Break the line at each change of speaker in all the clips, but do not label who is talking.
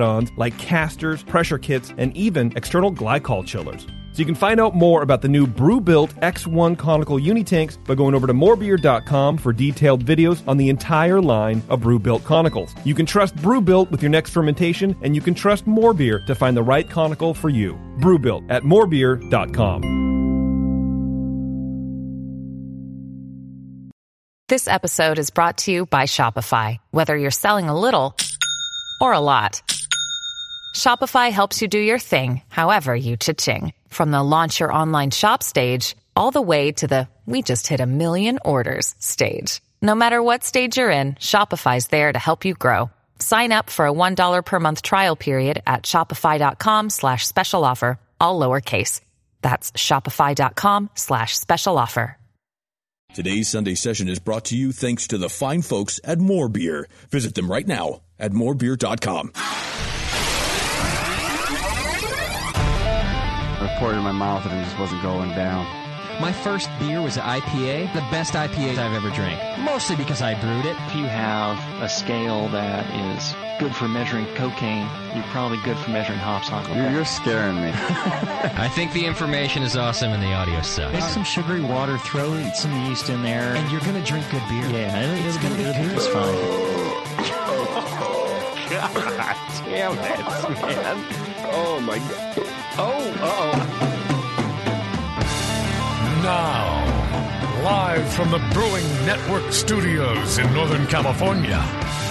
ons like casters, pressure kits, and even external glycol chillers. So you can find out more about the new Brew Built X1 conical unitanks by going over to morebeer.com for detailed videos on the entire line of Brew Built conicals. You can trust Brew Built with your next fermentation, and you can trust Morebeer to find the right conical for you. Brew Built at morebeer.com.
This episode is brought to you by Shopify. Whether you're selling a little or a lot, Shopify helps you do your thing, however you cha-ching. From the launch your online shop stage, all the way to the we just hit a million orders stage. No matter what stage you're in, Shopify's there to help you grow. Sign up for a $1 per month trial period at shopify.com slash special offer, all lowercase. That's shopify.com slash special offer.
Today's Sunday session is brought to you thanks to the fine folks at More Beer. Visit them right now at morebeer.com.
I poured it in my mouth and it just wasn't going down.
My first beer was an IPA, the best IPA I've ever drank, mostly because I brewed it.
If you have a scale that is good for measuring cocaine, you're probably good for measuring hopsocks.
You're, you're scaring me.
I think the information is awesome and the audio
Make
sucks.
some sugary water, throw some yeast in there.
And you're gonna drink good beer.
yeah, it- it'll, be, it'll be just fine.
Now, live from the Brewing Network studios in Northern California,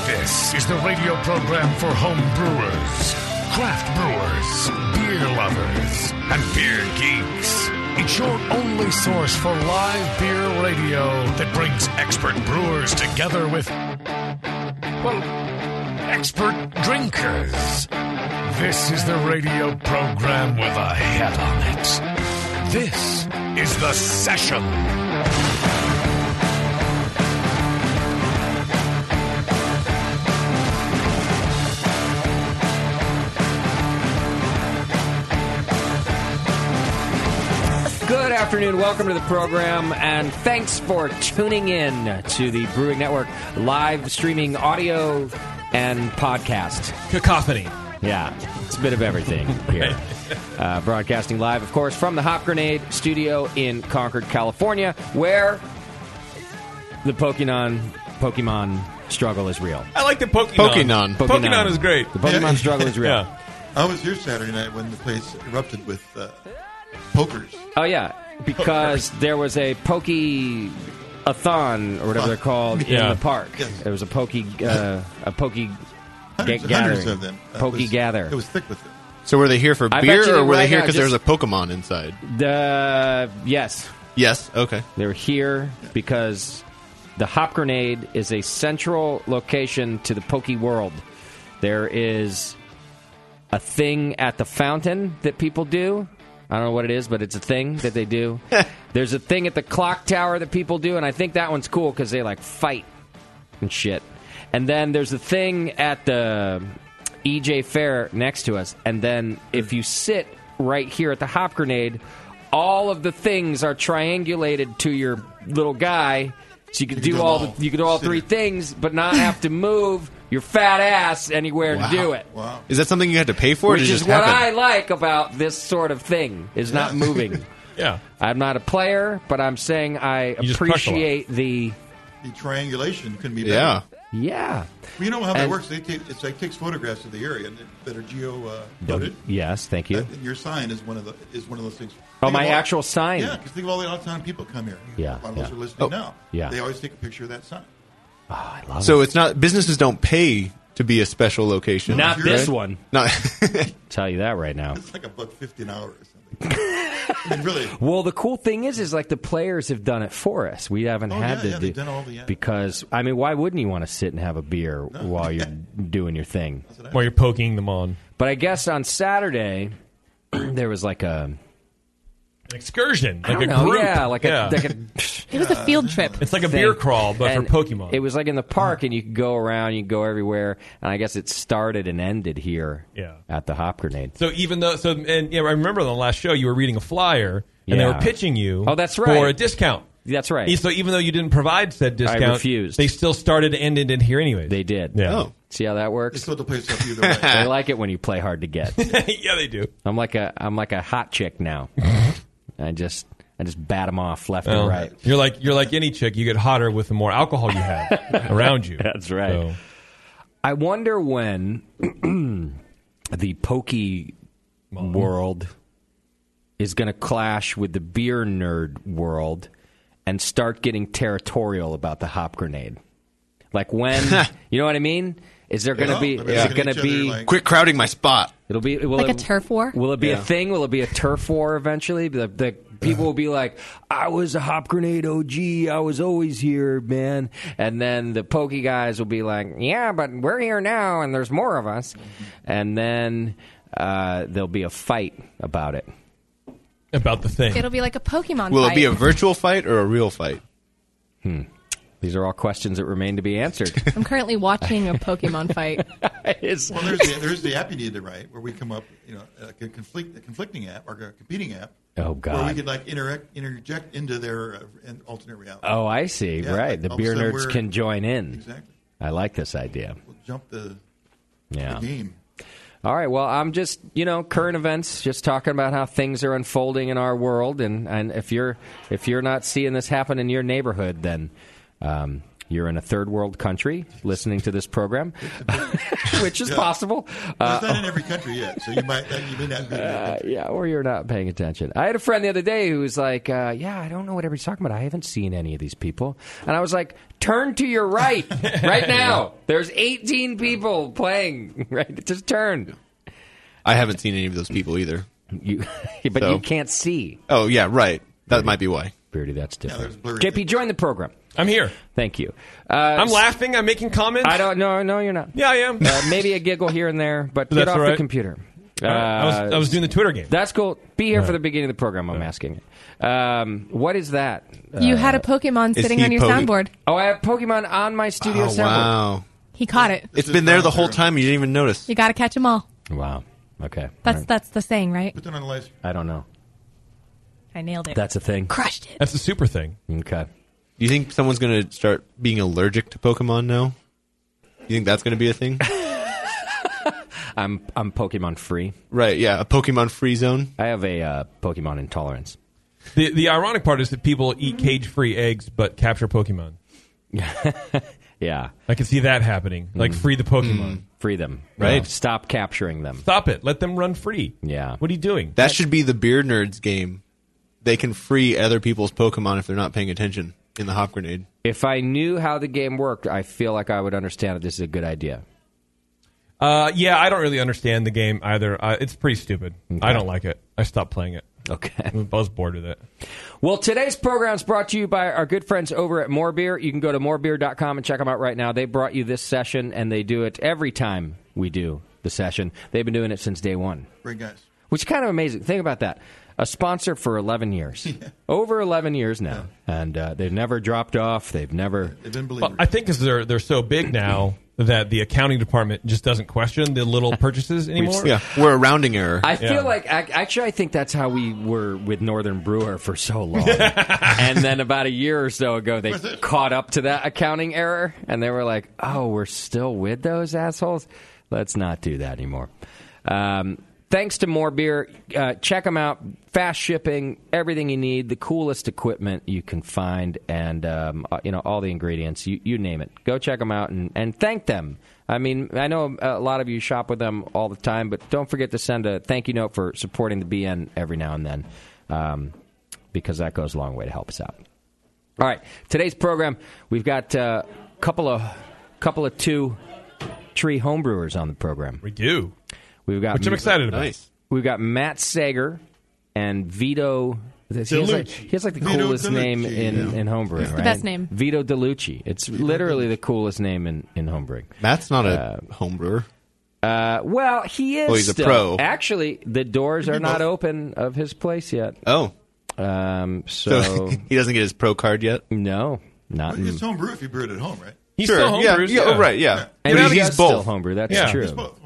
this is the radio program for home brewers, craft brewers, beer lovers, and beer geeks. It's your only source for live beer radio that brings expert brewers together with, well, expert drinkers. This is the radio program with a head on it. This is the session.
Good afternoon. Welcome to the program, and thanks for tuning in to the Brewing Network live streaming audio and podcast.
Cacophony.
Yeah, it's a bit of everything here. Uh, broadcasting live, of course, from the Hop Grenade Studio in Concord, California, where the Pokemon Pokemon struggle is real.
I like the Pokemon.
Pokemon.
Pokemon is great.
The Pokemon
Yeah.
struggle is real.
Yeah.
How was your Saturday night when the place erupted with uh, pokers?
Oh yeah, because there was a pokey a thon or whatever they're called
Yeah.
in the park.
Yes.
There was a pokey uh, a pokey
Hundreds,
ga-
hundreds
gathering.
of them. That
pokey
was-
gather.
It was thick with them.
So were they here for
I bet you
beer
they
or were
right
they here
now
because there was a
just-
Pokemon inside?
the yes,
Yes. Okay.
they were here because the hop grenade is a central location to the pokey world. There is a thing at the fountain that people do. I don't know what it is, but it's a thing that they do. There's a thing at the clock tower that people do, and I think that one's cool because they like fight and shit. And then there's a thing at the EJ Fair next to us. And then if you sit right here at the Hop Grenade, all of the things are triangulated to your little guy, so you can do
do
all
them all.
the, you can do all
Sit
three
it.
things, but not have to move your fat ass anywhere to do it.
Wow.
Is that something you had to pay for? or
Which
did it
is
just
what I
happen?
like about this sort of thing is not moving.
Yeah.
I'm not a player, but I'm saying I
just push a lot.
appreciate the
The triangulation couldn't be better.
Yeah.
yeah.
Well, you know how that
And-
works. They take, it's like takes photographs of the area that- that are geo uh, coded.
Yes, thank you.
That- and your sign is one of the is one of those things.
Oh,
Think
my
of all-
actual sign.
Yeah, because think of all the out-of-town people come here.
Yeah,
a lot of those
yeah. Oh,
are listening now.
yeah. Ah,
they always take a picture of that sign.
So it's not businesses don't pay to be a special location.
Not
You're
this
right.
one.
Not-
Tell you that right now.
It's like a buck fifty an hour or something. I mean, really.
Well, the cool thing is, is like the players have done it for us. We haven't
Oh,
had
yeah,
to
yeah,
do
they've done all the- yeah.
because I mean, why wouldn't you want to sit and have a beer while you're doing your thing?
While you're poking them on.
But I guess on Saturday there was like a
An excursion,
I
like a
don't know,
group.
yeah, like
Yeah.
a like a
It was a field trip.
It's like a beer crawl, but for
And
Pokemon.
It was like in the park, and you could go around, you could go everywhere, and I guess it started and ended here.
Yeah.
at the Hop Grenade.
so even though, so and yeah, I remember on the last show you were reading a flyer and they
Yeah.
were pitching you.
Oh, that's right.
for a discount.
That's right.
So even though you didn't provide said discount,
refused.
They still started and ended here anyways.
They did.
Yeah.
Oh.
See how that works?
Still the place up either way.
they like it when you play hard to get.
yeah, they do. Uh-huh.
I'm like a I'm like a hot chick now. I just I just bat them off left
Well,
and right.
Oh. You're like you're like any chick. You get hotter with the more alcohol you have around you.
That's right. I wonder when the pokey world is going to clash with the beer nerd world and start getting territorial about the hop grenade. Like when, you know what I mean? Is there going to
Yeah,
be?
they're
Is it
looking
going
at each
to
other
be?
like-
Quit crowding my spot.
It'll be will
Like a
it,
turf war?
Will it be
Yeah.
a thing? Will it be a turf war eventually? The, the people will be like, "I was a hop grenade OG. I was always here, man." And then the pokey guys will be like, "Yeah, but we're here now, and there's more of us." And then uh, there'll be a fight about it.
About the thing.
It'll be like a Pokemon
Will
fight.
it be a virtual fight or a real fight?
Hmm. These are all questions that remain to be answered.
I'm currently watching a Pokemon fight.
It's-
Well, there's the, there's the app you need to write where we come up, you know, like a conflict, a conflicting app or a competing app.
Oh,
Where we
God.
could like interact, interject into their uh, in- alternate reality.
oh, I see.
Yeah,
right,
like,
the
all of a
beer
sudden
nerds
we're-
can join in.
Exactly.
I like this idea.
We'll jump the,
Yeah.
the game.
All right. Well, I'm just you know current events, just talking about how things are unfolding in our world, and and if you're if you're not seeing this happen in your neighborhood, then. Um, you're in a third world country listening to this program, which is
Yeah.
possible.
Well, it's not in every country yet, so you might that, you may not be.
Uh, yeah, or you're not paying attention. I had a friend the other day who was like, uh, "Yeah, I don't know what everybody's talking about. I haven't seen any of these people." And I was like, "Turn to your right, right now. There's 18 people playing. Right, just turn."
I haven't seen any of those people either.
You, but
So-
you can't see.
Oh yeah, right. That might be why.
Beardy, that's
there's
different.
blurry
JP, join the program.
I'm here.
Thank you. Uh,
I'm laughing. I'm making comments.
I don't. No, no, you're not.
Yeah, I am.
Uh, maybe a giggle here and there, but
That's
get off
all right. Uh,
the computer. Uh,
I, was, I was doing the Twitter game.
That's cool. Be here for the beginning of the program. I'm asking. Um, what is that?
You had a Pokemon
Is
sitting
he
on your
Poke-
soundboard.
Oh, I have Pokemon on my studio
Oh,
soundboard.
wow.
He caught it.
It's been there the whole time. You didn't even notice.
You got to catch them all.
Wow. Okay.
That's
All right.
that's the saying, right?
Put that on the list.
I don't know.
I nailed it.
That's a thing.
crushed it.
That's the super thing.
Okay.
Do you think someone's going to start being allergic to Pokemon now? You think that's going to be a thing?
I'm I'm Pokemon free.
right. Yeah. A Pokemon free zone.
I have a uh, Pokemon intolerance.
The the ironic part is that people eat cage free eggs but capture Pokemon.
Yeah.
I can see that happening. Like free the Pokemon.
Mm. Free them.
Right.
Stop capturing them.
Stop it. Let them run free.
Yeah.
What are you doing?
That should be the beer nerds game. They can free other people's Pokemon if they're not paying attention in the hop grenade.
If I knew how the game worked, I feel like I would understand that this is a good idea.
Uh, yeah, I don't really understand the game either. Uh, it's pretty stupid. I don't like it. I stopped playing it.
Okay.
I was bored with it.
Well, today's program is brought to you by our good friends over at More Beer. You can go to morebeer.com and check them out right now. They brought you this session, and they do it every time we do the session. They've been doing it since day one,
Great guys.
which is kind of amazing. Think about that. A sponsor for 11 years. Over 11 years now. And uh, they've never dropped off. They've never.
They've been believers.
Well, I think because they're they're so big now that the accounting department just doesn't question the little purchases anymore.
Yeah. We're a rounding error.
I feel like ac- actually I think that's how we were with Northern Brewer for so long, and then about a year or so ago they caught up to that accounting error, and they were like, "Oh, we're still with those assholes. Let's not do that anymore." Um, thanks to More Beer, uh, check them out. Fast shipping, everything you need, the coolest equipment you can find, and um, uh, you know all the ingredients. You, you name it. Go check them out and, and thank them. I mean, I know a lot of you shop with them all the time, but don't forget to send a thank you note for supporting the BN every now and then, um, because that goes a long way to help us out. All right, today's program we've got a uh, couple of couple of two tree homebrewers on the program.
we do,
We've got
which I'm excited about.
nice.
We've got Matt Sager and Vito. This, he, has like,
DeLucci.
he has like the
Vito
coolest
DeLucci,
name in,
yeah.
in homebrewing,
It's the
right?
best name.
Vito DeLucci. It's literally the coolest name in, in homebrewing.
Matt's not a homebrewer.
Uh, well, he is.
Oh, he's a
still.
pro.
Actually, the doors are not open of his place yet.
Oh.
Um, so,
he doesn't get his pro card yet?
No. Not in-
It's home brew if you brew it at home, right?
He's Sure, still yeah, homebrews, yeah, yeah. oh, right, yeah.
And
But
he's,
he's
still
both.
homebrew. That's
Yeah.
true.
He's both,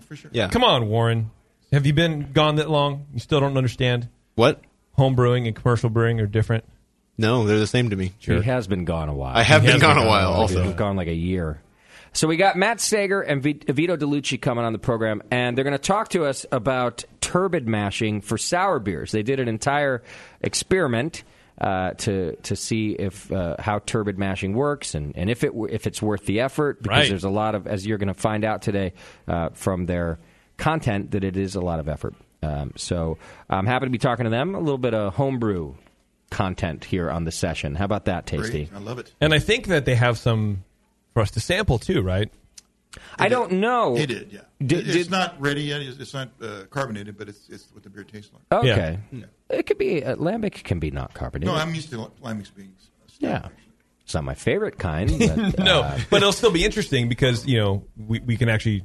Come on, Warren. Have you been gone that long? You still don't understand
what
home brewing and commercial brewing are different.
No, they're the same to me.
He has been gone a while.
I have
He
been
has
gone a while, also.
He's gone like a year. So we got Matt Sager and V- Vito DeLucci coming on the program, and they're going to talk to us about turbid mashing for sour beers. They did an entire experiment uh, to to see if uh, how turbid mashing works and, and if it w- if it's worth the effort because
Right.
there's a lot of as you're going to find out today uh, from their content that it is a lot of effort. Um, so I'm happy to be talking to them. A little bit of homebrew content here on the session. How about that, Tasty?
I love it.
And I think that they have some for us to sample too, right?
I don't know.
He did, yeah.
Did-
it's
did-
not ready yet. It's, it's not uh, carbonated, but it's, it's what the beer tastes like.
Okay. It could be uh, lambic. Can be not carbonated.
No, I'm used to lime being
yeah. It's not my favorite kind. But,
no,
uh,
but it'll still be interesting because you know we, we can actually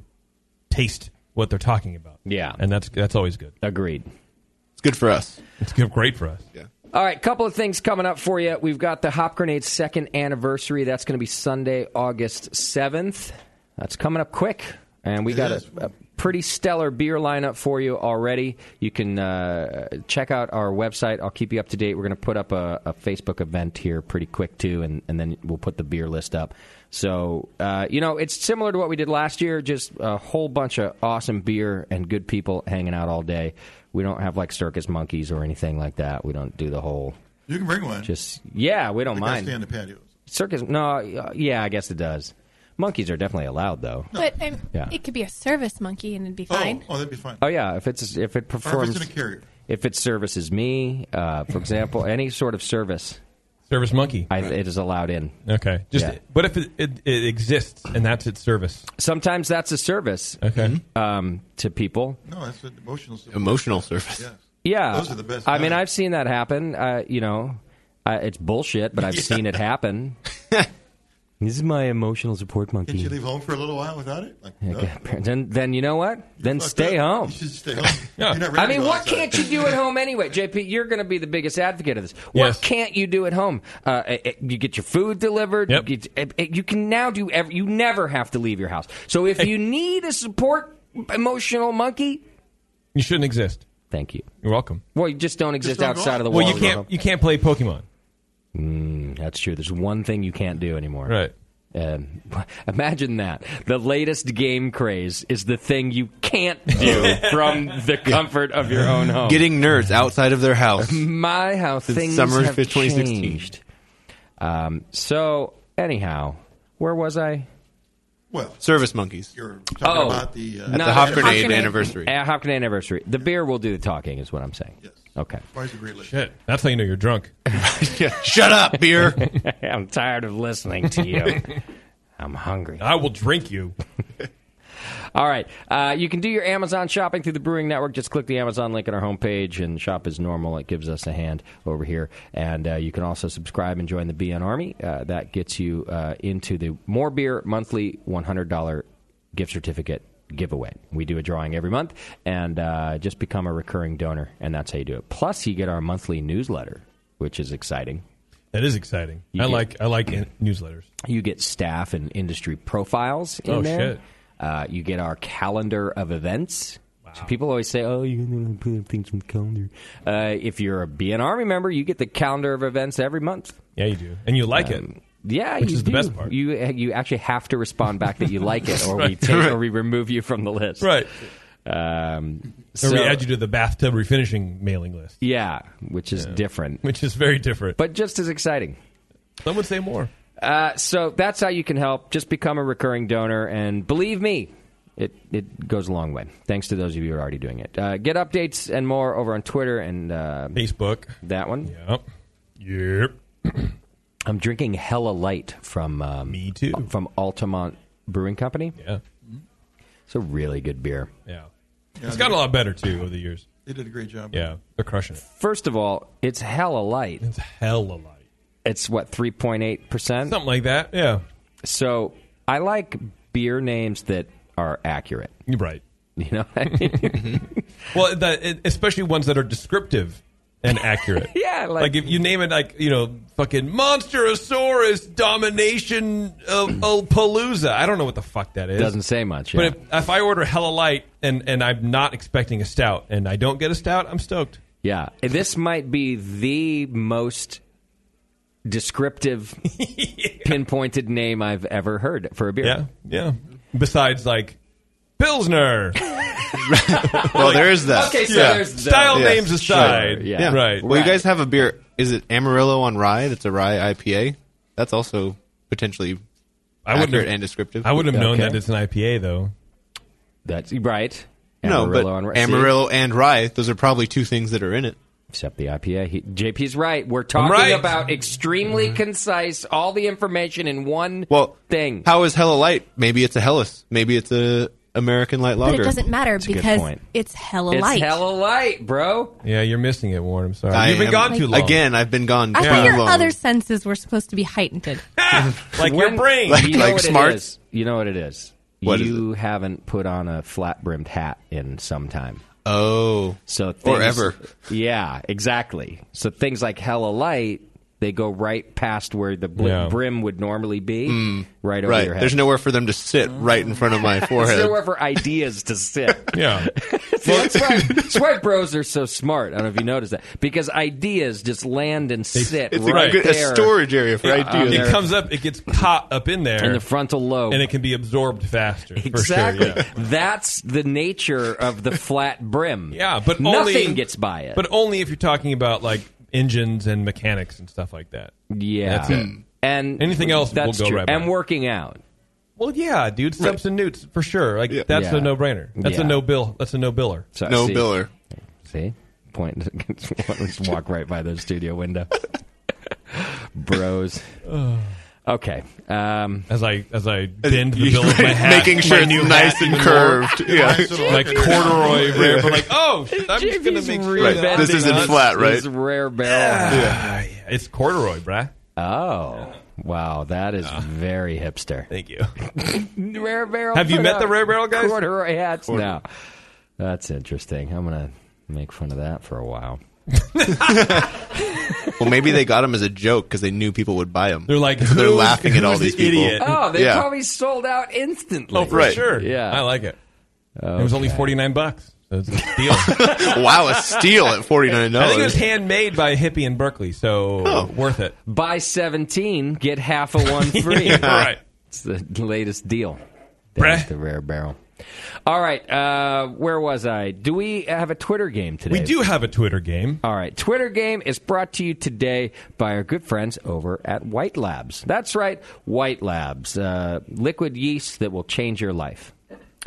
taste what they're talking about.
Yeah,
and that's that's always good.
Agreed.
It's good for us. It's good, great for us. Yeah.
All right, couple of things coming up for you. We've got the Hop Grenade's second anniversary. That's going to be Sunday, August 7th. That's coming up quick. And we got a, a pretty stellar beer lineup for you already. You can uh, check out our website. I'll keep you up to date. We're going to put up a, a Facebook event here pretty quick, too, and, and then we'll put the beer list up. So, uh, you know, it's similar to what we did last year, just a whole bunch of awesome beer and good people hanging out all day. We don't have like circus monkeys or anything like that. We don't do the whole.
You can bring one.
Just yeah, we don't
Like I
mind.
stay on the patio.
Circus? No, uh, yeah, I guess it does. Monkeys are definitely allowed though.
But um,
Yeah.
it could be a service monkey and it'd be fine.
Oh, that'd be fine.
Oh yeah, if it's if it performs,
in a carrier.
if it services me, uh, for example, any sort of service,
service monkey,
I, it is allowed in.
Okay. Just
Yeah.
but if it, it, it exists and that's its service.
Sometimes that's a service.
Okay.
Um, to people.
No, that's an emotional. Support.
Emotional service.
Yes.
Yeah,
Those are the best.
I mean, I've seen that happen. Uh, you know, I, it's bullshit, but I've seen it happen. this is my emotional support monkey.
Did you leave home for a little while without it? Like, no.
Yeah, Then, then you know what? then stay home.
You should stay home. You're not ready
I
to
mean,
go
what
outside.
can't you do at home anyway, JP? You're going to be the biggest advocate of this. What can't you do at home? Uh, eh, eh, you get your food delivered. You, get, eh, eh, you can now do. Every, you never have to leave your house. So if you need a support emotional monkey,
You shouldn't exist.
Thank you.
You're welcome.
well, you just don't exist outside of the
well,
walls.
you
of
can't
home.
you can't play Pokemon.
Mm, that's true. There's one thing you can't do anymore.
Right.
Um, imagine that. The latest game craze is the thing you can't do from the comfort of your
Oh,
own home.
Getting nerds outside of their house.
my house.
Since
Things
summer
have
2016.
changed. Um, so anyhow, where was I?
Well,
Service monkeys.
You're
oh,
at the Hop Grenade anniversary.
Uh, Hop Grenade anniversary. The beer will do the talking, is what I'm saying. Yes. Okay.
Where's the great list?
Shit. That's how you know you're drunk.
Shut up, beer.
I'm tired of listening to you. I'm hungry.
I will drink you.
All right. Uh, you can do your Amazon shopping through the Brewing Network. Just click the Amazon link on our homepage and shop as normal. It gives us a hand over here. And uh, you can also subscribe and join the BN Army. Uh, that gets you uh, into the More Beer monthly $100 gift certificate giveaway. We do a drawing every month and uh, just become a recurring donor. And that's how you do it. Plus, you get our monthly newsletter, which is exciting.
That is exciting.
You
I
get-
like I like in- newsletters.
You get staff and industry profiles in
Oh,
there.
shit.
Uh, you get our calendar of events. So people always say, "Oh, you know, put things on the calendar." Uh, if you're a BN Army member, you get the calendar of events every month. Um,
Yeah, you do, and you like it.
Yeah,
Which
you
is the
do.
best part.
You uh, you actually have to respond back that you like it, or we
Right.
take, or
Right.
we remove you from the list.
Right.
Um,
or
so-
we add you to the bathtub refinishing mailing list,
yeah, which is different,
which is very different,
but just as exciting.
Some would say more.
Uh, so that's how you can help. Just become a recurring donor, and believe me, it it goes a long way. Thanks to those of you who are already doing it. Uh, get updates and more over on Twitter and uh,
Facebook.
That one.
Yep. Yep.
I'm drinking Hella Light from um, me too from Altamont Brewing Company.
Yeah.
It's a really good beer.
Yeah. it's gotten a lot better too over the years.
They did a great job.
Yeah, they're crushing it.
First of all, it's hella light. It's
hella light.
It's what three point eight percent,
something like that. Yeah.
So I like beer names that are accurate.
You're right.
You know, what I mean?
Well, the, it- especially ones that are descriptive and accurate.
yeah, like,
if you name it like you know fucking Monsterosaurus Domination of Palooza. I don't know what the fuck that is.
doesn't say much.
But
yeah.
if, if I order Hella Light and, and I'm not expecting a stout and I don't get a stout, I'm stoked.
Yeah, this might be the most descriptive, pinpointed name I've ever heard for a beer.
Yeah, yeah. Besides, like Pilsner.
well, there is that.
Okay, so there's that.
style
Yeah.
names aside.
Sure,
yeah. right.
Well, you guys have a beer. Is it Amarillo on rye? That's a rye IPA. That's also potentially
I wouldn't
accurate
have-
and descriptive.
I wouldn't have known that
Okay.
it's an IPA though.
That's right.
no, but
Amarillo and- see?
Amarillo and rye. Those are probably two things that are in it.
Except the IPA. He, JP's right. We're talking
right.
about extremely concise, all the information in one.
Well,
thing.
How is Hella Light? Maybe it's a Hellas. Maybe it's a American Light
But
Lager.
it doesn't matter
That's a good
because
point.
it's hella
It's
light.
hella light, bro.
Yeah, you're missing it, Warren. I'm sorry.
I
You've been
am-
gone too long.
Again, I've been gone
I
too
thought your
long.
other senses were supposed to be heightened.
like your brain,
you know what it is. You know what it is.
What is
you haven't put on a flat brimmed hat in some time.
Oh,
so things,
Or ever.
Yeah, exactly. So things like hella light, they go right past where the bl-
Yeah.
brim would normally be,
Mm.
right over
right.
your head.
There's nowhere for them to
Oh.
sit right in front of my
There's
forehead.
nowhere for ideas to sit.
yeah.
that's, why, that's why bros are so smart. I don't know if you noticed that. Because ideas just land and sit
it's a
right
good- a
there.
storage area for
on
ideas. It
their-
comes up, it gets caught up in there.
In the frontal lobe.
And it can be absorbed faster. for sure,
Exactly.
yeah.
That's the nature of the flat brim.
Yeah, but
nothing
only-
gets by it.
But only if you're talking about like engines and mechanics and stuff like that.
yeah,
That's it.
and
Anything else will
that's
go
true.
right by.
And working out.
Well, yeah, dude, subs and newts for sure. Like that's
Yeah.
a no-brainer. That's a
Yeah.
no bill. That's a no biller.
So, see- See, point. Let's walk right by the studio window. Bros.
Oh.
Okay. Um,
as I as I bend the
you-
bill of my hat,
making sure
my
it's
new
nice
hat
and
even
curved.
more.
Yeah.
my corduroy
Yeah.
rib. I'm Like, oh, I'm just gonna
JP's
make
Right.
sure that
This isn't
that's-
flat, right? This rare barrel.
Yeah. it's corduroy, bruh. Uh-huh.
Oh, wow, that is very hipster.
Thank you.
rare barrel.
Have you
put
met the
out
Rare Barrel guys?
Corduroy hats.
Corduroy.
No, that's interesting. I'm gonna make fun of that for a while.
well, maybe they got them as a joke because they knew people would buy them. They're
like,
they're
who's-
laughing at
who's
all
the
these people.
idiot?
Oh, they
yeah.
probably sold out instantly.
Oh, for sure.
Yeah,
I like it. It was only
Okay.
forty nine bucks. So it's a steal.
Wow, a steal at $49.
I think it was handmade by a hippie in Berkeley, so worth it.
Buy seventeen, get half of one free.
Yeah, right.
It's the latest deal. That's the rare barrel. All right, uh, where was I? Do we have a Twitter game today?
We do have a Twitter game.
All right, Twitter game is brought to you today by our good friends over at White Labs. That's right, White Labs, uh, liquid yeast that will change your life.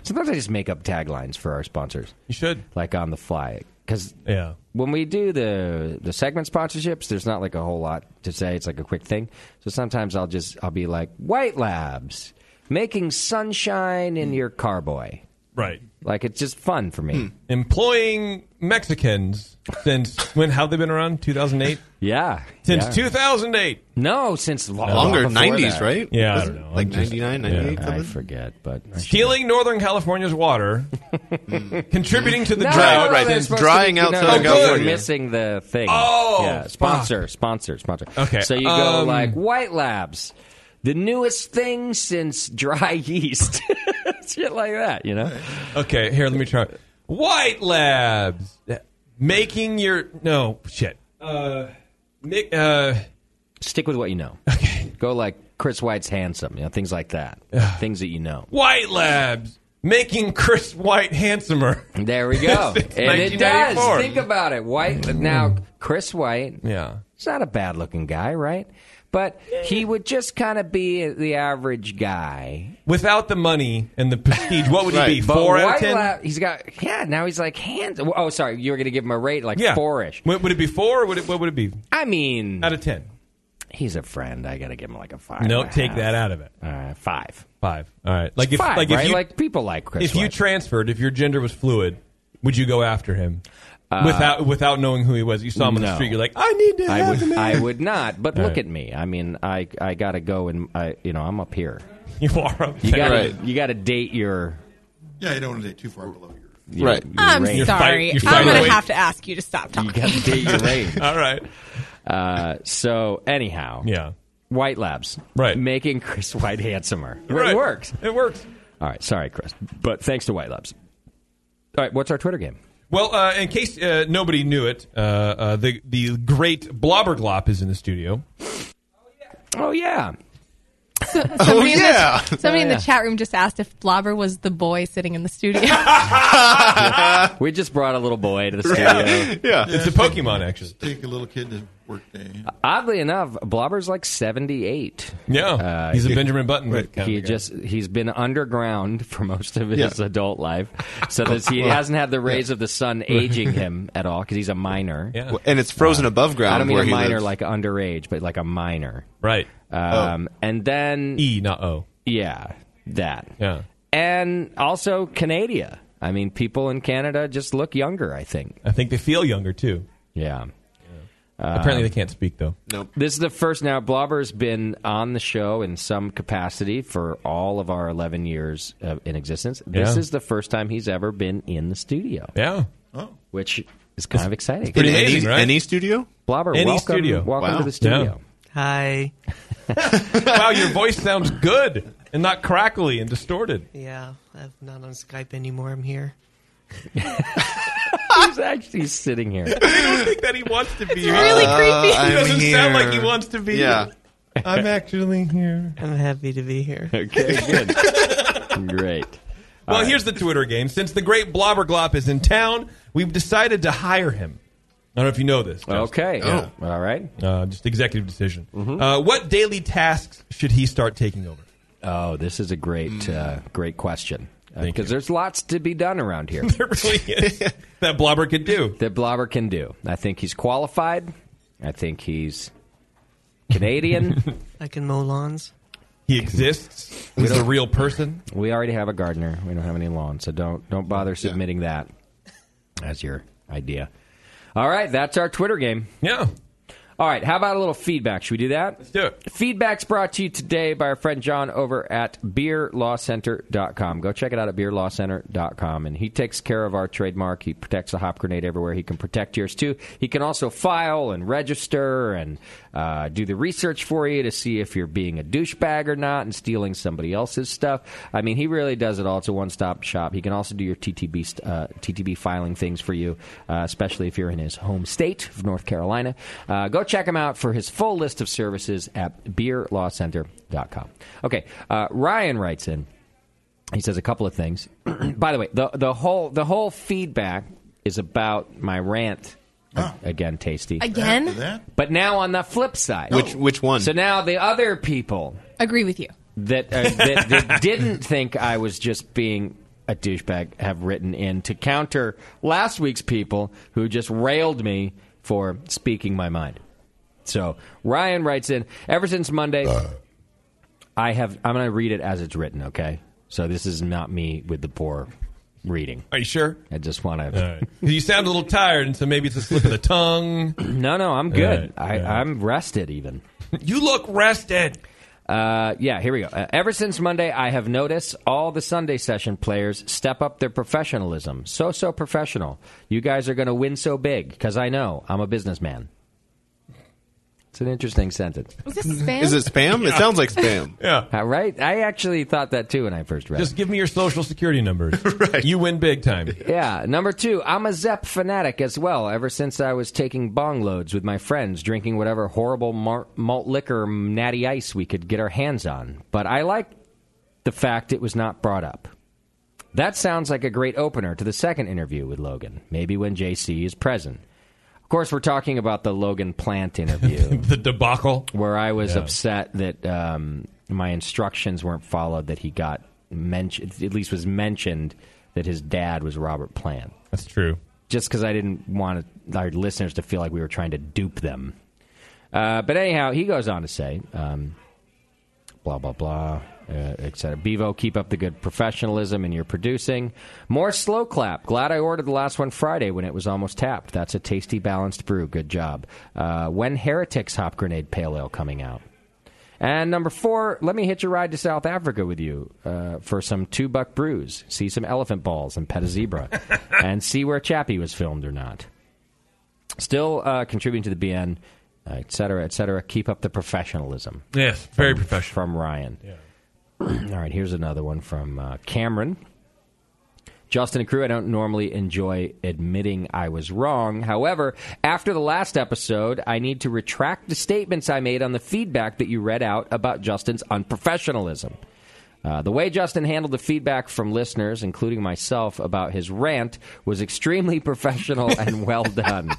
Sometimes I just make up taglines for our sponsors.
You should
like on the fly because
yeah.
when we do the the segment sponsorships, there's not like a whole lot to say. It's like a quick thing. So sometimes I'll just I'll be like White Labs making sunshine in your carboy.
Right.
Like it's just fun for me.
Hmm.
Employing Mexicans since when? How they been around? Two thousand eight.
Yeah.
Since
yeah.
two thousand eight.
No, since lo-
Longer,
before
90s,
that.
right?
Yeah, I
Was
don't
it
know.
Like
I'm just-
99,
yeah.
98,
I
something?
forget, but
Stealing Northern California's water, contributing to the
No,
drought,
no, no, they're
since-
supposed to be- no, no, no, We're missing the thing.
Oh,
yeah. sponsor, sponsor, sponsor.
Okay,
so you go
um,
like White Labs, the newest thing since dry yeast, shit like that. You know,
Okay, here, let me try. White Labs, making your no shit. Uh, Nick, uh,
stick with what you know. go like Chris White's handsome, you know, things like that, things that you know.
White Labs, making Chris White handsomer.
There we go,
Since
and it does.
1994.
Think about it, White. Now, Chris White,
Yeah.
He's not a bad looking guy, right? But he would just kind of be the average guy.
Without the money and the prestige, what would he be?
But
Four out
White
of ten.
Lab- he's got yeah. Now he's like hands. Oh, sorry, you were going to give him a rate like
yeah,
four-ish.
Would would it be four? Or would it? What would it be?
I mean,
out of ten.
He's a friend. I got to give him like a five.
No,
and a
take
half.
that out of it.
All right, five.
Five. All right. Like if
Five,
like
right?
if you
Like, people like Chris
if you
White.
transferred, if your gender was fluid, would you go after him?
Uh,
without without knowing who he was. You saw him on the
no.
street. You're like, I need to
I
have
would,
him. in."
I would not. But
All
look
right.
at me. I mean, I I gotta go and I you know I'm up here.
You are up
You
there.
gotta
Right.
you gotta date your.
Yeah, you don't want to date too far below.
your
Right.
your
I'm
range.
sorry. I'm going to have to ask you to stop
You
talking.
got to date your range.
All right.
Uh, so anyhow,
yeah.
White Labs,
right?
Making Chris White handsomer.
Right.
It works.
It works.
All right. Sorry, Chris, but thanks to White Labs. All right. What's our Twitter game?
Well, uh, in case uh, nobody knew it, uh, uh, the the great Blobberglop is in the studio.
Oh yeah.
So, somebody
Oh,
in the- somebody in the chat room just asked if Blobber was the boy sitting in the studio.
We just brought a little boy to the studio.
it's a Pokemon actually.
Take a little kid to work day.
Oddly enough, Blobber's like seventy-eight. Uh,
Yeah, he's a Benjamin Button kind
He
of guy.
just he's been underground for most of his
Yeah.
adult life, so that he
Well,
hasn't had the rays
yeah.
of the sun aging him at all because he's a minor. Uh,
Well, and it's frozen above ground
I don't mean
where
a
he
minor
lives.
like underage, but like a minor.
Right.
Um,
Oh.
And then
E, not O.
Yeah, that.
Yeah.
And also Canada. I mean, people in Canada just look younger. I think.
I think they feel younger too. Uh,
Yeah.
Apparently, they can't speak though.
This is the first. Now, Blobber's been on the show in some capacity for all of our 11 years uh, in existence. This
Yeah.
is the first time he's ever been in the studio.
Yeah.
Which is kind of exciting.
pretty In amazing, Oh. any- right? any studio?
Blobber,
Any
welcome,
studio.
welcome
Wow.
to the studio.
Yeah.
Hi.
wow, your voice sounds good and not crackly and distorted.
Yeah, I'm not on Skype anymore. I'm here.
He's actually sitting here.
I don't think that he wants to be.
It's really
here.
creepy.
He
Uh, I'm
doesn't sound like he
here.
wants to be.
Yeah.
here. I'm actually here.
I'm happy to be here.
Okay, good. Great.
Well, here's the Twitter game. Since the great Blobberglop is in town, we've decided to hire him. I don't know if you know this. Justin.
Okay. All right. Mm-hmm.
Uh, just executive decision. Uh, what daily tasks should he start taking over?
Oh, this is a great,
Mm.
uh, great question. Because there's lots to be done around here.
there really is. That Blobber could do.
That Blobber can do. I think he's qualified. I think he's Canadian.
I can mow lawns.
He exists.
We
He's a
don't-
real person.
we already have a gardener. We don't have any lawn, so don't don't bother submitting that as your idea. All right, that's our Twitter game.
Yeah.
All right, how about a little feedback? Should we do that? Let's
do it.
Feedback's brought to you today by our friend John over at beerlawcenter.com. Go check it out at beerlawcenter.com. And he takes care of our trademark. He protects the hop grenade everywhere. He can protect yours too. He can also file and register and uh, do the research for you to see if you're being a douchebag or not and stealing somebody else's stuff. I mean, he really does it all. It's a one stop shop. He can also do your TTB, st- uh, TTB filing things for you, uh, especially if you're in his home state of North Carolina. Uh, go check him out for his full list of services at beerlawcenter.com. Okay, uh, Ryan writes in. He says a couple of things. By the way, the, the whole the whole feedback is about my rant again, tasty
Again?
But now on the flip side,
Which-
which one? So now the other people
Agree with you.
that, uh, that, that didn't think I was just being a douchebag have written in to counter last week's people who just railed me for speaking my mind. So Ryan writes in ever since Monday. I have. I'm going to read it as it's written. Okay, so this is not me with the poor reading.
Are you sure?
I just want to.
You sound a little tired, and so maybe it's a slip of the tongue.
No, no, I'm good. I, I'm rested even.
You look rested.
Uh, yeah, here we go. Uh, ever since Monday, I have noticed all the Sunday session players step up their professionalism. So, so professional. You guys are going to win so big because I know I'm a businessman. It's an interesting sentence. Uh,
Was this spam?
Is it spam? It sounds like spam.
Yeah.
right? I actually thought that too when I first read it.
Just give me your social security numbers. right. You win big time.
Yeah. Number two, I'm a Zepp fanatic as well. Ever since I was taking bong loads with my friends, drinking whatever horrible mar- malt liquor natty ice we could get our hands on. But I like the fact it was not brought up. That sounds like a great opener to the second interview with Logan, maybe when JC is present. Of course, we're talking about the Logan Plant interview.
the debacle.
Where I was
Yeah.
upset that um, my instructions weren't followed, that he got mentioned, at least was mentioned, that his dad was Robert Plant.
That's true.
Just because I didn't want our listeners to feel like we were trying to dupe them. Uh, but anyhow, he goes on to say. Um, blah blah blah. uh, et cetera. Bevo, keep up the good professionalism in your producing. More slow clap. Glad I ordered the last one Friday when it was almost tapped. That's a tasty, balanced brew. Good job. Uh, when Heretics Hop Grenade Pale Ale coming out? And number four, let me hitch a ride to South Africa with you uh, for some two buck brews, see some elephant balls and pet a zebra, and see where Chappie was filmed or not. Still uh, contributing to the BN, uh, et cetera, et cetera. Keep up the professionalism.
Yes, very
From- From Ryan. All right, here's another one from uh, Cameron. Justin and crew, I don't normally enjoy admitting I was wrong. However, after the last episode, I need to retract the statements I made on the feedback that you read out about Justin's unprofessionalism. Uh, the way Justin handled the feedback from listeners, including myself, about his rant was extremely professional and well done.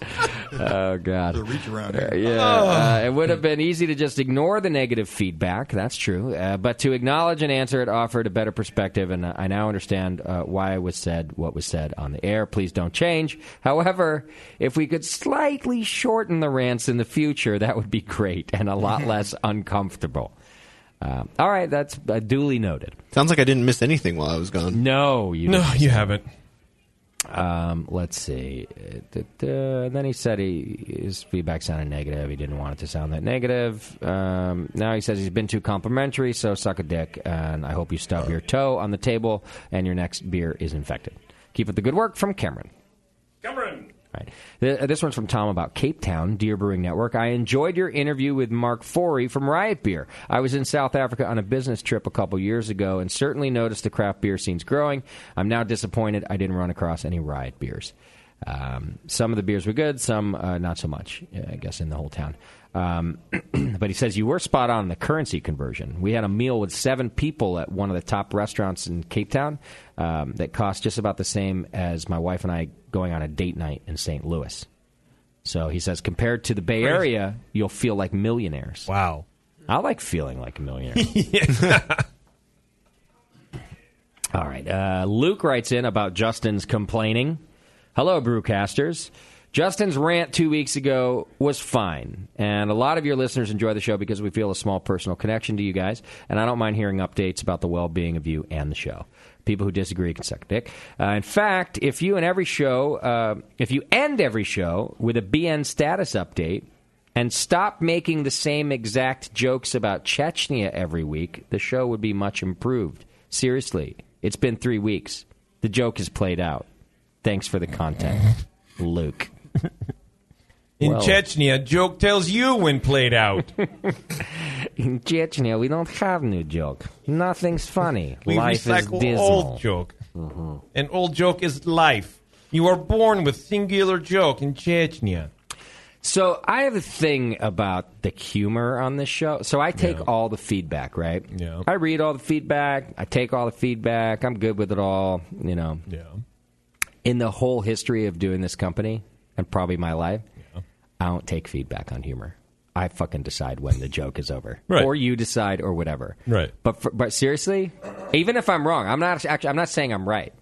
oh, God. The
reach around Oh.
uh, yeah, uh, it would have been easy to just ignore the negative feedback. That's true, uh, but to acknowledge and answer it offered a better perspective, and I now understand uh, why was said what was said on the air. Please don't change. However, if we could slightly shorten the rants in the future, that would be great and a lot less uncomfortable. Um, all right, that's uh, duly noted.
Sounds like I didn't miss anything while I was gone.
No, you
No,
didn't.
you
haven't.
Um, let's see. Uh, d- d- uh, then he said he, his feedback sounded negative. He didn't want it to sound that negative. Um, now he says he's been too complimentary, so suck a dick. And I hope you stub your toe on the table and your next beer is infected. Keep up the good work from Cameron. All right. Th- uh, This one's from Tom about Cape Town, Deer Brewing Network. I enjoyed your interview with Mark Forey from Riot Beer. I was in South Africa on a business trip a couple years ago and certainly noticed the craft beer scene's growing. I'm now disappointed I didn't run across any Riot beers. Um, some of the beers were good, some uh, not so much, uh, I guess, in the whole town. Um, but he says you were spot on in the currency conversion. We had a meal with seven people at one of the top restaurants in Cape Town um, that cost just about the same as my wife and I going on a date night in St. Louis. So he says, compared to the Bay
Crazy.
Area, you'll feel like millionaires. Wow. I like feeling like a millionaire. All right. Uh, Luke writes in about Justin's complaining. Hello, Brewcasters. Justin's rant two weeks ago was fine, and a lot of your listeners enjoy the show because we feel a small personal connection to you guys, and I don't mind hearing updates about the well being of you and the show. People who disagree can suck dick. Uh, in fact, if you and every show, uh, if you end every show with a BN status update, and stop making the same exact jokes about Chechnya every week, the show would be much improved. Seriously, it's been three weeks. The joke is played out. Thanks for the content, Luke.
In
Well-
Chechnya, joke tells you when played out.
In Chechnya, we don't have new joke. Nothing's funny.
We
Life is
recycle
dismal. Mm-hmm.
old joke. An old joke is life. You are born with singular joke in Chechnya.
So I have a thing about the humor on this show. So I take all the feedback, right? Yeah. I read all the feedback. I take all the feedback. I'm good with it all. You know.
Yeah.
In the whole history of doing this company and probably my life, I don't take feedback on humor. I fucking decide when the joke is over,
Right.
or you decide, or whatever.
Right.
But for, but seriously, even if I'm wrong, I'm not actually. I'm not saying I'm right.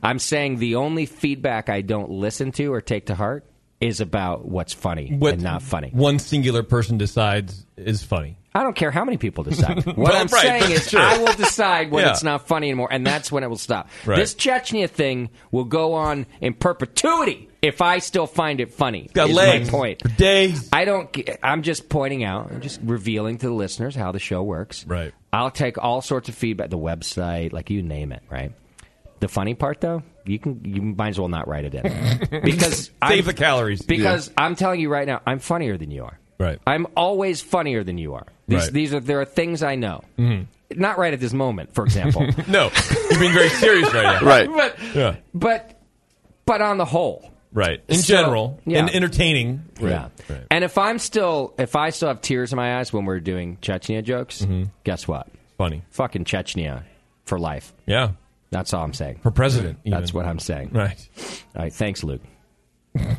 I'm saying the only feedback I don't listen to or take to heart is about what's funny and not funny.
One singular person decides is funny.
I don't care how many people decide. What
Well,
I'm
right,
saying
but
is,
sure.
I will decide when
Yeah.
it's not funny anymore, and that's when it will stop.
Right.
This Chechnya thing will go on in perpetuity if I still find it funny.
got
is
legs
My point.
days.
I don't. g- I'm just pointing out. I'm just revealing to the listeners how the show works. Right. I'll take all sorts of feedback. The website, like you name it. Right. The funny part, though, you can you might as well not write it in because
Save
I'm-
the calories.
Because I'm telling you right now, I'm funnier than you are.
Right.
I'm always funnier than you are. These,
Right.
these are there are things I know. Not right at this moment, for example.
no, you're being very serious right now.
But
Yeah.
but but on the whole,
Right. In
So-
general,
yeah.
and entertaining.
yeah. And if I'm still if I still have tears in my eyes when we're doing Chechnya jokes, guess what?
Mm-hmm. Funny.
Fucking Chechnya for life.
Yeah.
That's all I'm saying.
For president,
That's what I'm saying.
Right.
All right. Thanks, Luke.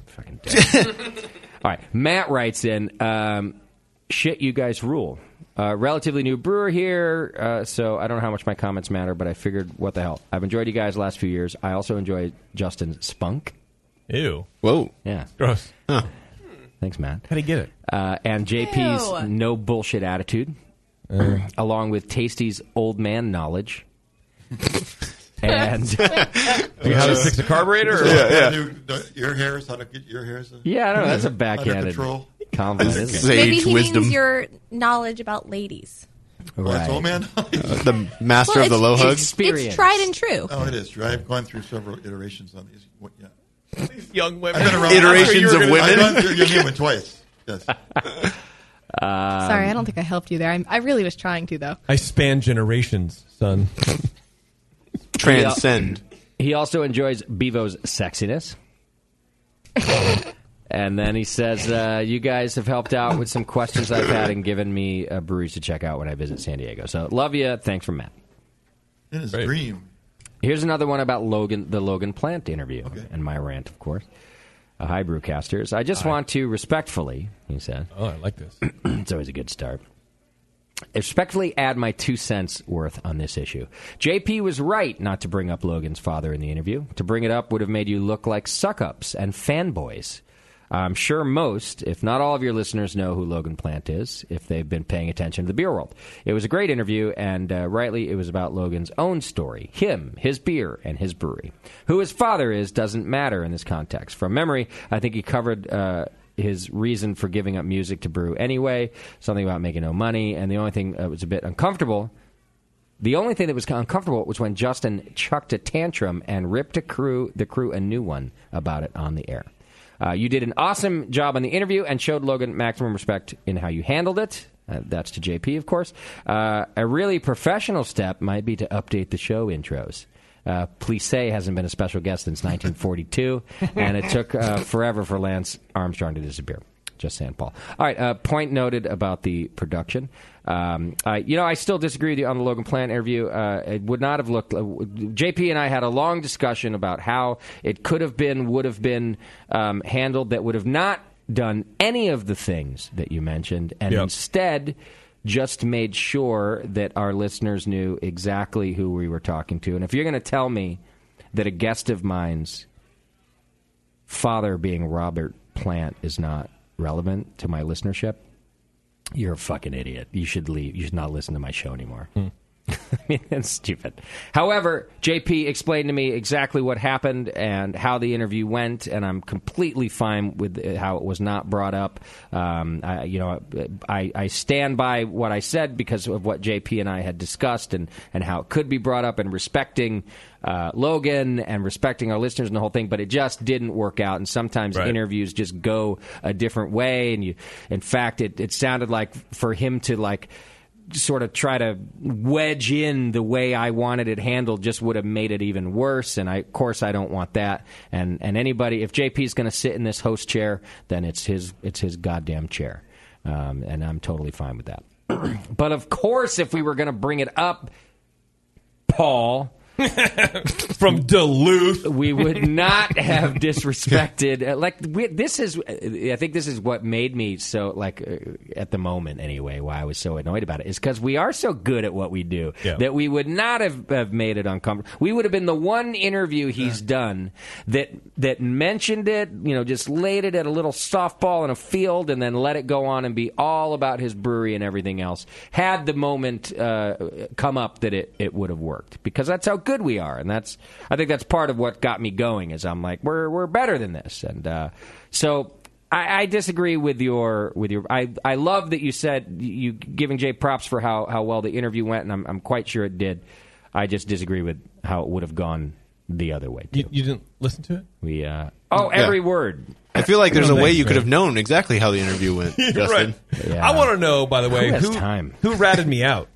Fucking dick. All right. Matt writes in, um, shit, you guys rule. Uh, relatively new brewer here, uh, so I don't know how much my comments matter, but I figured, what the hell? I've enjoyed you guys the last few years. I also enjoy Justin's spunk.
Ew.
Whoa.
Yeah.
Gross.
Thanks, Matt.
How do you get it?
Uh, and JP's no bullshit attitude. along with Tasty's old man knowledge. and Uh,
You how to fix a carburetor? or-
Do- do- Your hairs, how to get your hairs?
Yeah, I don't know. That's a
Under
backhanded
control.
compliment. isn't it?
Maybe he means your knowledge about ladies.
Well, that's
Right.
old man.
the master
Well,
of the
it's-
low hug.
it's- it's tried and true.
Oh, it is. true. I've gone through several iterations on these. What, yeah.
young
I've been around-
Iterations
I've
of
gone through-
women?
I've gone through young women twice. Yes.
Um,
Sorry, I don't think I helped you there. I'm, I really was trying to, though.
I span generations, son.
Transcend.
He also enjoys Bevo's sexiness. and then he says, uh, "You guys have helped out with some questions I've had and given me uh, breweries to check out when I visit San Diego. So love you. Thanks for Matt."
In his dream.
Here's another one about Logan, the Logan Plant interview, and my rant, of course. Uh, hi, brewcasters. I just want to respectfully, he said.
Oh, I like this.
it's always a good start. Respectfully add my two cents worth on this issue. JP was right not to bring up Logan's father in the interview. To bring it up would have made you look like suck ups and fanboys. I'm sure most, if not all of your listeners, know who Logan Plant is if they've been paying attention to the beer world. It was a great interview, and uh, rightly, it was about Logan's own story him, his beer, and his brewery. Who his father is doesn't matter in this context. From memory, I think he covered. Uh, his reason for giving up music to brew anyway, something about making no money, and the only thing that was a bit uncomfortable the only thing that was uncomfortable was when Justin chucked a tantrum and ripped a crew, the crew a new one about it on the air. Uh, you did an awesome job on the interview and showed Logan maximum respect in how you handled it. Uh, that's to JP, of course. Uh, a really professional step might be to update the show intros. Uh, Plisse hasn't been a special guest since 1942, and it took uh, forever for Lance Armstrong to disappear. Just saying, Paul. All right. Uh, point noted about the production. Um, I, you know, I still disagree with you on the Logan Plant interview. Uh, it would not have looked. JP and I had a long discussion about how it could have been, would have been um, handled. That would have not done any of the things that you mentioned, and
Yep.
instead just made sure that our listeners knew exactly who we were talking to. And if you're going to tell me that a guest of mine's father being Robert Plant is not relevant to my listenership, you're a fucking idiot. You should leave. You should not listen to my show anymore.
Hmm.
I mean, that's stupid. However, JP explained to me exactly what happened and how the interview went, and I'm completely fine with uh, how it was not brought up. Um, I, you know, I, I stand by what I said because of what JP and I had discussed and, and how it could be brought up and respecting uh, Logan and respecting our listeners and the whole thing, but it just didn't work out. And sometimes
Right.
interviews just go a different way. And you, in fact, it, it sounded like for him to like sort of try to wedge in the way I wanted it handled just would have made it even worse. And I, of course, I don't want that. And and anybody, if JP is going to sit in this host chair, then it's his it's his goddamn chair, um, and I'm totally fine with that. but of course, if we were going to bring it up, Paul.
From Duluth,
we would not have disrespected. uh, Like we, this is, uh, I think this is what made me so like uh, at the moment anyway. Why I was so annoyed about it is because we are so good at what we do
Yeah.
that we would not have, have made it uncomfortable. We would have been the one interview he's done that that mentioned it. You know, just laid it at a little softball in a field and then let it go on and be all about his brewery and everything else. Had the moment uh, come up that it it would have worked because that's how good we are, and that's I think that's part of what got me going. Is I'm like we're we're better than this, and uh, so. I, I disagree with your with your. I, I love that you said you giving Jay props for how, how well the interview went, and I'm, I'm quite sure it did. I just disagree with how it would have gone the other way.
You, you didn't listen to it?
We uh, oh every word.
I feel like there's
No
a way
thanks,
you could
man.
have known exactly how the interview went, Justin.
Right. I want to know, by the way,
Who
who,
has time?
who ratted me out?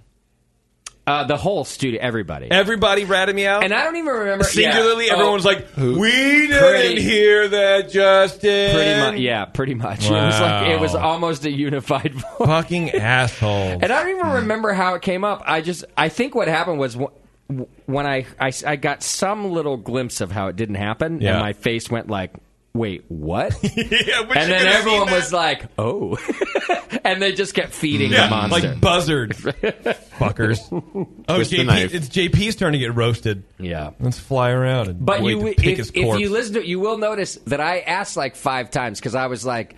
Uh, the whole studio, everybody.
Everybody ratted me out,
and I don't even remember.
Singularly,
yeah.
everyone was
Oh,
like, "We didn't
Pretty-
hear that, Justin."
pretty much, yeah, pretty much. It was like it was
Wow.
almost a unified voice.
fucking asshole.
And I don't even remember how it came up. I just, I think what happened was wh- when I, I, I got some little glimpse of how it didn't happen,
Yeah.
and my face went like, wait, what?
but
and
you
then
could've
everyone
seen that.
was like, oh. and they just kept feeding
yeah,
the monster.
like buzzard fuckers. Oh,
Twist the
JP,
knife.
it's JP's turn to get roasted.
Yeah,
let's fly around and
But
wait
you,
to
if,
pick his
if
corpse.
you listen to it, you will notice that I asked like five times because I was like,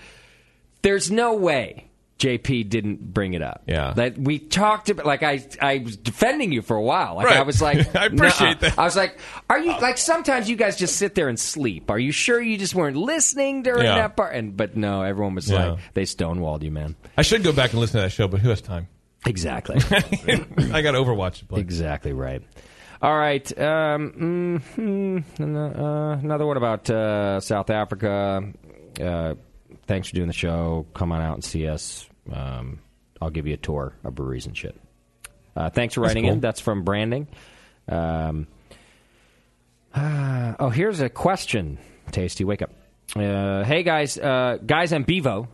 "There's no way JP didn't bring it up.
Yeah.
That we talked about like I I was defending you for a while. Like
Right.
I was like
I appreciate Uh,
"Nuh-uh." I was like, are you like sometimes you guys just sit there and sleep. Are you sure you just weren't listening during
Yeah.
that part? And but no, everyone was
Yeah.
like they stonewalled you, man.
I should go back and listen to that show, but who has time?
Exactly.
I got Overwatch to play.
Exactly right. All right. Um, mm, mm, uh, another one about uh, South Africa. Uh, thanks for doing the show. Come on out and see us. Um, I'll give you a tour of breweries and shit. Uh, thanks for
That's
writing in.
cool.
That's from Branding. Um, uh, oh, here's a question. Tasty, wake up. Uh, hey guys, uh, guys, I'm Bevo.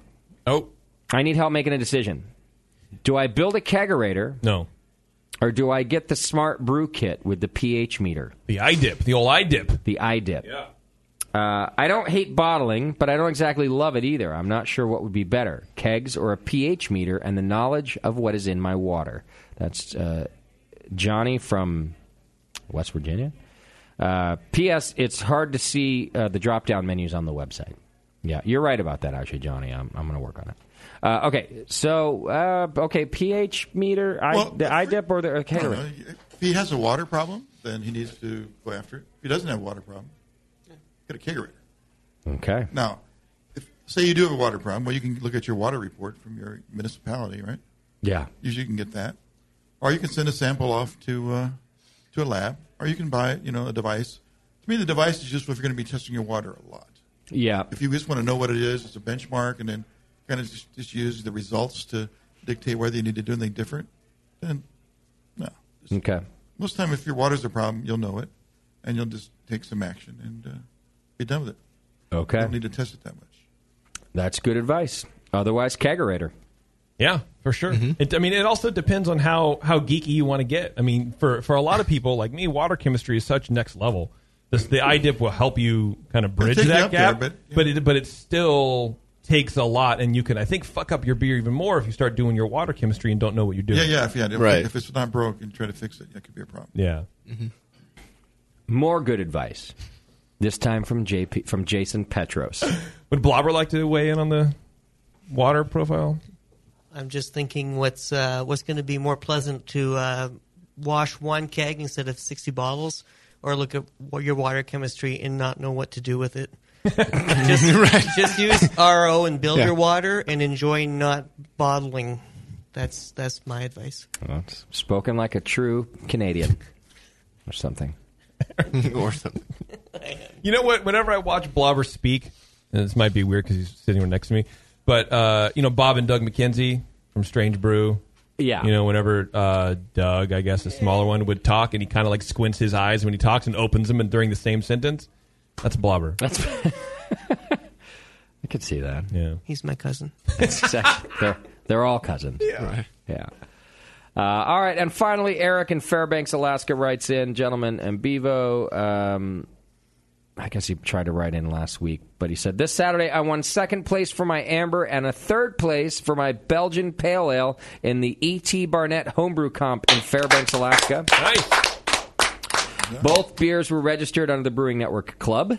Oh,
I need help making a decision. Do I build a kegerator?
No.
Or do I get the smart brew kit with the pH meter?
The iDip, the old iDip.
The iDip. Yeah. Uh, I don't hate bottling, but I don't exactly love it either. I'm not sure what would be better kegs or a pH meter and the knowledge of what is in my water. That's uh, Johnny from West Virginia. Uh, P.S. It's hard to see uh, the drop down menus on the website. Yeah, you're right about that, actually, Johnny. I'm, I'm going to work on it. Uh, okay, so, uh, okay, pH meter, I, the iDip or the or
I don't
kegerator?
know. If he has a water problem, then he needs to go after it. If he doesn't have a water problem, get a kegerator.
Okay.
Now, if say you do have a water problem, well, you can look at your water report from your municipality, right?
Yeah.
Usually, you can get that, or you can send a sample off to uh, to a lab, or you can buy you know a device. To me, the device is useful if you're going to be testing your water a lot.
Yeah.
If you just want to know what it is, it's a benchmark, and then kind of just, just use the results to dictate whether you need to do anything different. Then, no.
Okay.
Most time, if your water's a problem, you'll know it, and you'll just take some action and uh, be done with it.
Okay.
You don't need to test it that much.
That's good advice. Otherwise, kegerator.
Yeah, for sure.
Mm-hmm.
It, I mean, it also depends on how how geeky you want to get. I mean, for for a lot of people like me, water chemistry is such next level. This, the iDip will help you kind of bridge
take you
that
up there,
gap,
but-
but it but it still takes a lot, and you can I think fuck up your beer even more if you start doing your water chemistry and don't know what you're doing.
Yeah, yeah. If, yeah if,
right.
if it's not broke and try to fix it, that could be a problem.
Yeah.
Mm-hmm.
Mm-hmm. More good advice. This time from JP from Jason Petros.
Would Blobber like to weigh in on the water profile?
I'm just thinking what's uh, what's going to be more pleasant to uh, wash one keg instead of 60 bottles, or look at wa- your water chemistry and not know what to do with it. just, just use RO and build
Yeah.
your water and enjoy not bottling. That's that's my advice.
Spoken like a true Canadian, or something.
or something.
You know what? Whenever I watch Blobber speak, and this might be weird because he's sitting right next to me, but uh, you know Bob and Doug McKenzie from Strange Brew.
Yeah.
You know, whenever uh, Doug, I guess the smaller one, would talk, and he kind of like squints his eyes when he talks and opens them, and during the same sentence, that's Blobber.
That's. I could see that.
Yeah.
He's my cousin.
Exactly. they're, they're all cousins.
Yeah. Right.
Yeah. Uh, all right, and finally, Eric in Fairbanks, Alaska writes in, gentlemen, and Bevo. Um, I guess he tried to write in last week, but he said this Saturday I won second place for my amber and a third place for my Belgian pale ale in the E.T. Barnett Homebrew Comp in Fairbanks, Alaska.
Nice.
Both beers were registered under the Brewing Network Club.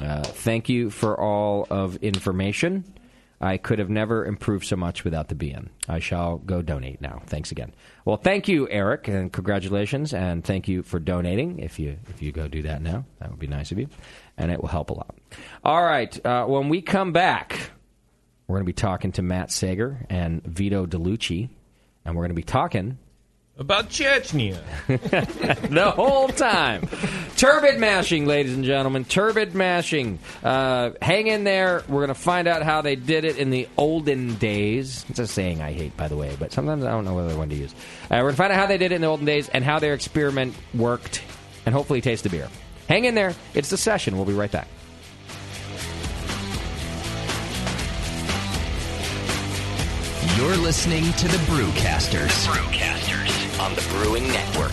Uh, thank you for all of information. I could have never improved so much without the BN. I shall go donate now. Thanks again. Well, thank you, Eric, and congratulations, and thank you for donating. If you if you go do that now, that would be nice of you, and it will help a lot. All right, uh, when we come back, we're going to be talking to Matt Sager and Vito DeLucci, and we're going to be talking
About Chechnya.
the whole time. Turbid mashing, ladies and gentlemen. Turbid mashing. Uh, hang in there. We're going to find out how they did it in the olden days. It's a saying I hate, by the way, but sometimes I don't know whether one to use. Uh, we're going to find out how they did it in the olden days and how their experiment worked, and hopefully taste the beer. Hang in there. It's the session. We'll be right back.
You're listening to the Brewcasters. Brewcasters on the Brewing Network.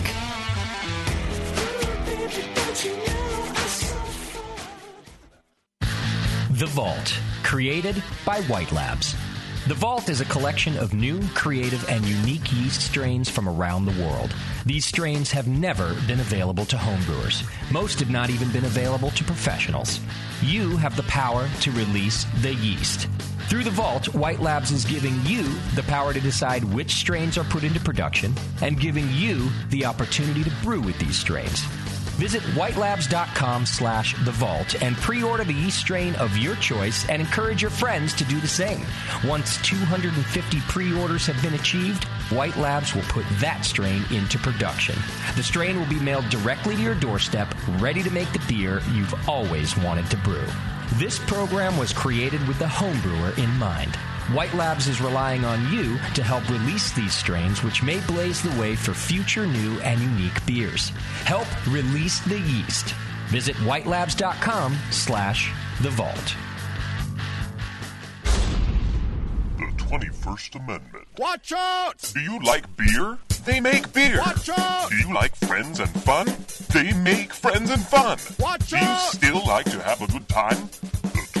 The Vault, created by White Labs. The Vault is a collection of new, creative, and unique yeast strains from around the world. These strains have never been available to homebrewers. Most have not even been available to professionals. You have the power to release the yeast.
Through the vault, White Labs is giving you the power to decide which strains are put into production and giving you the opportunity to brew with these strains. Visit whitelabs.com slash the vault and pre-order the yeast strain of your choice and encourage your friends to do the same. Once 250 pre-orders have been achieved, White Labs will put that strain into production. The strain will be mailed directly to your doorstep, ready to make the beer you've always wanted to brew. This program was created with the homebrewer in mind. White Labs is relying on you to help release these strains, which may blaze the way for future new and unique beers. Help release the yeast. Visit whitelabs.com slash the vault.
The 21st Amendment.
Watch out!
Do you like beer? They make beer.
Watch out!
Do you like friends and fun? They make friends and fun.
Watch
Do you
out!
still like to have a good time? The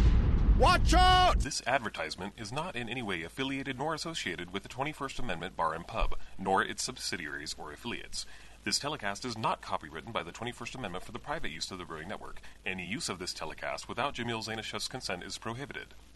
Watch out!
This advertisement is not in any way affiliated nor associated with the 21st Amendment Bar and Pub, nor its subsidiaries or affiliates. This telecast is not copywritten by the 21st Amendment for the private use of the Brewing Network. Any use of this telecast without Jamil Zainashev's consent is prohibited.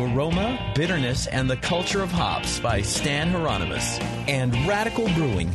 Aroma, Bitterness, and the Culture of Hops by Stan Hieronymus, and Radical Brewing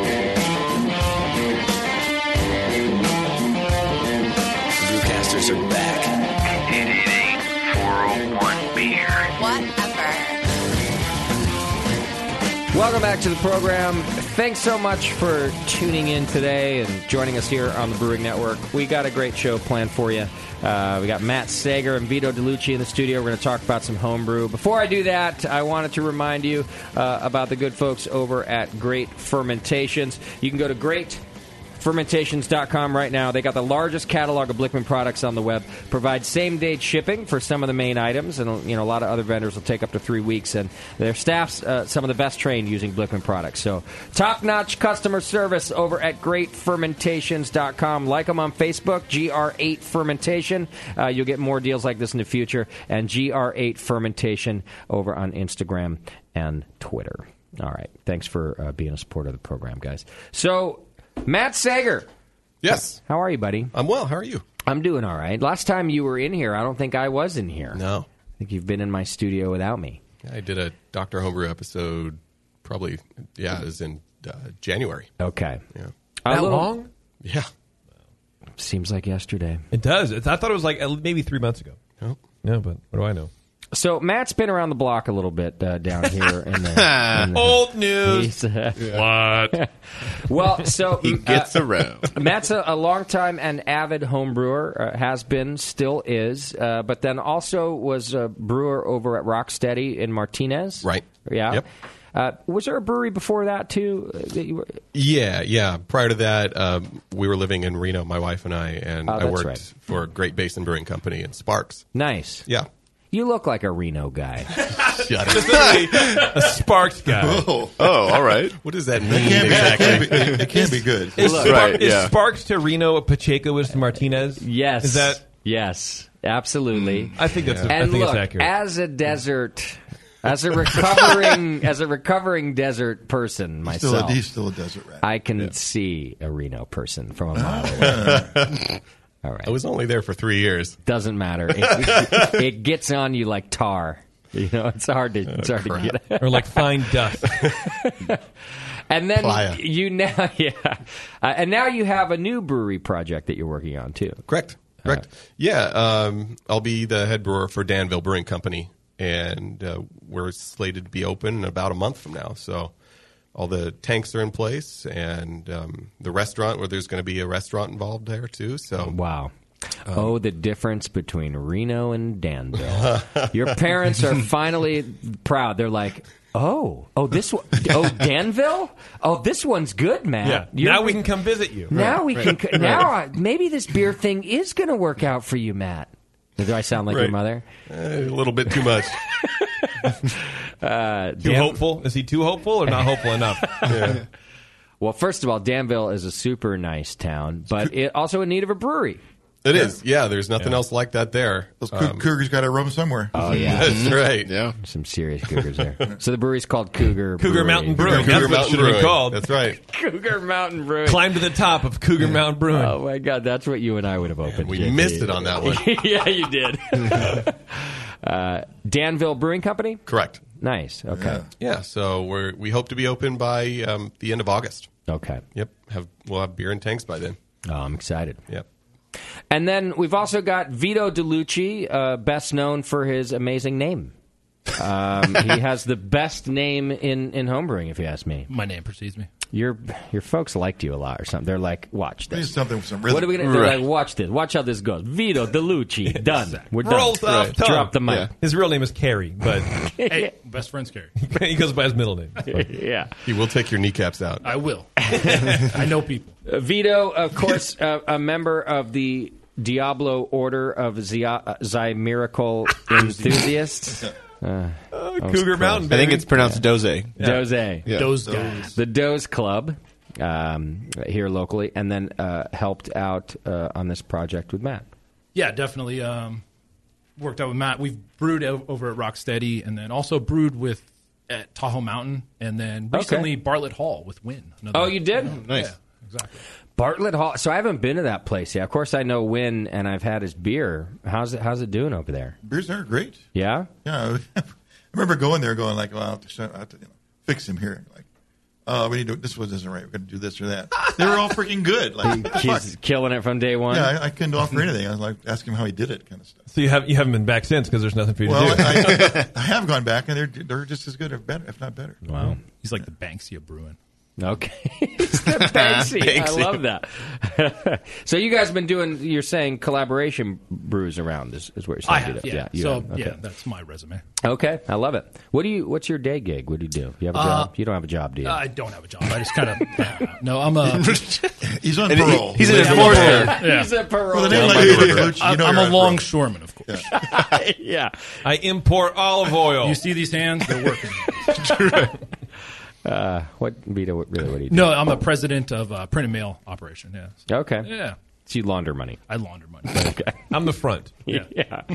Brewcasters are back. It ain't 401 beer.
Whatever.
Welcome back to the program.
thanks so much for tuning in today and joining us here on the Brewing Network. We got a great show planned for you. Uh, we got Matt Sager and Vito DeLucci in the studio. We're going to talk about some homebrew. Before I do that, I wanted to remind you uh, about the good folks over at Great Fermentations. You can go to Great fermentations.com right now. They got the largest catalog of Blickman products on the web. Provide same day shipping for some of the main items, and you know a lot of other vendors will take up to three weeks. And their staff's uh, some of the best trained using Blickman products. So top notch customer service over at greatfermentations.com. Like them on Facebook, GR8 Fermentation. Uh, you'll get more deals like this in the future, and GR8 Fermentation over on Instagram and Twitter. All right. Thanks for uh, being a supporter of the program, guys. So Matt Sager.
Yes.
How are you, buddy?
I'm well. How are you?
I'm doing all right. Last time you were in here, I don't think I was in here. No. I think you've been in my studio without me.
I did a Doctor Homebrew episode. Probably, yeah, it was in uh, January.
Okay.
Yeah.
A
That
little-
long?
Yeah.
Seems like yesterday.
It does. It's, I thought it was like uh, maybe three months ago. No, but what do I know?
So Matt's been around the block a little bit uh, down here. In the, in the-
Old news.
He's, uh,
What?
well, so uh,
He gets
around.
Matt's a, a long time and avid home brewer, uh, has been, still is, uh, but then also was a brewer over at Rocksteady in Martinez. Right. Yeah. Uh, was there a brewery before that too? uh, That you were,
Yeah, yeah. Prior to that, um, we were living in Reno, my wife and I, and
Oh,
I
that's
worked
right.
for Great Basin Brewing Company in Sparks.
nice.
Yeah.
You look like a Reno guy.
Shut
up.
a Sparks guy.
Oh, all right. What does that mean exactly?
Is, Spark-
Right,
is
yeah.
Sparks to Reno a Pacheco is to Martinez?
Uh, Yes.
Is that
yes? Absolutely.
I think that's. I
and
think
look,
it's accurate.
as a desert, as a recovering, as a recovering desert person
He's still a-
myself,
he's still a desert rat.
I can see a Reno person from a mile away. All right, I
Ah. was only there for three years.
Doesn't matter. It, it gets on you like tar. You know, it's hard to it's hard to get
or like fine dust.
and then
Playa.
you now, yeah, uh, and now you have a new brewery project that you're working on too.
Correct. Correct. Uh, yeah, um, I'll be the head brewer for Danville Brewing Company, and uh, we're slated to be open in about a month from now. So all the tanks are in place, and um, the restaurant where there's going to be a restaurant involved there too. So
wow. oh,
Um,
the difference between Reno and Danville. Your parents are finally proud. They're like, oh, oh, this one, oh, Danville? Oh, this one's good, Matt.
yeah.
You're-
now we can come visit you.
Now we
Right.
can.
Right.
Now I, maybe this beer thing is going to work out for you, Matt. Do I sound like your
Right. Uh,
mother?
a little bit too much.
uh,
Too hopeful? Is he too hopeful or not hopeful enough?
Well, first of all, Danville is a super nice town, but it also in need of a brewery.
It is. Yeah, there's nothing
Yeah.
else like that there. Um,
Cougar's got to roam somewhere.
Oh yeah,
Mm-hmm.
That's right. Yeah.
Some serious cougars there. So the brewery's called Cougar
Cougar
Brewery.
Mountain Brewing. That's what it should have been called.
That's right.
Cougar Mountain Brewing.
Climb to the top of Cougar Mountain Brewing.
Oh my God, that's what you and I would have opened.
we
JP.
missed it on that one.
yeah, you did. uh, Danville Brewing Company.
Correct.
Nice. Okay.
Yeah, so we're we hope to be open by um, the end of August.
Okay.
Yep. Have we'll have beer and tanks by then.
Oh, I'm excited.
Yep.
And then we've also got Vito DeLucci, uh, best known for his amazing name. Um, he has the best name in in homebrewing, if you ask me.
My name precedes me.
Your your folks liked you a lot or something. They're like, watch
We
this.
need something with some
What are
rhythm.
we gonna? They're
Right.
like, watch this. Watch how this goes. Vito DeLucci. Done. We're done.
Rolls off tongue.
Drop the mic.
His real name is Carey, but
Hey, best friend's Carey.
he goes by his middle name.
yeah.
He will take your kneecaps out.
I will. I know people.
Uh, Vito, of course, uh, a member of the Diablo Order of Zy Miracle Enthusiasts. Uh, I was
Cougar
close.
Mountain,
I think it's pronounced
Yeah.
Doze.
Yeah. Doze.
Yeah. Doze guys.
The Doze Club um, here locally, and then uh, helped out uh, on this project with Matt.
Yeah, definitely. Um, worked out with Matt. We've brewed o- over at Rocksteady, and then also brewed with at Tahoe Mountain, and then
Okay.
recently Bartlett Hall with Win.
Oh, you did? Nice.
Yeah, exactly.
Bartlett Hall. So I haven't been to that place yet. Of course, I know Win, and I've had his beer. How's it? How's it doing over there?
Beers there are great.
Yeah.
Yeah, I remember going there, going like, "Well, I have to, shut- I have to, you know, fix him here." Like, uh, we need to. This was isn't right. We're going to do this or that. They were all freaking good. Like, fuck.
He's killing it from day one.
yeah, I, I couldn't offer anything. I was like, ask him how he did it, kind of stuff.
So you have you haven't been back since because there's nothing for you
Well,
to do.
I, I have gone back, and they're they're just as good, or better, if not better.
Wow. He's like the Banksy of brewing.
Okay. It's the Banksy.
Banksy.
I love that. so you guys have been doing, you're saying collaboration brews around is, is what you're saying.
I have, yeah.
you
so
have. Okay.
yeah, that's my resume.
Okay, I love it. What do you? What's your day gig? What do you do? You have a
Uh,
job? You don't have a job, do you?
I don't have a job. I just kind of no. I'm a.
he's
on And he- parole. he's in his
Yeah, I'm
fourth
on
year.
parole. Yeah.
He's in parole.
With a name like that, Luch, you
I'm-
know
I'm
you're
a
on parole.
longshoreman, of course.
yeah.
I import olive oil.
You see these hands? They're working.
uh, what Vito? What, really? What do you do?
no, I'm a president of uh, print and mail operation. Yeah.
Okay.
Yeah.
So you launder money.
I launder money.
Okay.
I'm the front.
Yeah. All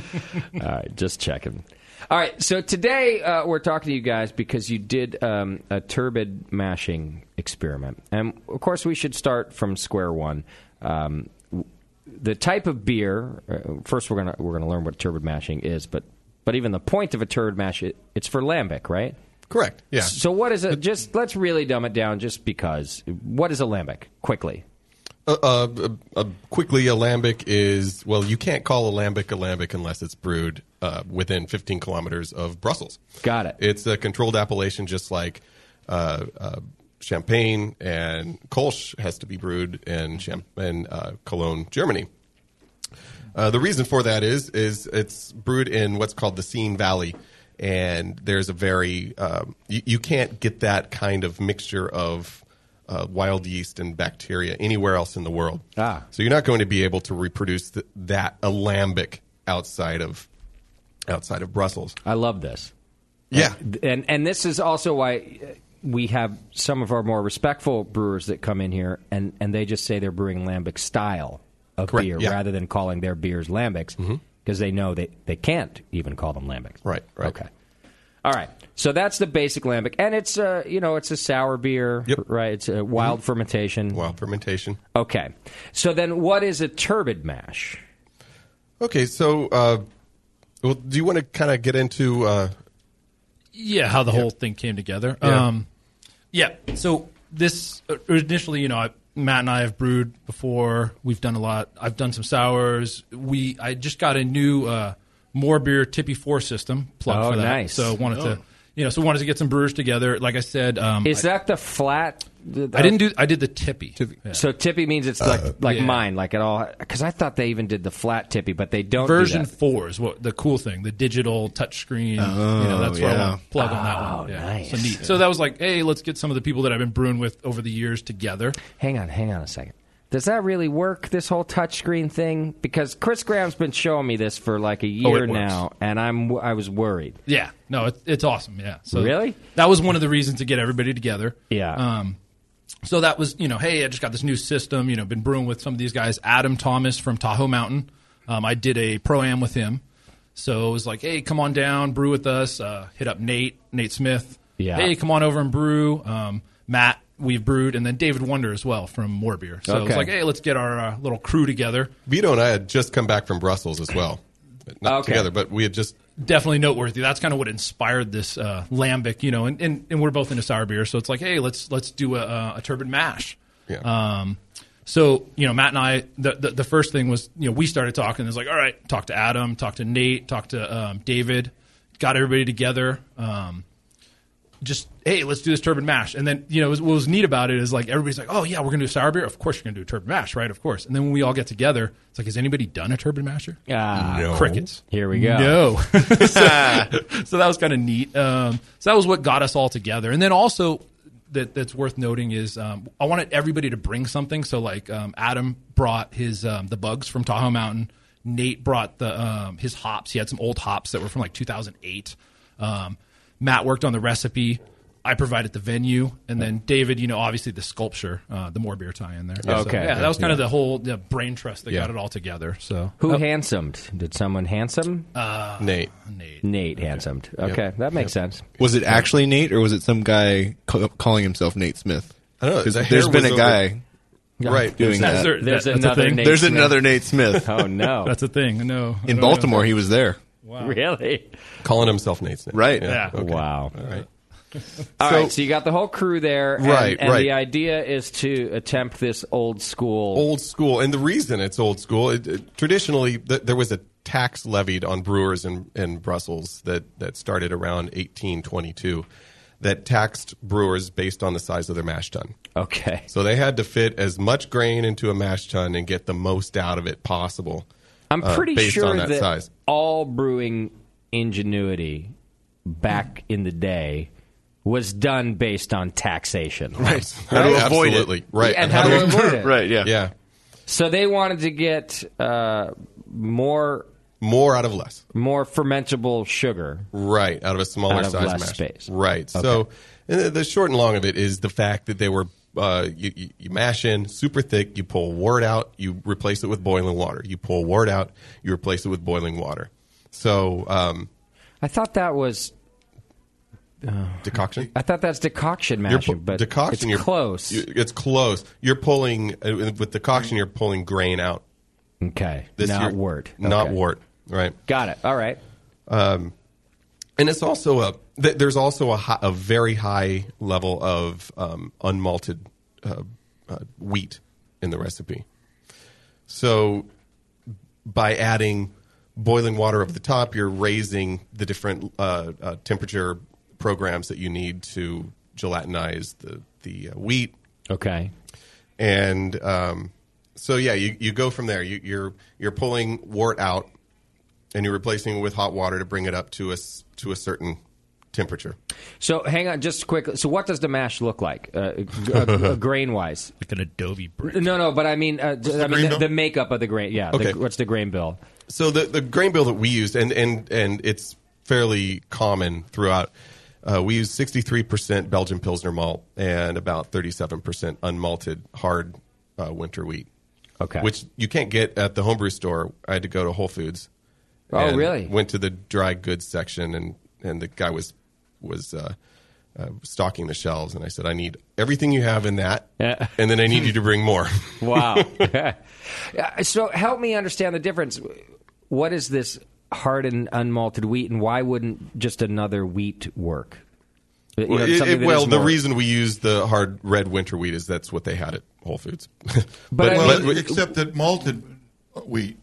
right. Just checking. All right. So today uh, we're talking to you guys because you did um, a turbid mashing experiment, and of course we should start from square one. Um, w- the type of beer. Uh, first, we're gonna we're gonna learn what turbid mashing is, but but even the point of a turbid mash, it, it's for lambic, right?
Correct. Yeah.
So what is it? Just let's really dumb it down, just because. What is a lambic? Quickly.
Uh, uh, uh, quickly, alambic is well, you can't call alambic alambic unless it's brewed uh, within 15 kilometers of Brussels.
Got it.
It's a controlled appellation, just like uh, uh, Champagne and Kolsch has to be brewed in Cham- in uh, Cologne, Germany. Uh, the reason for that is is it's brewed in what's called the Seine Valley, and there's a very um, you, you can't get that kind of mixture of uh, wild yeast and bacteria anywhere else in the world. Ah. so you're not going to be able to reproduce th- that alambic outside of outside of Brussels.
I love this.
Yeah,
and, and and this is also why uh, we have some of our more respectful brewers that come in here and and they just say they're brewing lambic style of
Correct,
beer
yeah. Mm-hmm.
rather than calling their beers lambics because they know they they can't even call them lambics.
Right. Right.
Okay. All right. So that's the basic lambic, and it's uh you know it's a sour beer, right? It's a wild fermentation.
Mm-hmm. Wild fermentation.
Okay. So then, what is a turbid mash?
Okay, so uh, well, do you want to kind of get into uh,
yeah, how the
Yeah.
whole thing came together.
Yeah.
Um, yeah. So this uh, initially, you know, I, Matt and I have brewed before. We've done a lot. I've done some sours. We I just got a new uh, more beer tippy four system plug
Oh,
for that.
nice.
So wanted
Oh.
to. You know, so wanted to get some brewers together. Like I said, um,
Is
I,
that the flat? the-
I didn't do. I did the tippy. Yeah.
So tippy means it's
Uh,
like like
yeah.
mine, like it all. Because I thought they even did the flat tippy, but they don't. do
version
that.
four is what the cool thing, the digital touchscreen. you know,
Oh,
that's what I
yeah.
want to plug on that one.
Oh,
Yeah.
nice.
So, neat. so that was like, hey, let's get some of the people that I've been brewing with over the years together.
Hang on, hang on a second. Does that really work? This whole touchscreen thing? Because Chris Graham's been showing me this for like a
Oh,
year
it works.
now, and I'm I was worried.
Yeah, no, it, it's awesome. Yeah,
Really?
that was one of the reasons to get everybody together.
Yeah.
Um, so that was you know, hey, I just got this new system. You know, been brewing with some of these guys. Adam Thomas from Tahoe Mountain. Um, I did a pro am with him, so it was like, hey, come on down, brew with us. Uh, hit up Nate, Nate Smith.
Yeah.
Hey, come on over and brew. Um, Matt, we've brewed, and then David Wonder as well from More Beer. So it was
Okay.
like, hey, let's get our uh, little crew together.
Vito and I had just come back from Brussels as well, not
Ah, Okay.
together, but we had just
definitely noteworthy. That's kind of what inspired this uh, lambic, you know. And, and, and we're both into sour beer, so it's like, hey, let's let's do a, uh, a turbid mash.
Yeah.
Um, so you know, Matt and I, the, the the first thing was, you know, we started talking. It's like, all right, talk to Adam, talk to Nate, talk to um, David, got everybody together. Um, just hey, let's do this turbid mash. And then you know what was neat about it is like everybody's like, oh yeah, we're gonna do a sour beer. Of course you're gonna do a turbid mash, right? Of course. And then when we all get together, it's like, has anybody done a turbid masher?
Ah, No.
Uh, crickets.
Here we go.
No. so, so that was kind of neat. Um, so that was what got us all together. And then also. That, that's worth noting is um, I wanted everybody to bring something. So like um, Adam brought his um, the bugs from Tahoe Mountain. Nate brought the um, his hops. He had some old hops that were from like 2008. Um, Matt worked on the recipe. I provided the venue, and then David, you know, obviously the sculpture, uh, the more beer tie in there. So,
Okay.
yeah, that was kind of
Yeah.
the whole the brain trust that
Yeah.
got it all together. So
Who
Oh,
handsomed? Did someone handsome?
Uh,
Nate.
Nate.
Nate handsomed. Okay, that makes sense.
Was it actually Nate, or was it some guy ca- calling himself Nate Smith?
I don't know,
'Cause
the uh, hair
There's been
was
a
over-
guy,
Right.
doing
That's
that.
there-
There's that's a another thing? Nate
There's
Smith.
another Nate Smith.
Oh, no.
that's a thing. No, I
In
don't know. Oh,
Baltimore, he was there.
Wow.
Really?
calling himself Nate's name.
Right.
Yeah.
Okay.
Wow.
All right.
All right, so,
So-
you got the whole crew there, and-
Right,
And
right.
the idea is to attempt this old school.
Old school, and the reason it's old school, it, it- traditionally th- there was a tax levied on brewers in, in Brussels that that started around 1822. that taxed brewers based on the size of their mash tun.
Okay.
So they had to fit as much grain into a mash tun and get the most out of it possible.
I'm
uh,
pretty
based
sure
on that,
that
size.
all brewing ingenuity back in the day was done based on taxation.
Right. How to avoid it. Absolutely. Right.
And
And
how
how
to
to
avoid it.
improve. Right, yeah. Yeah.
So they wanted to get uh, more
more out of less.
More fermentable sugar.
Right, out of a smaller
Out of
size
less
mash.
space.
Right. So and the- the short and long of it is the fact that they were uh, you, you, you mash in super thick, you pull wort out, you replace it with boiling water. You pull wort out, you replace it with boiling water. So um,
I thought that was uh,
decoction.
I thought that's decoction
You're
mashing,
pu-
but
decoction,
it's
you're,
close.
you- it's close. You're pulling uh, with decoction. You're pulling grain out.
Okay,
This
not
year-
wort.
Not
Okay.
wort. Right.
Got it. All right.
Um, and it's also a th- there's also a, hi- a very high level of um, unmalted uh, uh, wheat in the recipe. So by adding boiling water over the top, you're raising the different uh, uh, temperature programs that you need to gelatinize the the uh, wheat.
Okay.
And um, so yeah, you, you go from there. You, you're you're pulling wort out, and you're replacing it with hot water to bring it up to a s- to a certain temperature.
So hang on, just quickly. So what does the mash look like, uh, g- uh, grain wise?
Like an adobe brick.
No, no, but I mean, uh, d-
the
I
grain
mean the,
bill?
the makeup of the grain. Yeah. the-
Okay.
what's the grain bill?
So the the grain bill that we used, and and and it's fairly common throughout. Uh, we use 63% Belgian Pilsner malt and about 37% unmalted hard uh, winter wheat.
Okay.
Which you can't get at the homebrew store. I had to go to Whole Foods.
Oh,
and
really?
Went to the dry goods section, and and the guy was was uh, uh, stocking the shelves, and I said, "I need everything you have in that, and then I need you to bring more."
Wow. Uh, so help me understand the difference. What is this hardened unmalted wheat, and why wouldn't just another wheat work? You know,
Well, it-
something
it-
that
well,
is
the
more-
reason we use the hard red winter wheat is that's what they had at Whole Foods. but,
well,
but-
except that malted wheat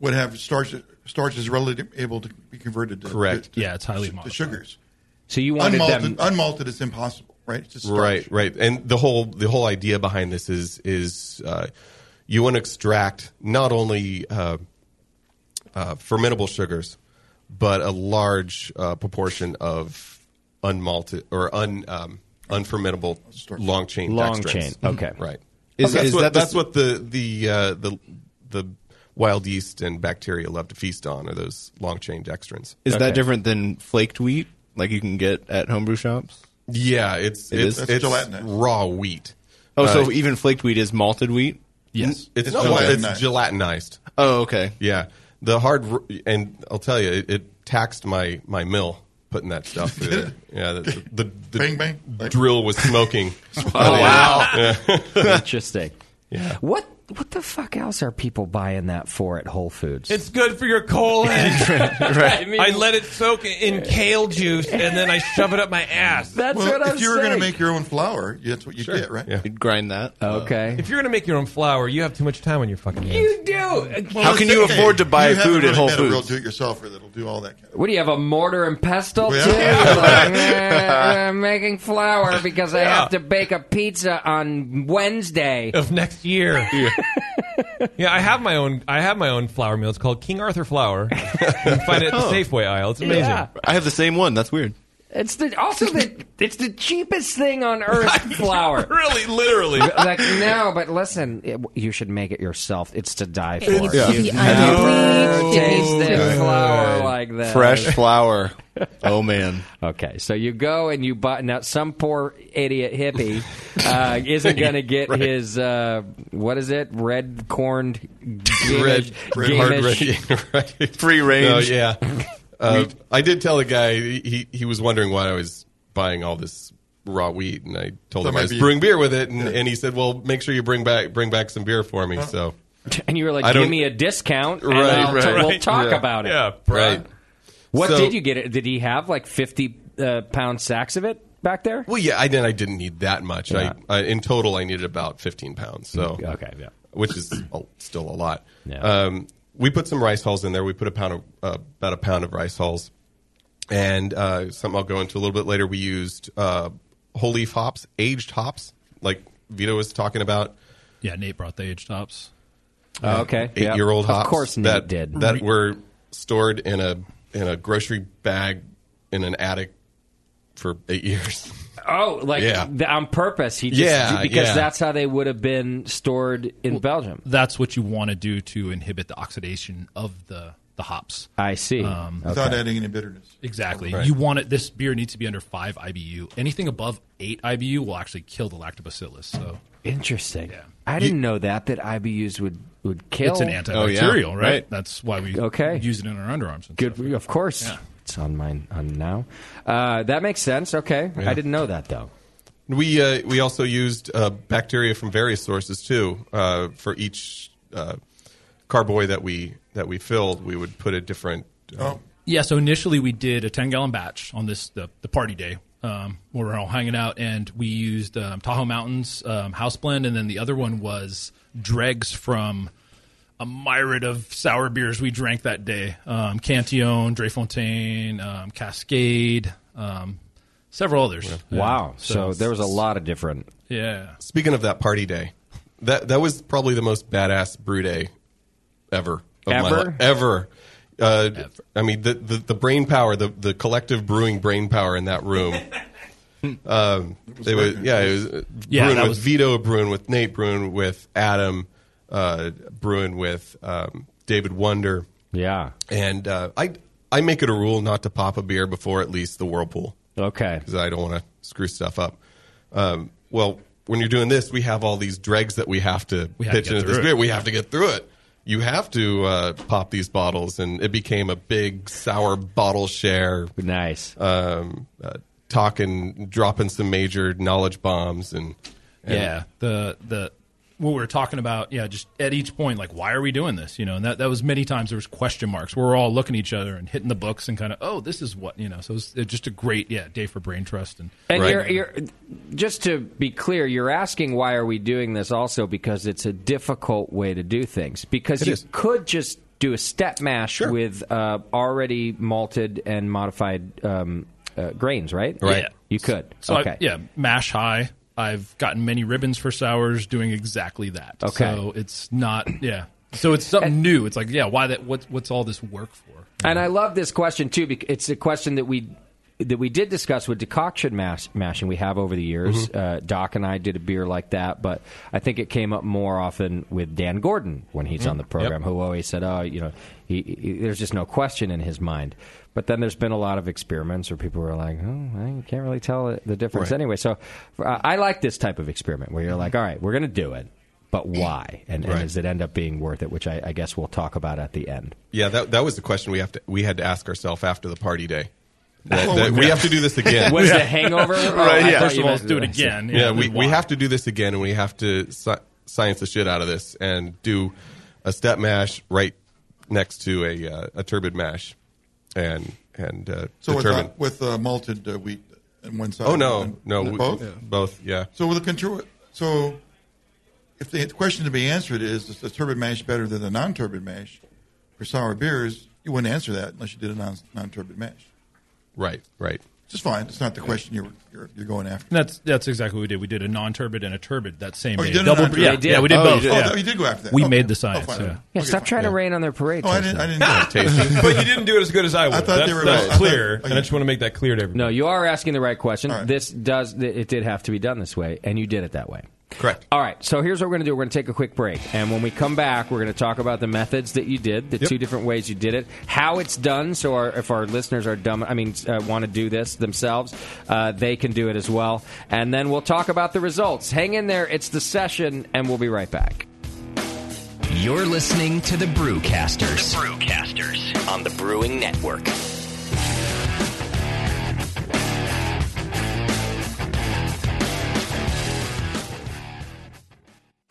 would have starch. Starch is readily able to be converted to
Correct.
to-
Yeah, it's highly
to
modified.
sugars.
So you
wanted
unmalted,
them-
unmalted is impossible, right? It's just starch.
right, right, and the whole the whole idea behind this is is uh, you want to extract not only uh, uh, fermentable sugars, but a large uh, proportion of unmalted or un um, unfermentable long chain
Long
dextrose.
chain, okay.
right.
Is-
that's
is
what,
that the-
that's what the the uh, the the wild yeast and bacteria love to feast on are those long chain dextrins.
Is that different than flaked wheat, like you can get at homebrew shops?
Yeah, it's
It
it's,
is?
it's
Gelatinous.
raw wheat.
Oh,
Uh,
so even flaked wheat is malted wheat?
Yes.
It's, not white, it's gelatinized.
Oh, okay.
Yeah, the hard r- and I'll tell you, it, it taxed my my mill putting that stuff through. there. Yeah, the, the, the
Bang, bang.
drill was smoking.
Oh, wow.
Yeah.
Interesting.
Yeah.
What what the fuck else are people buying that for at Whole Foods?
It's good for your colon.
Right.
I let it soak in kale juice and then I shove it up my ass.
well, if you were going to make your own flour, that's what you
Sure.
get, right?
You'd grind that.
Okay.
If you're going to make your own flour, you have too much time on your fucking hands.
You
oh,
do.
Well, it's okay. you haven't really met A real do-it-yourselfer that'll do all that.
What do you have a mortar and pestle
Yeah.
too? Like,
Yeah.
eh, I'm making flour because I
Yeah.
have to bake a pizza on Wednesday.
of next year. Yeah. I have my own. I have my own flour meal. It's called King Arthur flour. You can find it at the
Oh.
Safeway aisle. It's amazing.
Yeah.
I have the same one. That's weird.
It's the also the it's the cheapest thing on earth. Flour,
really, literally.
like no, but listen, it, you should make it yourself. It's to die for.
It's Yeah. to be unbleached.
You've never
It is
tasted
good.
flour like that.
Fresh flour. Oh man.
Okay, so you go and you buy. Now, some poor idiot hippie uh, isn't going to get his uh, what is it? Red corned,
red,
gamish-
red hard
gamish-
red, right.
Free range.
No, yeah, Uh, I did tell the guy he he was wondering why I was buying all this raw wheat, and I told
So
him I was
maybe-
brewing beer with it, and, and he said, "Well, make sure you bring back bring back some beer for me." So.
And you were like,
I
"Give
don't-
me a discount, and
Uh-huh. Right,
I'll-
right.
we'll talk
Yeah.
about it."
Yeah, right.
What
So-
did you get? It? Did he have like fifty uh, pound sacks of it back there?
Well, yeah, I did. I didn't need that much.
Yeah.
I, I in total, I needed about fifteen pounds. So
Mm, okay, yeah,
which is a- still a lot. Um, we put some rice hulls in there. We put a pound of uh, about a pound of rice hulls, and uh, something I'll go into a little bit later. We used uh, whole leaf hops, aged hops, like Vito was talking about.
Yeah, Nate brought the aged hops.
Oh, okay.
eight year old
Yeah. Of
hops.
course Nate
that,
did.
that were stored in a in a grocery bag in an attic for eight years.
Oh, like
Yeah.
th- on purpose. He just,
Yeah,
because
yeah.
that's how they would have been stored in Belgium.
That's what you want to do to inhibit the oxidation of the the hops. Um,
I see.
Without adding any bitterness.
Exactly.
Right.
You want it. This beer needs to be under five IBU. Anything above eight IBU will actually kill the lactobacillus. So
Interesting. I didn't know that that IBUs would would kill.
It's an antibacterial, Oh, right? That's why we
okay.
use it in our underarms. And
Good, of course. It's on mine on now. Uh, that makes sense. Okay,
Yeah.
I didn't know that though.
We uh, we also used uh, bacteria from various sources too. Uh, for each uh, carboy that we that we filled, we would put a different. Uh,
Yeah, so initially we did a 10 gallon batch on this the, the party day um, where we're all hanging out, and we used um, Tahoe Mountains um, house blend, and then the other one was dregs from a myriad of sour beers we drank that day um, Cantillon, Drefontaine, um, Cascade, um, several others. Yeah.
Wow. So, there was a lot of different.
Yeah.
Speaking of that party day, that that was probably the most badass brew day ever. of my
Ever?
li- ever. Uh, I mean, the, the the brain power, the the collective brewing brain power in that room. um, it was yeah, it was uh,
Yeah,
brewing
that
with
was-
Vito, brewing with Nate, brewing with Adam, uh, brewing with um, David Wonder.
Yeah,
and uh, I I make it a rule not to pop a beer before at least the whirlpool.
Okay,
because I don't want to screw stuff up. Um, well, when you're doing this, we have all these dregs that we have to
We have to
pitch
get
into this
through it.
beer. We have to get through it. You have to uh, pop these bottles, and it became a big sour bottle share.
Nice.
Um, uh, talking, dropping some major knowledge bombs, and, and
yeah the the what we were talking about yeah just at each point like why are we doing this you know and that, that was many times there was question marks we were all looking at each other and hitting the books and kind of oh this is what you know so it was uh, just a great yeah day for brain trust and
And you're, you're just to be clear, you're asking why are we doing this also because it's a difficult way to do things because
It
you
is.
could just do a step mash with uh, already malted and modified um, uh, grains, right?
Right. Yeah.
You could.
so I-
okay.
yeah mash high i've gotten many ribbons for sours doing exactly that
Okay.
so it's not yeah so it's something new it's like yeah why that what, what's all this work for
And I love this question too because it's a question that we that we did discuss with decoction mash, mashing we have over the years. Uh, Doc and I did a beer like that, but I think it came up more often with Dan Gordon when he's on the
Mhm.
program, who always said, "Oh, you know, he, he, there's just no question in his mind." But then there's been a lot of experiments where people were like, "Oh, I can't really tell the difference
Right.
anyway." So uh, I like this type of experiment where you're like, "All right, we're going to do it." But why? And, and
Right.
does it end up being worth it? Which I, I guess we'll talk about at the end.
yeah, that that was the question we have to we had to ask ourselves after the party day. That-
Oh,
that
yeah.
we have to do this again.
Was the hangover- oh,
right?
I
Yeah.
thought First of you all, meant- let's do it again.
Yeah,
Yeah,
we,
then why?
we have to do this again, and we have to sci- science the shit out of this and do a step mash right next to a uh, a turbid mash, and and uh,
So with, uh,
determine.
with uh, malted uh, wheat on one side.
Oh no,
and-
no,
and
we-
both.
both, yeah.
So with the control, so if the question to be answered is, is the turbid mash better than the non-turbid mash for sour beers? You wouldn't answer that unless you did a non- non-turbid mash.
Right, right.
Which is fine. It's not the question you're you're, you're going after.
And that's that's exactly what we did. We did a non-turbid and a turbid that same
Oh,
day.
you did a
Double,
non-turbid?
yeah,
They did.
yeah, we did
Oh, you
both.
did. Oh,
yeah.
you did go after that.
We
Okay.
made the
Oh,
science.
fine.
yeah.
Yeah, stop trying to rain on their parade.
Oh, I
Tyson.
didn't. I didn't know.
but you didn't do it as good as I would.
thought
that's,
they were Oh,
that's
both- I
clear,
thought-
and I oh, just want to make that clear to everybody.
No, you are asking the right question. This does th- it did have to be done this way, and you did it that way.
Correct.
All right. So here's what we're going to do. We're going to take a quick break, and when we come back, we're going to talk about the methods that you did, the two different ways you did it, how it's done. So our, if our listeners are dumb, I mean, uh, want to do this themselves, uh, they can do it as well. And then we'll talk about the results. Hang in there. It's the session, and we'll be right back.
You're listening to the Brewcasters. The Brewcasters on the Brewing Network.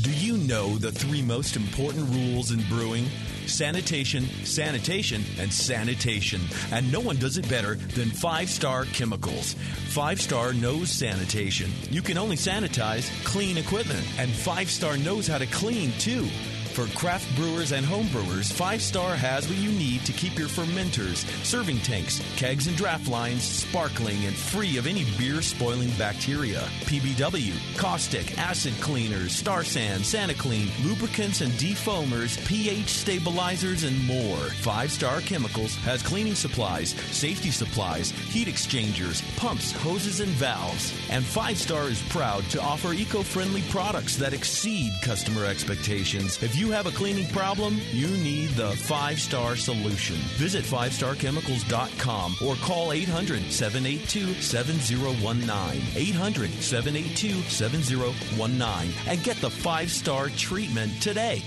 Do you know the three most important rules in brewing? Sanitation, sanitation, and sanitation. And no one does it better than Five Star Chemicals. Five Star knows sanitation. You can only sanitize clean equipment, and Five Star knows how to clean too. For craft brewers and home brewers, Five Star has what you need to keep your fermenters, serving tanks, kegs, and draft lines sparkling and free of any beer spoiling bacteria. PBW, caustic, acid cleaners, star sand, SaniClean, lubricants and defoamers, pH stabilizers, and more. Five Star Chemicals has cleaning supplies, safety supplies, heat exchangers, pumps, hoses, and valves. And Five Star is proud to offer eco friendly products that exceed customer expectations. If you have a cleaning problem, you need the Five Star Solution. Visit 5starchemicals.com or call 800 782 7019. 800 782 7019 and get the Five Star treatment today.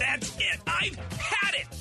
That's it. I've had it.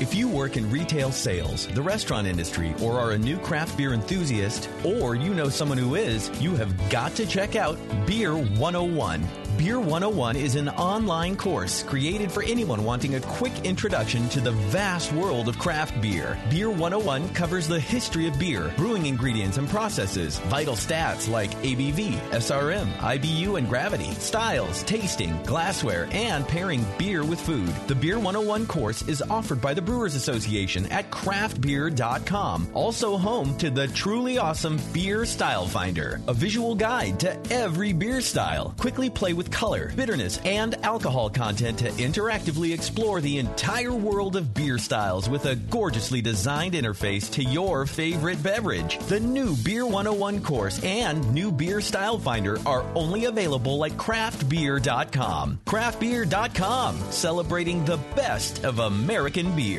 If you work in retail sales, the restaurant industry, or are a new craft beer enthusiast, or you know someone who is, you have got to check out Beer 101. Beer 101 is an online course created for anyone wanting a quick introduction to the vast world of craft beer. Beer 101 covers the history of beer, brewing ingredients and processes, vital stats like ABV, SRM, IBU, and gravity, styles, tasting, glassware, and pairing beer with food. The Beer 101 course is offered by the Brewers Association at craftbeer.com, also home to the truly awesome Beer Style Finder, a visual guide to every beer style. Quickly play with color, bitterness, and alcohol content to interactively explore the entire world of beer styles with a gorgeously designed interface to your favorite beverage. The new Beer 101 course and new Beer Style Finder are only available at craftbeer.com. Craftbeer.com, celebrating the best of American beer.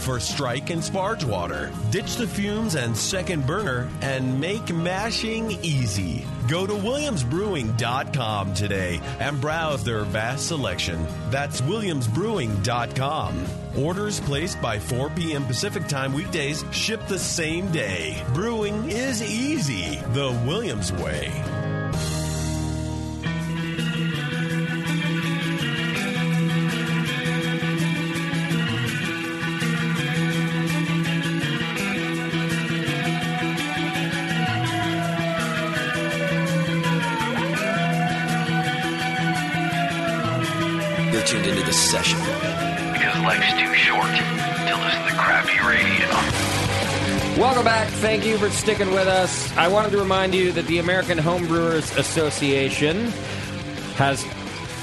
for strike and sparge water. Ditch the fumes and second burner and make mashing easy. Go to williamsbrewing.com today and browse their vast selection. That's williamsbrewing.com. Orders placed by 4 p.m. Pacific Time weekdays ship the same day. Brewing is easy the Williams way.
You're tuned into the session.
Because life's too short to listen to crappy radio.
Welcome back. Thank you for sticking with us. I wanted to remind you that the American Homebrewers Association has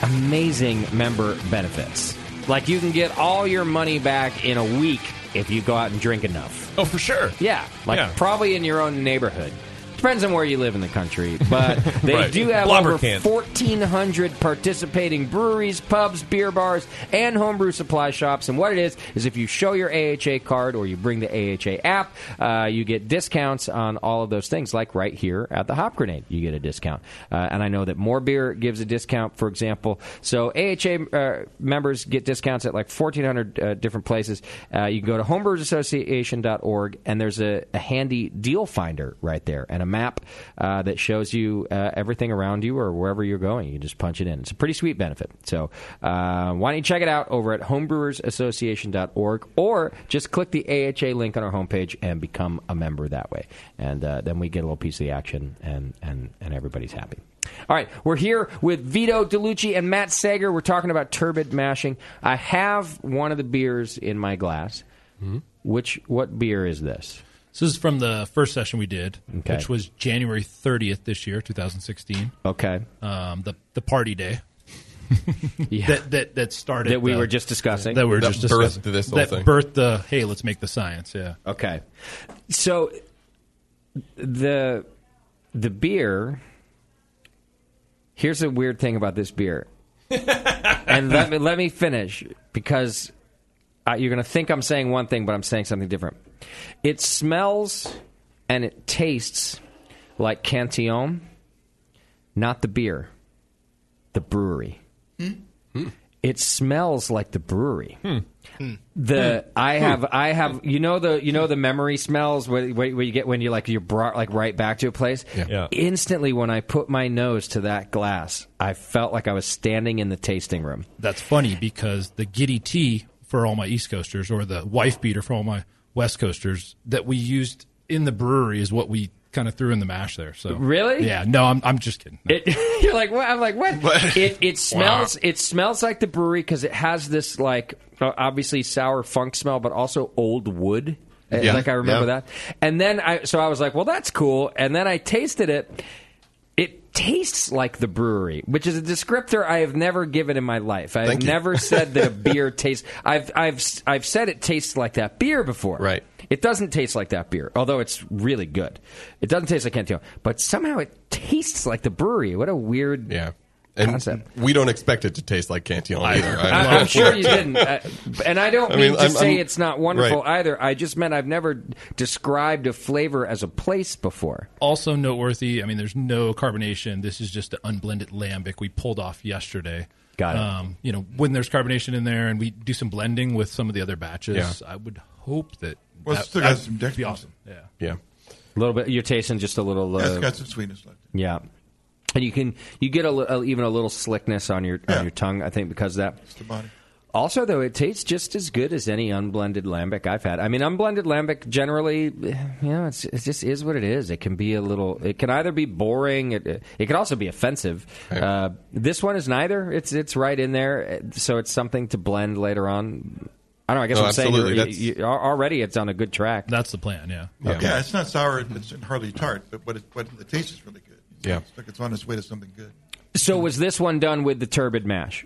amazing member benefits. Like you can get all your money back in a week if you go out and drink enough.
Oh, for sure.
Yeah, like
Yeah.
probably in your own neighborhood. Depends on where you live in the country, but they
Right.
do have
Blubber
over
cans.
1,400 participating breweries, pubs, beer bars, and homebrew supply shops. And what it is, is if you show your AHA card or you bring the AHA app, uh, you get discounts on all of those things, like right here at the Hop Grenade, you get a discount. Uh, and I know that More Beer gives a discount, for example. So AHA uh, members get discounts at like 1,400 uh, different places. Uh, you can go to homebrewersassociation.org, and there's a, a handy deal finder right there and a map uh, that shows you uh, everything around you or wherever you're going. You can just punch it in. It's a pretty sweet benefit. So uh, why don't you check it out over at homebrewersassociation.org or just click the AHA link on our homepage and become a member that way. And uh, then we get a little piece of the action, and, and, and everybody's happy. All right, we're here with Vito DeLucci and Matt Sager. We're talking about turbid mashing. I have one of the beers in my glass. Which what beer is this?
So this is from the first session we did,
Okay.
which was January 30th this year, 2016.
Okay.
Um, the the party day. That, that that started
That we
the-
were just discussing.
That we were
That
just discussing.
birthed this whole
that
thing.
birthed the hey, let's make the science. Yeah.
Okay. So the the beer here's a weird thing about this beer. and let me let me finish because uh, you're going to think I'm saying one thing but I'm saying something different. It smells and it tastes like Cantillon, not the beer, the brewery.
Hmm?
It smells like the brewery. The I have I have you know the you know the memory smells where, where, where you get when you like you're brought like right back to a place. Instantly, when I put my nose to that glass, I felt like I was standing in the tasting room.
That's funny because the giddy tea for all my East Coasters or the wife beater for all my West Coasters that we used in the brewery is what we kind of threw in the mash there. So
Really?
Yeah. No, I'm I'm just kidding.
It, you're like, what? I'm like, what? It, it smells. It smells like the brewery because it has this like uh, obviously sour funk smell, but also old wood. Uh,
Yeah,
Like I remember
yeah.
that. And then I so I was like, well, that's cool. And then I tasted it. It tastes like the brewery, which is a descriptor I have never given in my life. I've
Thank you.
never said that a beer tastes. I've I've I've said it tastes like that beer before. Right. It doesn't taste like that beer, although it's really good. It doesn't taste like Cantillon, but somehow it tastes like the brewery. What a weird
Yeah. And
concept.
we don't expect it to taste like Cantillon either.
I, am sure you didn't, Uh, and I don't
I
mean,
mean,
to
I'm-
say
I'm-
it's not wonderful
right.
either. I just meant I've never described a flavor as a place before.
Also noteworthy. I mean, there's no carbonation. This is just an unblended lambic we pulled off yesterday.
Got it.
Um, you know, when there's carbonation in there, and we do some blending with some of the other batches, I would hope that.
Well,
that-
it's still got
that'd
some
be
dextrose.
awesome. Yeah.
Yeah.
A little bit. You're tasting just a little. Uh,
Yeah, it's got some sweetness left.
Yeah, and you can you get a, li- uh, even a little slickness on your on your tongue. I think because of that.
the body.
Also, though, it tastes just as good as any unblended lambic I've had. I mean, unblended lambic generally, eh, you know, it's, it just is what it is. It can be a little. It can either be boring. It it can also be offensive. Uh, this one is neither. It's it's right in there, uh, so it's something to blend later on. I don't know. I guess
No,
I'm saying
absolutely.
you're-
That's-
you- you- al- already it's on a good track.
That's the plan. Yeah.
Yeah. it's not sour.
Mm-hmm.
It's hardly tart, but but, it, but the taste is really good.
Yeah.
It's like it's on its way to something good.
So was this one done with the turbid mash?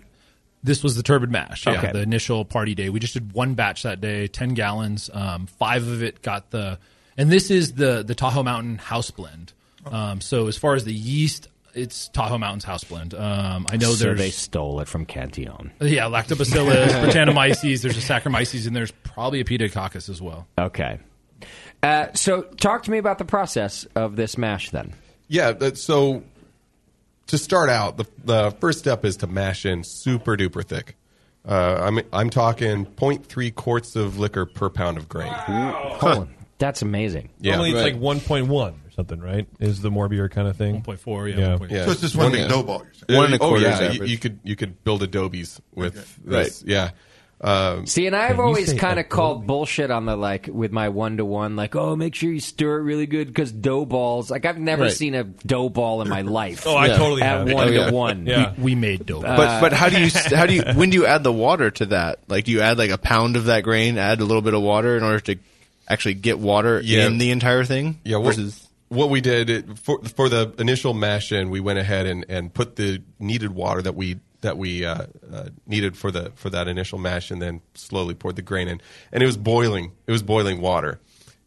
This was the turbid mash. Yeah,
Okay.
the initial party day. We just did one batch that day, ten gallons. Um, five of it got the, and this is the the Tahoe Mountain house blend. Um, so as far as the yeast, it's Tahoe Mountain's house blend. Um, I know
so
there's
they stole it from Cantillon.
yeah lactobacillus, Brettanomyces. There's a Saccharomyces, and there's probably a Pediococcus as well.
Okay. Uh, so talk to me about the process of this mash then.
Yeah. that- So to start out, the, the first step is to mash in super duper thick. Uh, I'm I'm talking 0.3 quarts of liquor per pound of grain.
Colin, that's amazing.
Yeah.
Normally it's like
Right.
1.1 or something, right? Is the more beer kind of thing?
1.4,
Yeah.
big dough ball, you're
Yeah.
saying. One and a
Oh,
quarter
yeah.
is
You-
average.
You could you could build adobes with
Okay.
this.
Right.
Yeah. Um,
See, and I've always kind of called bullshit on the like with my one to one, like, oh, make sure you stir it really good because dough balls. Like, I've never
Right.
seen a dough ball in my life.
Oh, I Yeah. totally
at
have.
one
Oh, yeah.
to one.
Yeah.
We made dough.
Uh,
but but how do you how do you when do you add the water to that? Like do you add like a pound of that grain, add a little bit of water in order to actually get water
Yeah.
in the entire thing?
Yeah, what, what we did it, for for the initial mash in, we went ahead and, and put the needed water that we that we uh, uh, needed for the for that initial mash, and then slowly poured the grain in, and it was boiling. It was boiling water.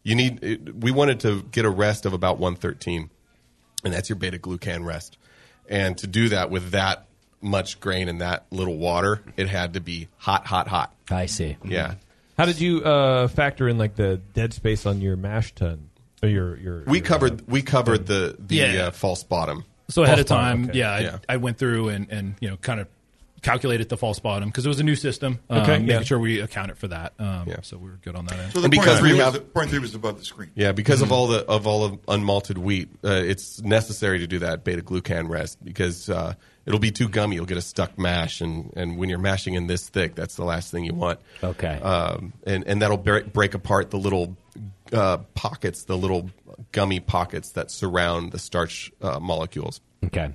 You need. It, we wanted to get a rest of about one thirteen, and that's your beta glucan rest. And to do that with that much grain and that little water, it had to be hot, hot, hot.
I see.
Yeah.
How did you uh, factor in like the dead space on your mash tun or your your?
We
your, uh,
covered we covered the the
Mm-hmm. Yeah.
uh, false bottom.
So ahead
False
of time,
bottom, okay.
yeah, I, I went through and, and you know kind of calculated the false bottom because it was a new system. Um,
Okay,
making
yeah.
sure we accounted for that. Um, So we were good on that end. Mm-hmm.
So the
And
point
because
three,
we
was,
have-
the point three was above the screen.
Yeah, because of all the of all of unmalted wheat, uh, it's necessary to do that beta glucan rest because uh, it'll be too gummy. You'll get a stuck mash, and, and when you're mashing in this thick, that's the last thing you want.
Okay,
um, and and that'll break, break apart the little uh, pockets, the little gummy pockets that surround the starch uh, molecules.
Okay,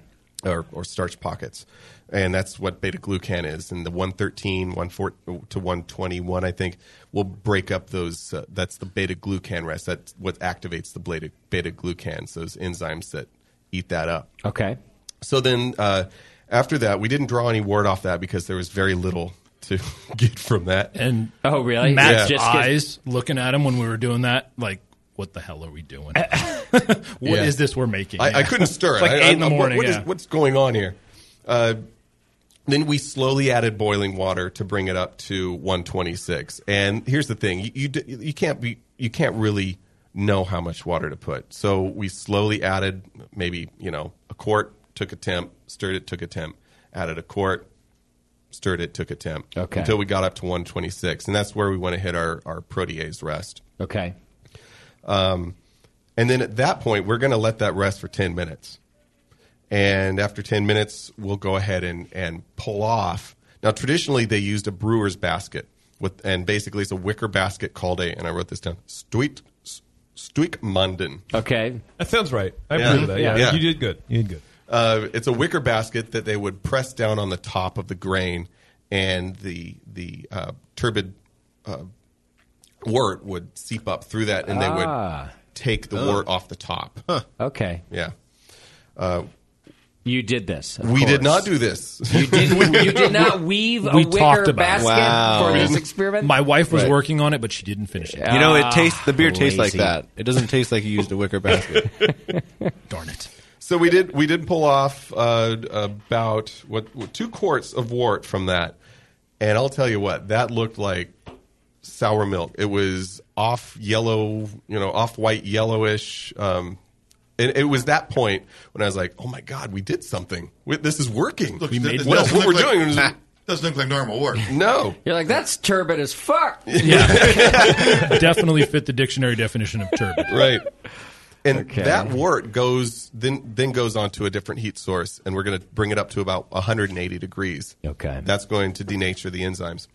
or or starch pockets, and that's what beta glucan is. And the 113, 114 to 121, I think, will break up those. Uh, that's the beta glucan rest. That's what activates the beta beta glucans, those enzymes that eat that up.
Okay.
So then uh, after that, we didn't draw any word off that because there was very little to get from that.
And
oh, really?
Matt's
Yeah.
eyes looking at him when we were doing that, like, what the hell are we doing? What is
Yeah.
this we're making?
I, I couldn't stir
It's
it.
like
I-
eight
I-
in the
I'm-
morning.
what is-
yeah.
what's going on here? Uh, then we slowly added boiling water to bring it up to 126. And here's the thing: you you, d- you can't be you can't really know how much water to put. So we slowly added maybe you know a quart, took a temp, stirred it, took a temp, added a quart, stirred it, took a temp,
Okay.
until we got up to 126, and that's where we want to hit our our protease rest.
Okay.
Um, and then at that point, we're going to let that rest for 10 minutes. And after 10 minutes, we'll go ahead and, and pull off. Now, traditionally, they used a brewer's basket. With, and basically, it's a wicker basket called a, and I wrote this down, Stuik, Stuikmanden.
Okay.
That sounds right. I remember that. Yeah. You did good. You did good.
Uh, it's a wicker basket that they would press down on the top of the grain, and the, the uh, turbid uh, wort would seep up through that, and they
Ah.
would take the
Oh.
wort off the top.
Okay.
Yeah. Uh,
you did this. of
We did
course.
not do this.
You did. you did not weave a
We
wicker
talked about it.
basket for this experiment.
My wife was
Right.
working on it, but she didn't finish it.
You know, it tastes the beer
Ah,
tastes like
lazy.
that. It doesn't taste like you used a wicker basket.
Darn it.
So we did we did pull off uh, about what, what two quarts of wort from that, and I'll tell you what that looked like sour milk. It was off yellow, you know, off white yellowish. Um, and it was that point when I was like, "Oh my God, we did something! We, this is working.
Looks-
we
it- it
what,
doesn't
what we're
look like-
doing is-
Doesn't look like normal work.
No.
You're like, that's turbid as fuck.
Definitely fit the dictionary definition of turbid.
right. And
Okay.
that wort goes then then goes on to a different heat source, and we're going to bring it up to about 180 degrees.
Okay,
that's going to denature the enzymes.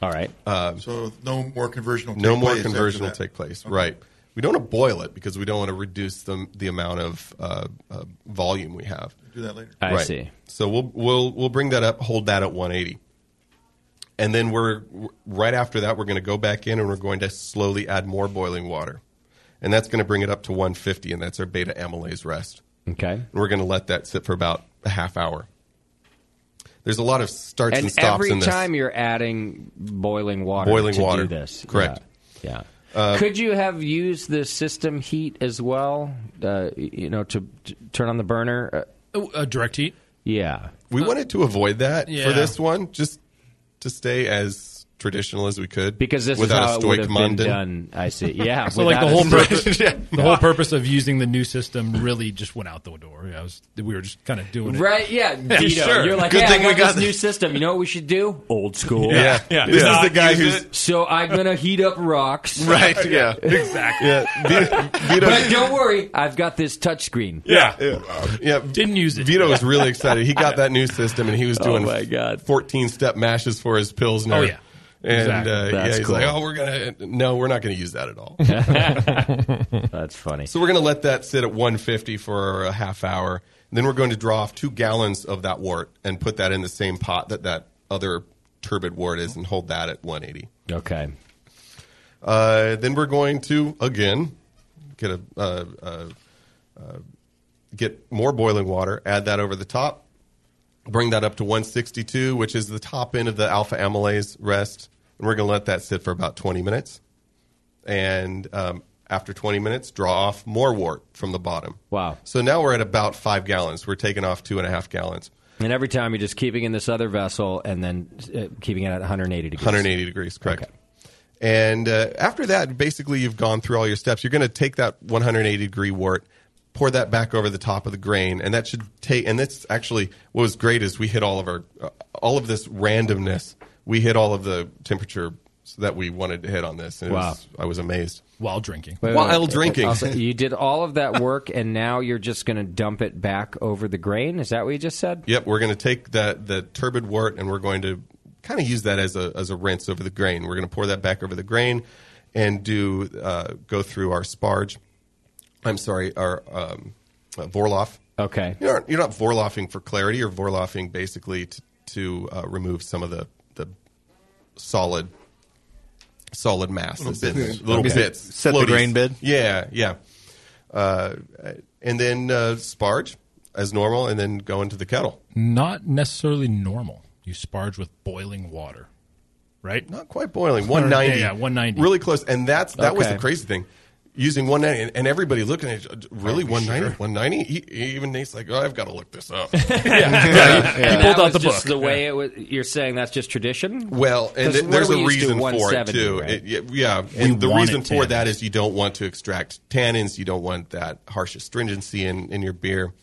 All right.
Um,
So no more conversion. will take
no more
place after
conversion will
that.
take place.
Okay.
Right. We don't want to boil it because we don't want to reduce the the amount of uh, uh, volume we have.
Do that later.
I see.
So we'll we'll we'll bring that up, hold that at 180, and then we're right after that we're going to go back in and we're going to slowly add more boiling water, and that's going to bring it up to 150, and that's our beta amylase rest.
Okay.
And we're going to let that sit for about a half hour. There's a lot of starts and,
and
stops
every
in this.
time you're adding boiling water
Boiling
to
water.
do this
Correct.
yeah, yeah.
Uh,
could you have used the system heat as well uh, you know to, to turn on the burner
uh, direct heat Uh,
yeah
We wanted to avoid that
yeah.
for this one, just to stay as traditional as we could.
Because this is
without
how
a
it would
Stoic
have been
Monden.
done. I see. Yeah,
so like the
without
whole
a-
purpose,
Yeah.
the whole purpose of using the new system really just went out the door. I was, we were just kind of doing it.
Right, yeah, Vito. You're like,
Good
yeah,
thing
I got
we got
this new system. You know what we should do? Old school.
Yeah, yeah. This is the guy who's-
So I'm gonna heat up rocks.
Right, yeah.
exactly.
but don't worry, I've got this touchscreen.
yeah. yeah. Didn't
use
it. Vito was really excited. He got that new system and he was
Oh
doing
my God.
14 step mashes for his pills.
Oh, yeah.
And
Exactly.
uh, yeah,
That's
he's
cool.
like, "Oh, we're gonna no, we're not gonna use that at all."
That's funny.
So we're going to let that sit at 150 for a half hour. And then we're going to draw off two gallons of that wort and put that in the same pot that that other turbid wort is and hold that at 180.
Okay.
Uh, then we're going to, again, get a. Uh, uh, uh, Get more boiling water, add that over the top, bring that up to 162, which is the top end of the alpha amylase rest, and we're going to let that sit for about 20 minutes and um, after 20 minutes, draw off more wort from the bottom.
Wow.
So now we're at about five gallons. We're taking off two and a half gallons.
And every time you're just keeping in this other vessel and then uh, keeping it at 180 degrees.
180 degrees, correct. And uh, after that, basically, you've gone through all your steps. You're going to take that 180 degree wort, pour that back over the top of the grain, and that should take. And that's actually what was great is we hit all of our, uh, all of this randomness. We hit all of the temperature that we wanted to hit on this. And it
Wow.
was- I was amazed.
While drinking.
Wait, wait,
While
wait.
drinking.
Also, you did all of that work, and now you're just going to dump it back over the grain. Is that what you just said?
Yep, we're going to take that the turbid wort and we're going to kind of use that as a as a rinse over the grain. We're going to pour that back over the grain and do uh, go through our sparge. I'm sorry, our um, uh, Vorloff.
Okay.
You're not, you're not Vorloffing for clarity. You're Vorloffing basically to, to uh, remove some of the, the solid solid mass.
Little
that's in
bits.
there. Little
Okay.
bits.
Set the
floaties.
grain bed?
Yeah, yeah. Uh, and then uh, sparge as normal, and then go into the kettle.
Not necessarily normal. You sparge with boiling water, right?
Not quite boiling. One ninety.
Yeah, one ninety.
Really close. And that's that was the
Okay.
crazy thing. Using one ninety, and, and everybody looking at it, uh, really
Are you
one ninety,
sure?
one ninety. Even Nate's like, oh, I've got to look this up.
And that was just The way it was, you're saying that's just tradition.
Well, and
'Cause
th-
what
there's
do we
a
used to,
reason for it
170,
too.
right?
It- yeah, yeah,
We
and the
wanted
reason for
tannins.
that is you don't want to extract tannins. You don't want that harsh astringency in, in your beer.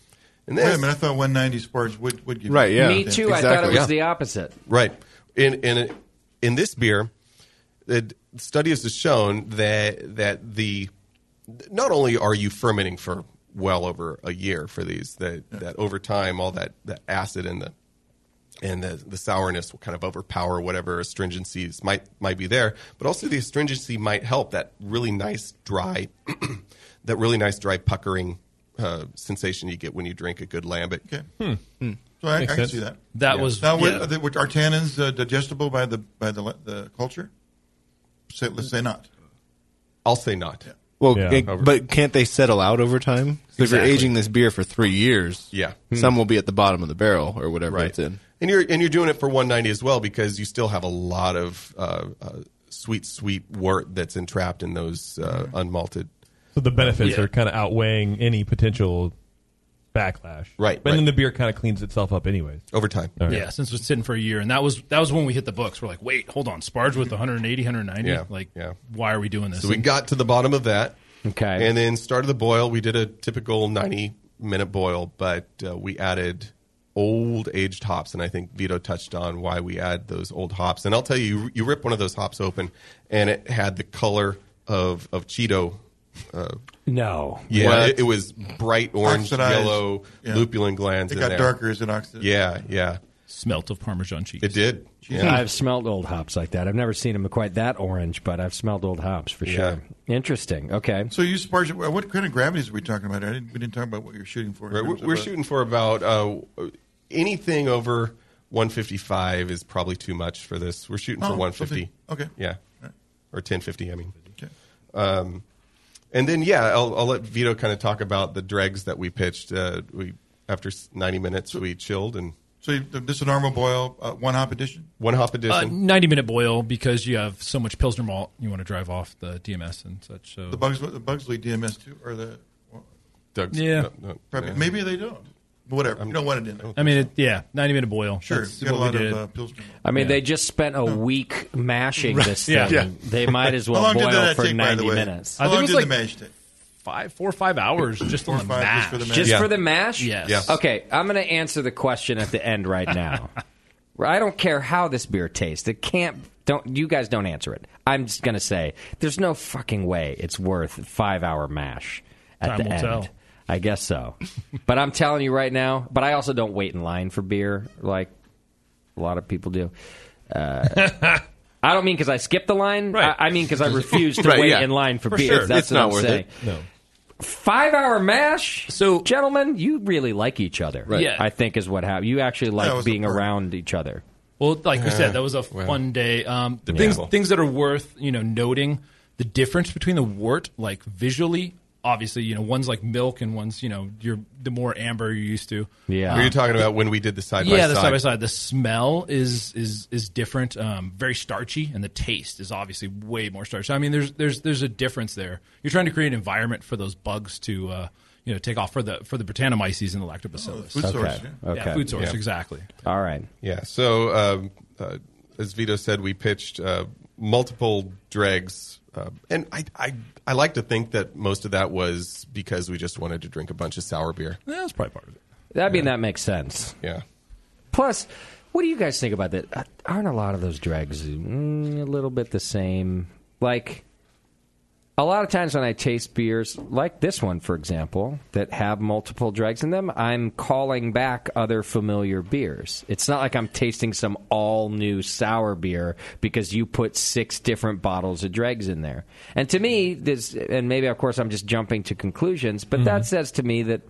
And
Wait a
that's-
minute, I thought 190 sparge would, would give you-
Me too. I thought it was the opposite.
Right. In in in this beer, it, studies have shown that that the not only are you fermenting for well over a year for these, that that over time all that the acid and the and the, the sourness will kind of overpower whatever astringencies might might be there, but also the astringency might help that really nice dry that really nice dry puckering uh, sensation you get when you drink a good lambic. Okay.
Hmm.
So I, I can see that.
That was-
now. were-
yeah.
Are, the, were- are tannins uh, digestible by the by the the culture? Say, let's say not.
I'll say not.
Well,
Yeah.
it- but can't they settle out over time? 'Cause if
Exactly.
you're aging this beer for three years,
Yeah.
some will be at the bottom of the barrel or whatever it's in.
and you're and you're doing it for 190 as well because you still have a lot of uh, uh, sweet sweet wort that's entrapped in those uh, unmalted.
So the benefits
Yeah.
are kind of outweighing any potential backlash.
Right,
But
right.
then the beer kind of cleans itself up anyways.
Over time.
All right.
Yeah, since we're sitting for a year, and that was that was when we hit the books. We're like, wait, hold on, sparge with 180, 190.
Yeah,
like,
yeah.
why are we doing this?
So we
And-
got to the bottom of that.
Okay.
And then started the boil. We did a typical 90 minute boil, but uh, we added old aged hops. And I think Vito touched on why we add those old hops. And I'll tell you, you rip one of those hops open and it had the color of, of Cheeto. Uh,
No.
Yeah.
What?
It, it was bright orange,
Oxidized.
yellow,
Yeah.
lupulin glands.
It
in
got
there.
darker as it oxidized.
Yeah. Yeah.
Smelt of Parmesan cheese.
It did. Yeah.
I've smelled old hops like that. I've never seen them quite that orange, but I've smelled old hops for
Yeah.
sure. Interesting. Okay.
So you sparge. What kind of gravities are we talking about? I didn't, we didn't talk about what you're shooting for. in
Right,
terms
we're,
of,
we're
uh,
shooting for about uh, anything over 155 is probably too much for this. We're shooting for
Oh,
150.
something- okay.
Yeah.
Right.
Or 1050, I mean.
Okay.
Um, and then, yeah, I'll, I'll let Vito kind of talk about the dregs that we pitched. Uh, we After s- 90 minutes, we chilled and
So you, this is a normal boil, uh, one hop addition.
one hop
Uh,
addition.
90 minute boil because you have so much Pilsner malt you want to drive off the DMS and such. So
The Bugs, the Bugsley DMS too, or the
Doug's-
Yeah.
no, no,
probably,
yeah.
maybe they don't. But whatever, you don't want it in there.
I mean, it, yeah, 90 minute boil.
Sure,
That's
you got a
what
lot
we did.
of, uh, Pilsner
I mean, they just spent a week mashing
Right.
this thing.
Yeah. Yeah.
They might as well
How long did
boil
that
for
take, by the
90
way?
minutes.
How I think long it was did like- the
mash take?
Five, four or five hours just on the mash.
Just for the mash?
Yes.
Okay, I'm going to answer the question at the end right now. I don't care how this beer tastes. It can't. Don't you guys don't answer it. I'm just going to say there's no fucking way it's worth a five hour mash at
Time
the
will
end.
tell.
I guess so. but I'm telling you right now. But I also don't wait in line for beer like a lot of people do. Uh, I don't mean because I skipped the line. I, I mean because I refused to
Right,
wait
yeah.
in line for,
For
beer.
sure.
That's
It's
what
not
I'm
worth it.
saying.
No.
Five hour mash. So, gentlemen, you really like each other.
Right. Yeah.
I think is what happened. You actually
That
like
was
being around each other.
Well, like we
Uh,
said, that was a
well,
fun day. Um, the things
debatable.
things that are worth you know noting the difference between the wort like visually. Obviously, you know one's like milk and one's you know you're the more amber you're used to.
Were you
Um,
talking about when we did the side by
yeah,
side?
the side by side. The smell is is is different, um, very starchy, and the taste is obviously way more starchy. I mean, there's there's there's a difference there. You're trying to create an environment for those bugs to uh, you know take off for the for the Britannomyces and the Lactobacillus.
food Okay, source, yeah.
yeah.
okay.
food source,
Yeah.
exactly.
All right.
Yeah. So, um, uh, as Vito said, we pitched uh, multiple dregs, uh, and I, I I like to think that most of that was because we just wanted to drink a bunch of sour beer.
That's probably part of it.
I mean, that makes sense.
Yeah.
Plus, what do you guys think about that? Uh, Aren't a lot of those dregs mm, a little bit the same? Like, a lot of times when I taste beers, like this one, for example, that have multiple dregs in them, I'm calling back other familiar beers. It's not like I'm tasting some all new sour beer because you put six different bottles of dregs in there. And to me, this, and maybe of course I'm just jumping to conclusions,
Mm-hmm.
but that says to me that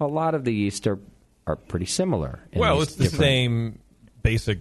a lot of the yeast are, are pretty similar. in
Well,
these
it's the
different-
same basic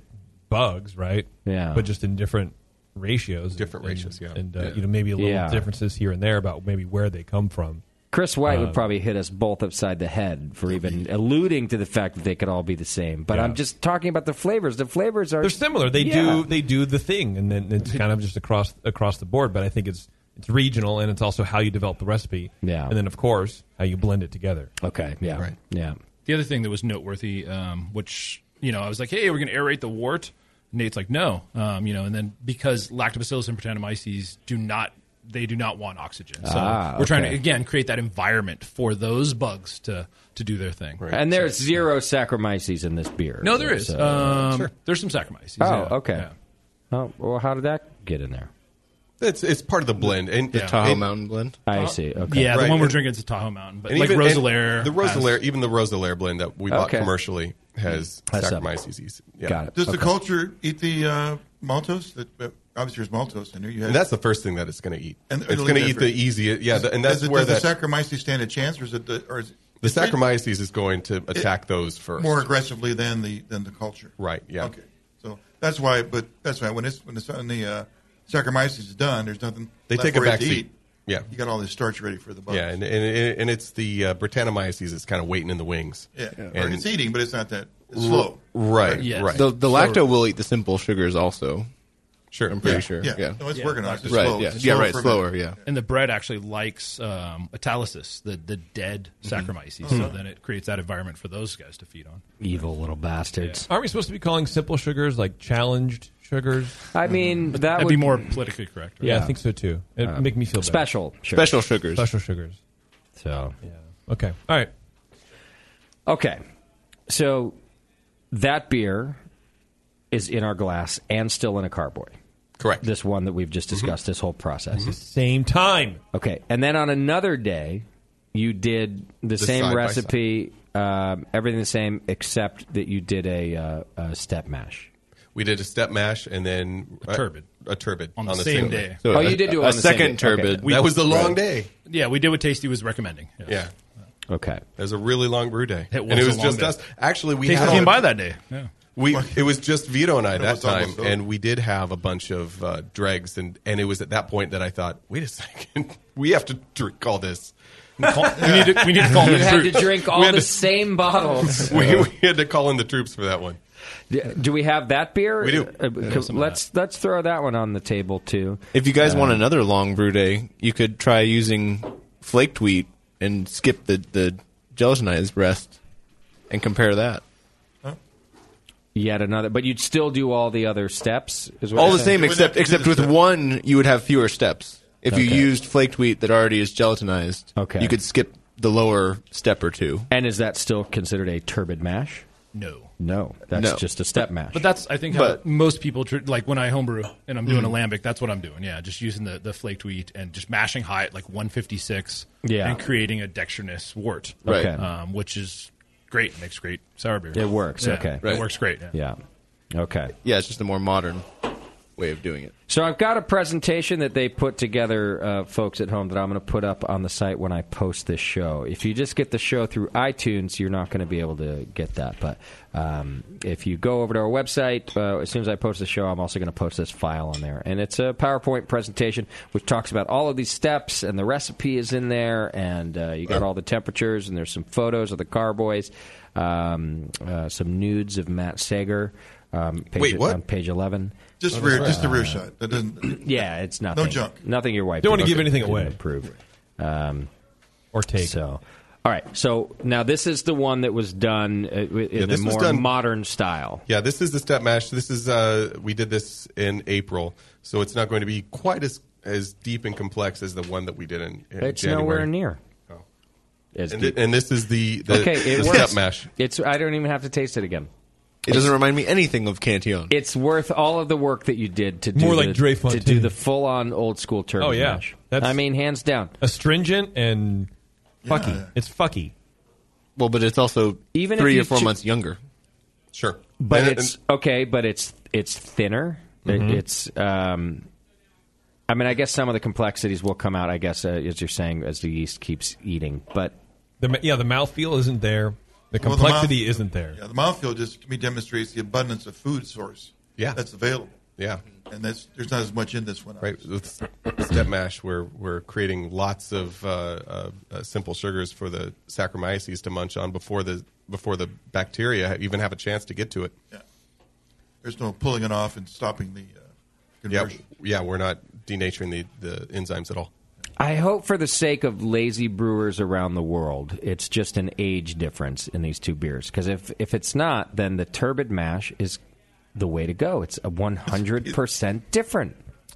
bugs, right?
Yeah.
But just in different ratios. Different
ratios, yeah.
And, uh,
Yeah.
you know, maybe a little
Yeah.
differences here and there about maybe where they come from.
Chris White
Um,
Uh,
would probably hit us both upside the head for even alluding to the fact that they could all be the same. But I'm just talking about the flavors. The flavors are
They're similar. They
Yeah.
do they do the thing, and then it's kind of just across across the board. But I think it's it's regional, and it's also how you develop the recipe.
Yeah.
And then of course how you blend it together.
Okay. Yeah.
Right.
Yeah.
The other thing that was noteworthy, um, which you know, I was like, "Hey, we're going to aerate the wort." Nate's like, "No," um, you know, and then because lactobacillus and Britannomyces do not, they do not want oxygen, so
Ah,
we're trying to
okay.
again create that environment for those bugs to to do their thing.
And there's zero Saccharomyces in this beer.
No, there is.
So-
Um, There's some Saccharomyces.
Oh,
yeah.
okay. Oh, well, how did that get in there?
It's it's part of the blend and
The Tahoe
Mountain
blend.
I see. Okay.
Yeah, the one we're
and-
drinking is the Tahoe Mountain, but
and
like
and
Rosalaire
The
has-
Rosalaire, even the Rosalaire blend that we bought
Okay.
commercially has
That's up.
Saccharomyces. Yeah.
Does the culture eat the uh, maltose? That uh, obviously there's maltose in there. You had,
And that's the first thing that it's going to eat.
and
it's
it'll
going to
eat
eat the
everything.
easiest. Yeah, the, and
Does
that's
it-
where
does
that
the Saccharomyces stand a chance, or is it the, or is
the Saccharomyces is going to attack those first.
more aggressively than the than the culture?
Right. Yeah.
Okay. So that's why. But that's why when it's when it's when the uh, Saccharomyces is done, there's nothing.
They
left
take a
for it
back
to
seat.
eat.
Yeah.
You got all this starch ready for the bugs.
Yeah, and, and and it's the uh, Britannomyces that's kind of waiting in the wings.
Yeah. Yeah.
And-
It's eating, but it's not that it's
R-
slow.
Right. Right.
The, the
So-
lacto will eat the simple sugars also.
Sure.
I'm pretty
Yeah.
sure.
Yeah. No, it's working on it. It's
Right.
slow.
Yeah.
It's
yeah.
slow
Right.
ferment.
Slower. Yeah.
And the bread actually likes um, Italysis, the the dead Saccharomyces, so
Mhm.
then it creates that environment for those guys to feed on.
Evil little bastards.
Aren't we supposed to be calling simple sugars like challenged sugars? Mm-hmm.
I mean, that
that'd be would- more politically correct, right?
Yeah, I
Yeah.
think so too. It
Uh,
would make me feel better.
special sugars.
Special sugars.
Special sugars.
So
Okay. All right.
Okay. So that beer is in our glass and still in a carboy.
Correct.
This one that we've just discussed, this whole process.
Same time.
Okay. And then on another day, you did the,
The
same
side by
recipe, um, everything the same, except that you did a, uh, a step mash.
We did a step mash and then
A turbid.
A turbid
On the same day.
So Oh, you did do it a on the same second day. Okay. turbid.
That was the long
Right.
day.
Yeah, we did what Tasty was recommending. Yes.
Yeah.
Okay.
It was a really long brew day.
It was
and it
a
was
long
just
day.
us. Actually, we
Tasty
had-
came by that day. Yeah.
We it was just Vito and I
It
that
was almost
time,
over.
and we did have a bunch of uh, dregs, and and it was at that point that I thought, wait a second, we have to drink all this. we
need to- we need to call in You the had to troops. drink all
We had
the same bottles.
we, we had to call in the troops for that one.
D- Do we have that beer?
We do.
Uh,
Yeah,
c-
some of
let's let's throw that one on the table too.
If you guys
Uh,
want another long brew day, you could try using flaked wheat and skip the the gelatinized breast, and compare that.
yet another, but you'd still do all the other steps. Is what
All
you're
the
saying?
same, except except with one, you would have fewer steps. If you
Okay.
used flaked wheat that already is gelatinized,
Okay.
you could skip the lower step or two.
And is that still considered a turbid mash?
No.
No, that's
No.
just a step mash.
But that's I think how most people tr- like when I homebrew and I'm doing
Mm.
a lambic. That's what I'm doing. Yeah, just using the, the flaked wheat and just mashing high at like 156.
Yeah.
and creating a dextrinous wort.
Right. Okay.
um, which is great. Makes great sour beer.
It works.
Yeah,
okay,
it works great. Yeah.
Okay.
Yeah, it's just a more modern. way of doing it.
So I've got a presentation that they put together, uh, folks at home, that I'm going to put up on the site when I post this show. If you just get the show through iTunes, you're not going to be able to get that. But um, if you go over to our website, uh, as soon as I post the show, I'm also going to post this file on there, and it's a PowerPoint presentation which talks about all of these steps, and the recipe is in there, and uh, you got all the temperatures, and there's some photos of the carboys, um, uh, some nudes of Matt Sager. Um, page,
Wait, what?
On page eleven.
Just rear, just the rear shot. That doesn't.
Uh, Yeah, it's nothing.
No junk.
Nothing your wife.
Don't wanna
didn't-
give anything
didn't
away.
Approve. Um, or take. So, all right. So now this is the one that was done uh, in
Yeah,
a
this was
more
done-
modern style.
Yeah, this is the step mash. This is uh, we did this in April, so it's not going to be quite as as deep and complex as the one that we did in, in
It's
January.
nowhere near.
Oh.
As
And,
deep.
thi- and this is the, the
okay, it
the
works.
step mash.
It's. I don't even have to taste it again.
It doesn't remind me anything of Cantillon.
It's worth all of the work that you did to do
More
the,
like Dre
to do the full on old school turbo
Oh yeah,
mash. I mean, hands down,
astringent and fucky. It's fucky.
Well, but it's also
Even if
three
you
or four
choo-
months younger.
Sure,
but it's okay. But it's it's thinner. It-
Mhm.
it's. Um, I mean, I guess some of the complexities will come out. I guess uh, as you're saying, as the yeast keeps eating, but
The, ma- yeah, the mouthfeel isn't there. The
Well,
complexity
mouth-
isn't there.
Yeah, the mouthfeel just to me demonstrates the abundance of food source.
Yeah.
that's available.
Yeah.
and that's there's not as much in this one.
Right, with step mash, we're we're creating lots of uh, uh, uh, simple sugars for the Saccharomyces to munch on before the before the bacteria even have a chance to get to it.
There's no pulling it off and stopping the. Uh,
Yeah, yeah, we're not denaturing the, the enzymes at all.
I hope for the sake of lazy brewers around the world, it's just an age difference in these two beers. Because if, if it's not, then the turbid mash is the way to go. It's a 100% different.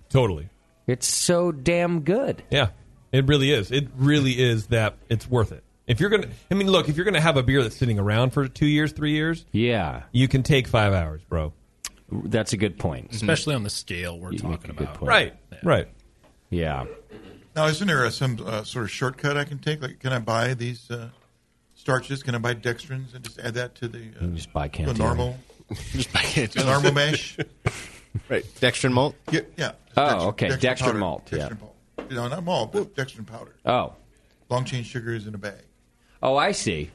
Totally.
It's so damn good.
Yeah, it really is. It really is that it's worth it. If you're gonna, I mean, look, if you're gonna have a beer that's sitting around for two years, three years,
yeah,
you can take five hours, bro.
That's a good point,
especially on the scale we're talking about.
Mm-hmm. Right, right.
Yeah.
Now, isn't there uh, some uh, sort of shortcut I can take? Like, can I buy these uh, starches? Can I buy dextrins and just add that to the uh,
just buy
the
Cantillon.
normal,
just buy
the normal mash?
right, dextrin malt.
Yeah, yeah.
Oh, okay, dextrin
powder,
malt, yeah.
Dextrin malt. You know, not malt, but dextrin powder.
Oh.
Long chain sugar is in a bag.
Oh, I see.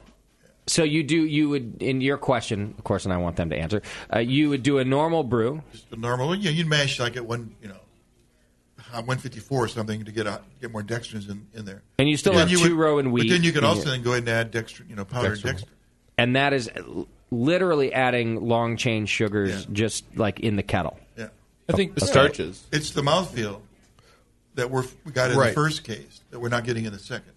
So you do, you would, in your question, of course, and I want them to answer, uh, you would do a normal brew.
Just a normal. Yeah, you'd mash like at one, you know, uh, one fifty four or something to get out, get more dextrins in, in there.
And you still
But
have
then
two row and wheat
But then you could
in
also
your-
then go ahead and add dextrin, you know, powdered
Dextrin.
dextrin.
And that is l- literally adding long chain sugars just like in the kettle.
Yeah,
I think
Okay.
It's the mouthfeel that we're we got in
Right.
the first case that we're not getting in the second.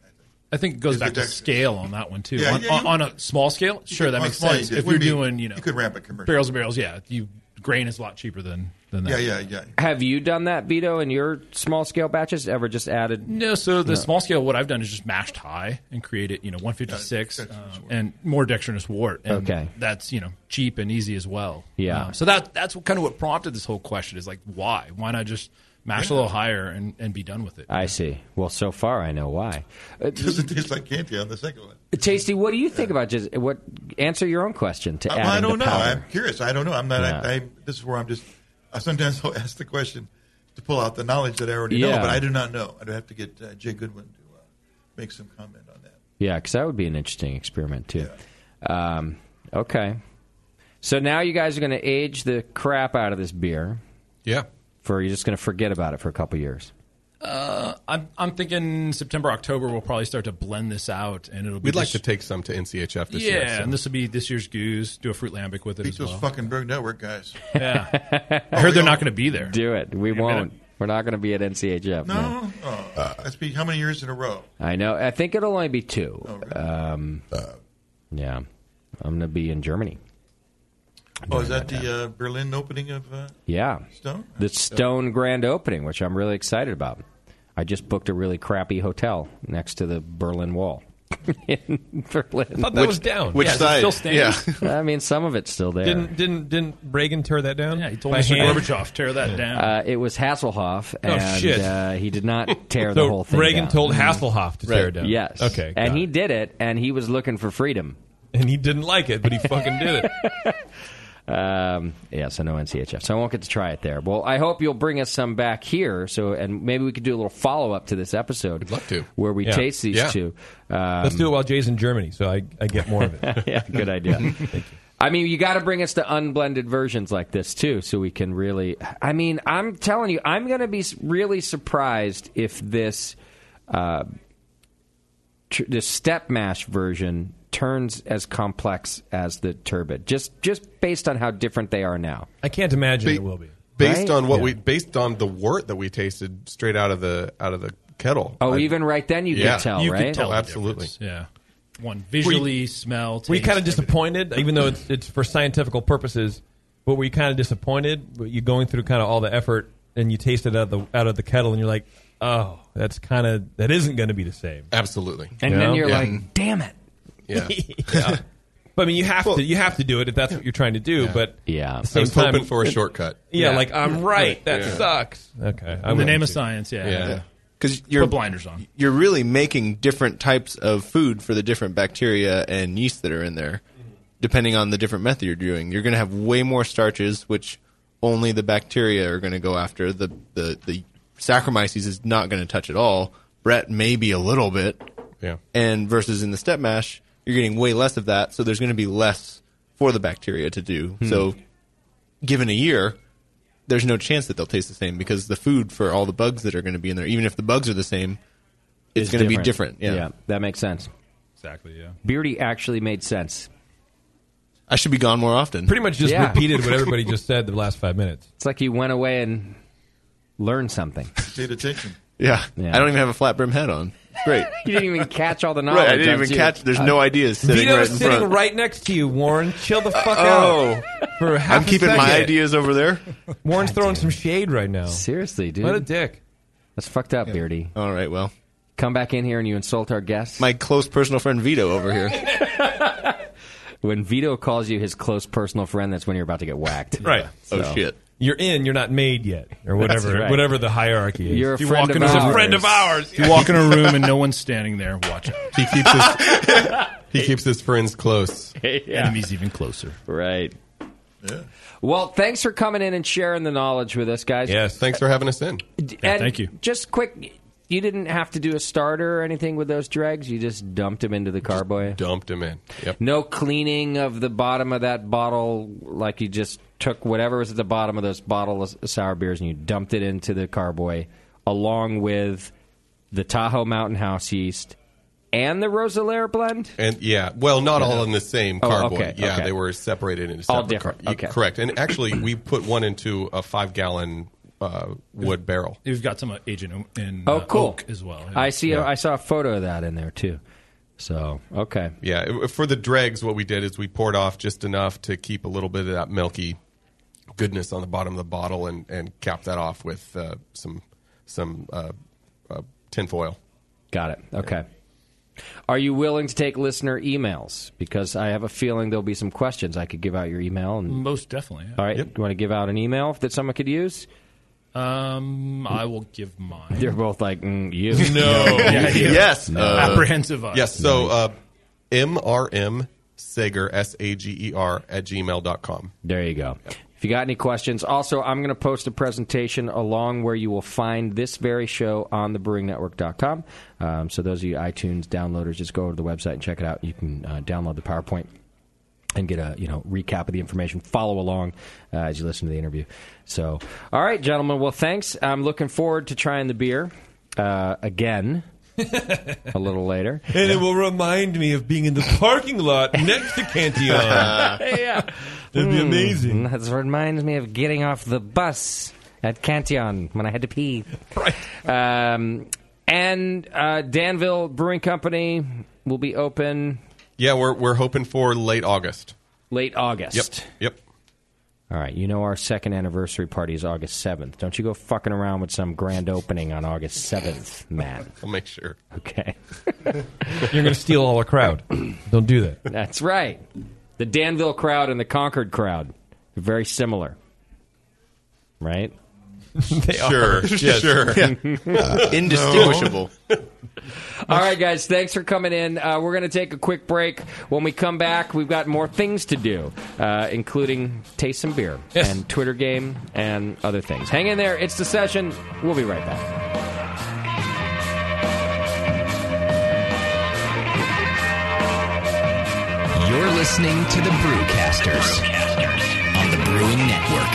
I think it goes
Is the
back to
dextrin.
scale on that one too.
Yeah,
on,
yeah, you-
on a small scale,
you
sure,
could-
that
on
makes
small, you
sense.
could-
If
would
you're
be-
doing, you know,
you could ramp it commercial.
barrels and barrels. Yeah, you grain is a lot cheaper than than that.
Yeah, yeah, yeah.
Have you done that, Vito, in your small scale batches? Ever just added?
No, so the
No.
small scale, what I've done is just mashed high and created, you know, 156 um, and more dextrinous wort. And
Okay.
That's, you know, cheap and easy as well.
Yeah.
Um, so that that's what, kind of what prompted this whole question is like, why? Why not just mash a little higher and, and be done with it?
I see. Well, so far I know why. Uh,
Doesn't taste like candy on the second one.
Tasty, what do you think about just what? Answer your own question to
I,
add.
well, Uh, I don't know. I'm
Powder.
curious. I don't know. I'm not.
Yeah.
I, I, this is where I'm just. I sometimes I'll ask the question to pull out the knowledge that I already
Yeah.
know, but I do not know. I'd have to get uh, Jay Goodwin to uh, make some comment on that.
Yeah, because that would be an interesting experiment too. Um, okay, so now you guys are going to age the crap out of this beer.
Yeah.
For you're just going to forget about it for a couple years.
Uh, I'm, I'm thinking September, October, we'll probably start to blend this out and it'll be.
We'd like
just-
to take some to NCHF this
yeah,
year. so.
and this will be this year's goose. Do a fruit lambic with it
Beat
as
those
well.
fucking Berg Network guys.
Yeah. I
Oh,
heard they're not going to be there.
Do it. We
Wait a
won't. We're not going to be at NCHF.
No,
man.
Oh,
Uh,
that's been how many years in a row?
I know. I think it'll only be two. um, yeah, I'm going to be in Germany.
Oh, is that the uh, Berlin opening of? Uh,
Yeah,
Stone?
the Stone Grand Opening, which I'm really excited about. I just booked a really crappy hotel next to the Berlin Wall in Berlin.
I thought that Which- was down. which Yeah, is it side? still standing?
I mean, some of it's still there.
Didn't didn't didn't Reagan tear that down? Yeah, he
told Mr.
Gorbachev, tear that down.
Uh, it was Hasselhoff,
Oh,
and
shit.
Uh, he did not tear
So
the whole thing.
Reagan
down. Mm-hmm.
told Hasselhoff to tear it down.
Yes.
Okay,
And
got
he did it, and he was looking for freedom.
And he didn't like it, but he fucking did it.
Um, yeah, so no NCHF. So I won't get to try it there. Well, I hope you'll bring us some back here. So, and maybe we could do a little follow up to this episode. I'd love to. Where we
Yeah.
taste these
Yeah.
two.
Let's do it while Jay's in Germany, so I, I get more of it.
Um, yeah, good idea. I mean, you got to bring us the unblended versions like this too, so we can really. I mean, I'm telling you, I'm going to be s- really surprised if this uh, tr- the step mash version turns as complex as the turbid, just just based on how different they are now.
I can't imagine
Ba-
it will be.
based
Right?
on what
Yeah.
we based on the wort that we tasted straight out of the out of the kettle.
Oh,
I-
even right then you
Yeah.
could tell,
You could
right?
tell the
Oh,
absolutely. Yeah. One visually, smell, taste.
Were you kind of disappointed, even though it's, it's for scientifical purposes? But were you kind of disappointed? Were you going through kind of all the effort and you taste it out of the out of the kettle, and you're like, oh, that's kind of that isn't going to be the same.
Absolutely. Mm-hmm.
And then you're like, damn it.
Yeah.
Yeah. But I mean, you have to you have to do it if that's what you're trying to do.
Yeah.
But
yeah,
at the same
I was hoping
time-
for a shortcut.
Yeah,
Yeah.
like I'm right. That
Yeah.
sucks. Okay, I
In the
wouldn't
name of
do.
science, yeah.
Because you're
Put blinders on.
You're really making different types of food for the different bacteria and yeast that are in there, depending on the different method you're doing. You're going to have way more starches, which only the bacteria are going to go after. The the the Saccharomyces is not going to touch at all. Brett maybe a little bit.
Yeah.
And versus in the step mash, you're getting way less of that, so there's going to be less for the bacteria to do.
Hmm.
So given a year, there's no chance that they'll taste the same because the food for all the bugs that are going to be in there, even if the bugs are the same, it's going to be different. Yeah.
that makes sense.
Exactly. Yeah.
Beardy actually made sense.
I should be gone more often.
Pretty much just
Yeah.
repeated what everybody just said the last five minutes.
It's like you went away and learned something.
Paid attention.
Yeah.
Yeah.
I don't even have a flat brim hat on. It's Great.
You didn't even catch all the knowledge.
right. I didn't
on
even
you.
catch. There's
Uh,
no ideas sitting
Vito's
right in
sitting
front.
right next to you, Warren. Chill the fuck
Oh.
out. For half
I'm keeping
a
my
second.
ideas over there.
Warren's throwing some shade right now.
Seriously, dude.
What a dick.
That's fucked up, Beardy.
All right, well.
Come back in here and you insult our guests.
My close personal friend Vito over here.
when Vito calls you his close personal friend, that's when you're about to get whacked.
Right.
Oh,
So-
You're in, you're not made yet. Or whatever
That's right.
whatever the hierarchy is.
You're a
You
friend
walk
of
in as
ours.
a friend of ours.
If you walk in a room and no one's standing there, watch out.
He keeps his he keeps his friends close.
Enemies even closer.
Right. Well, thanks for coming in and sharing the knowledge with us, guys.
Yes, thanks for having us in.
D- and
thank you.
Just quick, you didn't have to do a starter or anything with those dregs. You just dumped them into the carboy.
dumped them in. Yep.
No cleaning of the bottom of that bottle. Like you just took whatever was at the bottom of those bottle of sour beers and you dumped it into the carboy, along with the Tahoe Mountain House yeast and the Rosalaire blend.
And yeah, well, not all in the same
Oh,
carboy.
okay,
yeah,
okay.
they were separated into
All
separate
different,
car-
okay.
Correct. And actually, we put one into a five gallon uh, wood barrel.
We've got some uh, agent o- in
Oh,
uh,
cool.
oak as well.
I see. I saw a photo of that in there too. So okay.
Yeah, it- for the dregs, what we did is we poured off just enough to keep a little bit of that milky goodness on the bottom of the bottle, and and cap that off with uh, some some uh, uh, tinfoil.
Got it. Okay. Are you willing to take listener emails? Because I have a feeling there'll be some questions. I could give out your email. And,
Most definitely.
All right. You want to give out an email that someone could use?
Um, I will give mine.
They're both like, mm, you.
Yeah, yeah.
No. Mm-hmm.
Uh,
Apprehensive eyes.
Yes. So uh, MRM Sager, S A G E R, at gmail.com.
There you go. If you got any questions, also, I'm going to post a presentation along where you will find this very show on thebrewingnetwork.com. Um, so, those of you iTunes downloaders, just go over to the website and check it out. You can uh, download the PowerPoint and get a you know recap of the information. Follow along uh, as you listen to the interview. So, all right, gentlemen. Well, thanks. I'm looking forward to trying the beer uh, again a little later.
And it will remind me of being in the parking lot next to Cantillon.
Yeah.
That'd be
Hmm,
amazing.
That reminds me of getting off the bus at Cantillon when I had to pee. Right. Um, and uh, Danville Brewing Company will be open
Yeah, we're we're hoping for late August.
late August.
Yep. Yep.
All right. You know our second anniversary party is August 7th. Don't you go fucking around with some grand opening on August 7th, Matt.
I'll make sure.
Okay.
You're going to steal all the crowd. Don't do that.
That's right. The Danville crowd and the Concord crowd. Very similar. Right?
They
Sure,
are. Yes.
sure.
Uh,
Indistinguishable.
All right, guys. Thanks for coming in. Uh, we're going to take a quick break. When we come back, we've got more things to do, uh, including taste some beer and Twitter game and other things. Hang in there. It's the session. We'll be right back.
You're listening to the Brewcasters, on the Brewing Network.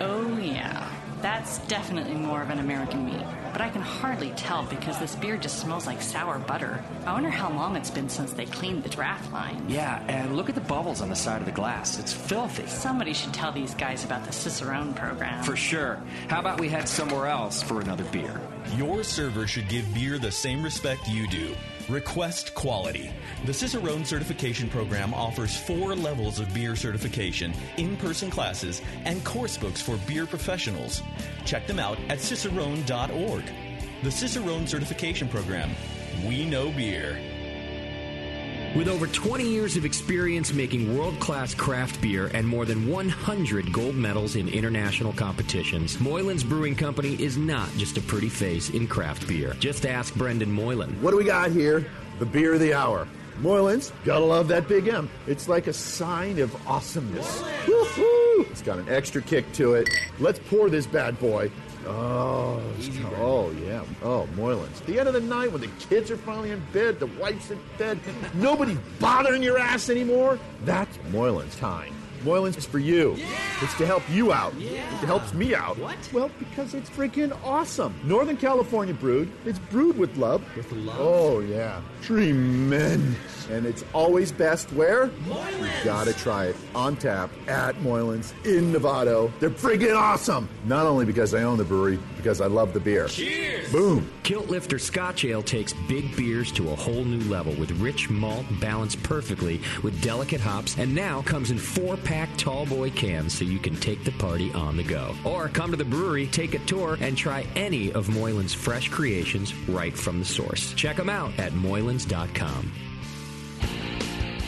Oh, yeah. That's definitely more of an American meat. But I can hardly tell because this beer just smells like sour butter. I wonder how long it's been since they cleaned the draft line.
Yeah, and look at the bubbles on the side of the glass. It's filthy.
Somebody should tell these guys about the Cicerone program.
For sure. How about we head somewhere else for another beer?
Your server should give beer the same respect you do. Request quality. The Cicerone certification program offers four levels of beer certification, in person classes, and course books for beer professionals. Check them out at cicerone.org. The Cicerone certification program. We know beer.
With over 20 years of experience making world class craft beer and more than 100 gold medals in international competitions, Moylan's Brewing Company is not just a pretty face in craft beer. Just ask Brendan Moylan.
What do we got here? The beer of the hour. Moylan's, gotta love that big M. It's like a sign of awesomeness. Woo-hoo! It's got an extra kick to it. Let's pour this bad boy. Oh, it's co- oh yeah. Oh, Moylan's. The end of the night when the kids are finally in bed, the wife's in bed, nobody's bothering your ass anymore. That's Moylan's time. Moylan's is for you. It's to help you out. It helps me out. What? Well, because it's freaking awesome. Northern California brewed. It's brewed with love. With love. Oh yeah, tremendous. And it's always best where you gotta try it on tap at Moylan's in Novato. They're freaking awesome. Not only because I own the brewery, because I love the beer. Cheers. Boom.
Kilt Lifter Scotch Ale takes big beers to a whole new level with rich malt balanced perfectly with delicate hops and now comes in four pack tall boy cans so you can take the party on the go. Or come to the brewery, take a tour, and try any of Moylan's fresh creations right from the source. Check them out at moylan's.com.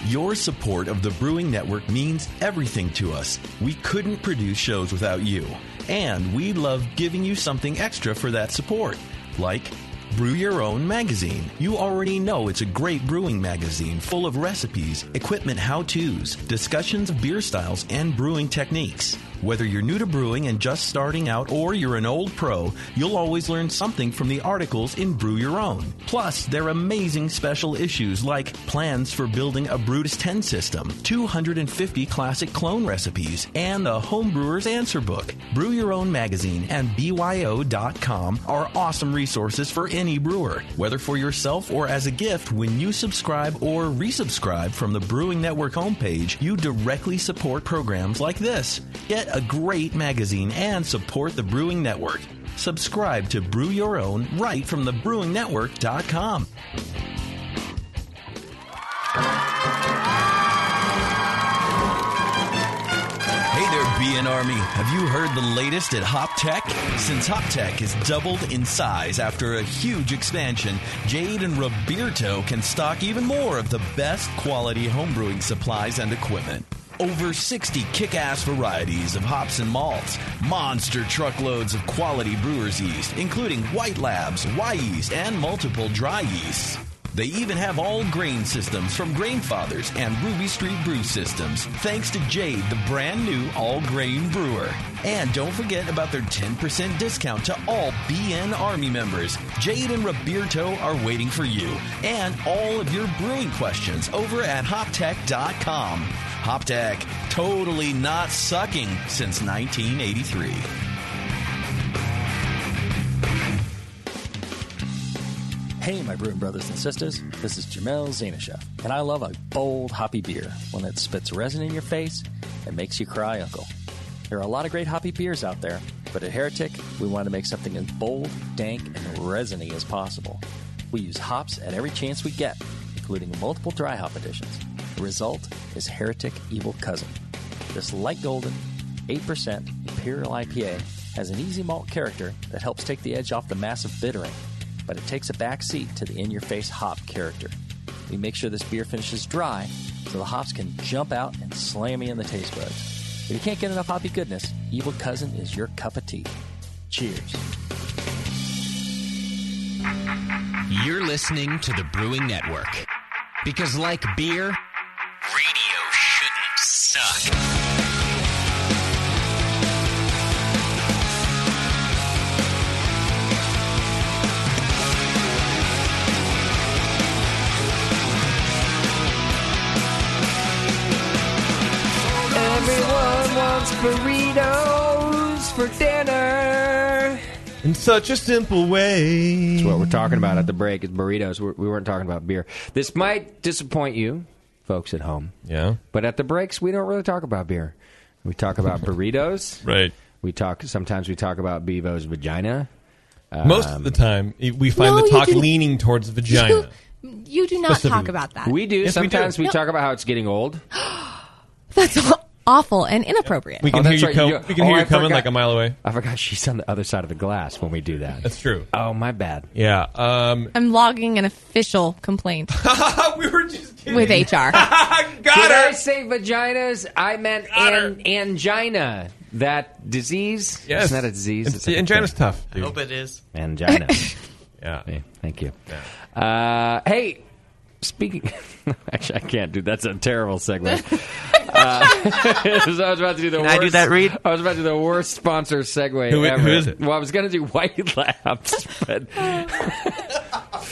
Your support of the Brewing Network means everything to us. We couldn't produce shows without you. And we love giving you something extra for that support, like Brew Your Own magazine. You already know it's a great brewing magazine full of recipes, equipment how to's, discussions of beer styles, and brewing techniques. Whether you're new to brewing and just starting out or you're an old pro, you'll always learn something from the articles in Brew Your Own. Plus, their amazing special issues like plans for building a Brutus 10 system, 250 classic clone recipes, and a homebrewer's answer book. Brew Your Own magazine and BYO.com are awesome resources for any brewer, whether for yourself or as a gift when you subscribe or resubscribe from the Brewing Network homepage, you directly support programs like this. Get a great magazine and support the Brewing Network. Subscribe to Brew Your Own right from the brewingnetwork.com. Hey there, BN Army. Have you heard the latest at Hop Tech? Since Hop Tech has doubled in size after a huge expansion, Jade and Roberto can stock even more of the best quality homebrewing supplies and equipment. Over 60 kick ass varieties of hops and malts, monster truckloads of quality brewer's yeast, including white labs, Y yeast, and multiple dry yeasts. They even have all grain systems from Grainfathers and Ruby Street Brew Systems, thanks to Jade, the brand new all grain brewer. And don't forget about their 10% discount to all BN Army members. Jade and Roberto are waiting for you and all of your brewing questions over at hoptech.com. HopTech, totally not sucking since 1983.
Hey, my brewing brothers and sisters, this is Jamel Zanishev, and I love a bold, hoppy beer, one that spits resin in your face and makes you cry, Uncle. There are a lot of great hoppy beers out there, but at Heretic, we want to make something as bold, dank, and resiny as possible. We use hops at every chance we get, including multiple dry hop additions. The result is Heretic Evil Cousin. This light golden, 8% Imperial IPA has an easy malt character that helps take the edge off the massive bittering, but it takes a back seat to the in your face hop character. We make sure this beer finishes dry so the hops can jump out and slam you in the taste buds. If you can't get enough hoppy goodness, Evil Cousin is your cup of tea. Cheers.
You're listening to the Brewing Network. Because, like beer, radio shouldn't suck.
Everyone wants burritos for dinner.
In such a simple way.
That's what we're talking about at the break is burritos. We're, we weren't talking about beer. This might disappoint you, folks at home.
Yeah.
But at the breaks, we don't really talk about beer. We talk about burritos.
Right.
We talk. Sometimes we talk about Bevo's vagina. Um,
Most of the time, i- we find
No,
the
you
talk
didn't-
leaning towards vagina.
You do not talk about that.
We do.
Yes, we do.
sometimes we,
No,
talk about how it's getting old.
awful and inappropriate.
Oh, that's right.
we can hear you coming like a mile away.
I forgot she's on the other side of the glass when we do that. That's
true.
Oh, my bad.
Yeah. Um,
I'm logging an official complaint.
we were just
with HR.
Got Did I say vaginas? I meant an- angina. That disease?
Yes.
It's not a disease.
It's-
It's, a
angina's
thing.
tough,
I hope it is.
Angina.
yeah.
Thank you. Uh, hey, speaking. Actually, I can't do that's a terrible segment. uh, so I was about to do the
Can
worst.
I do that read?
I was about to do the worst sponsor segue
Who- who
ever.
is it?
Well, I was going to do White Labs, but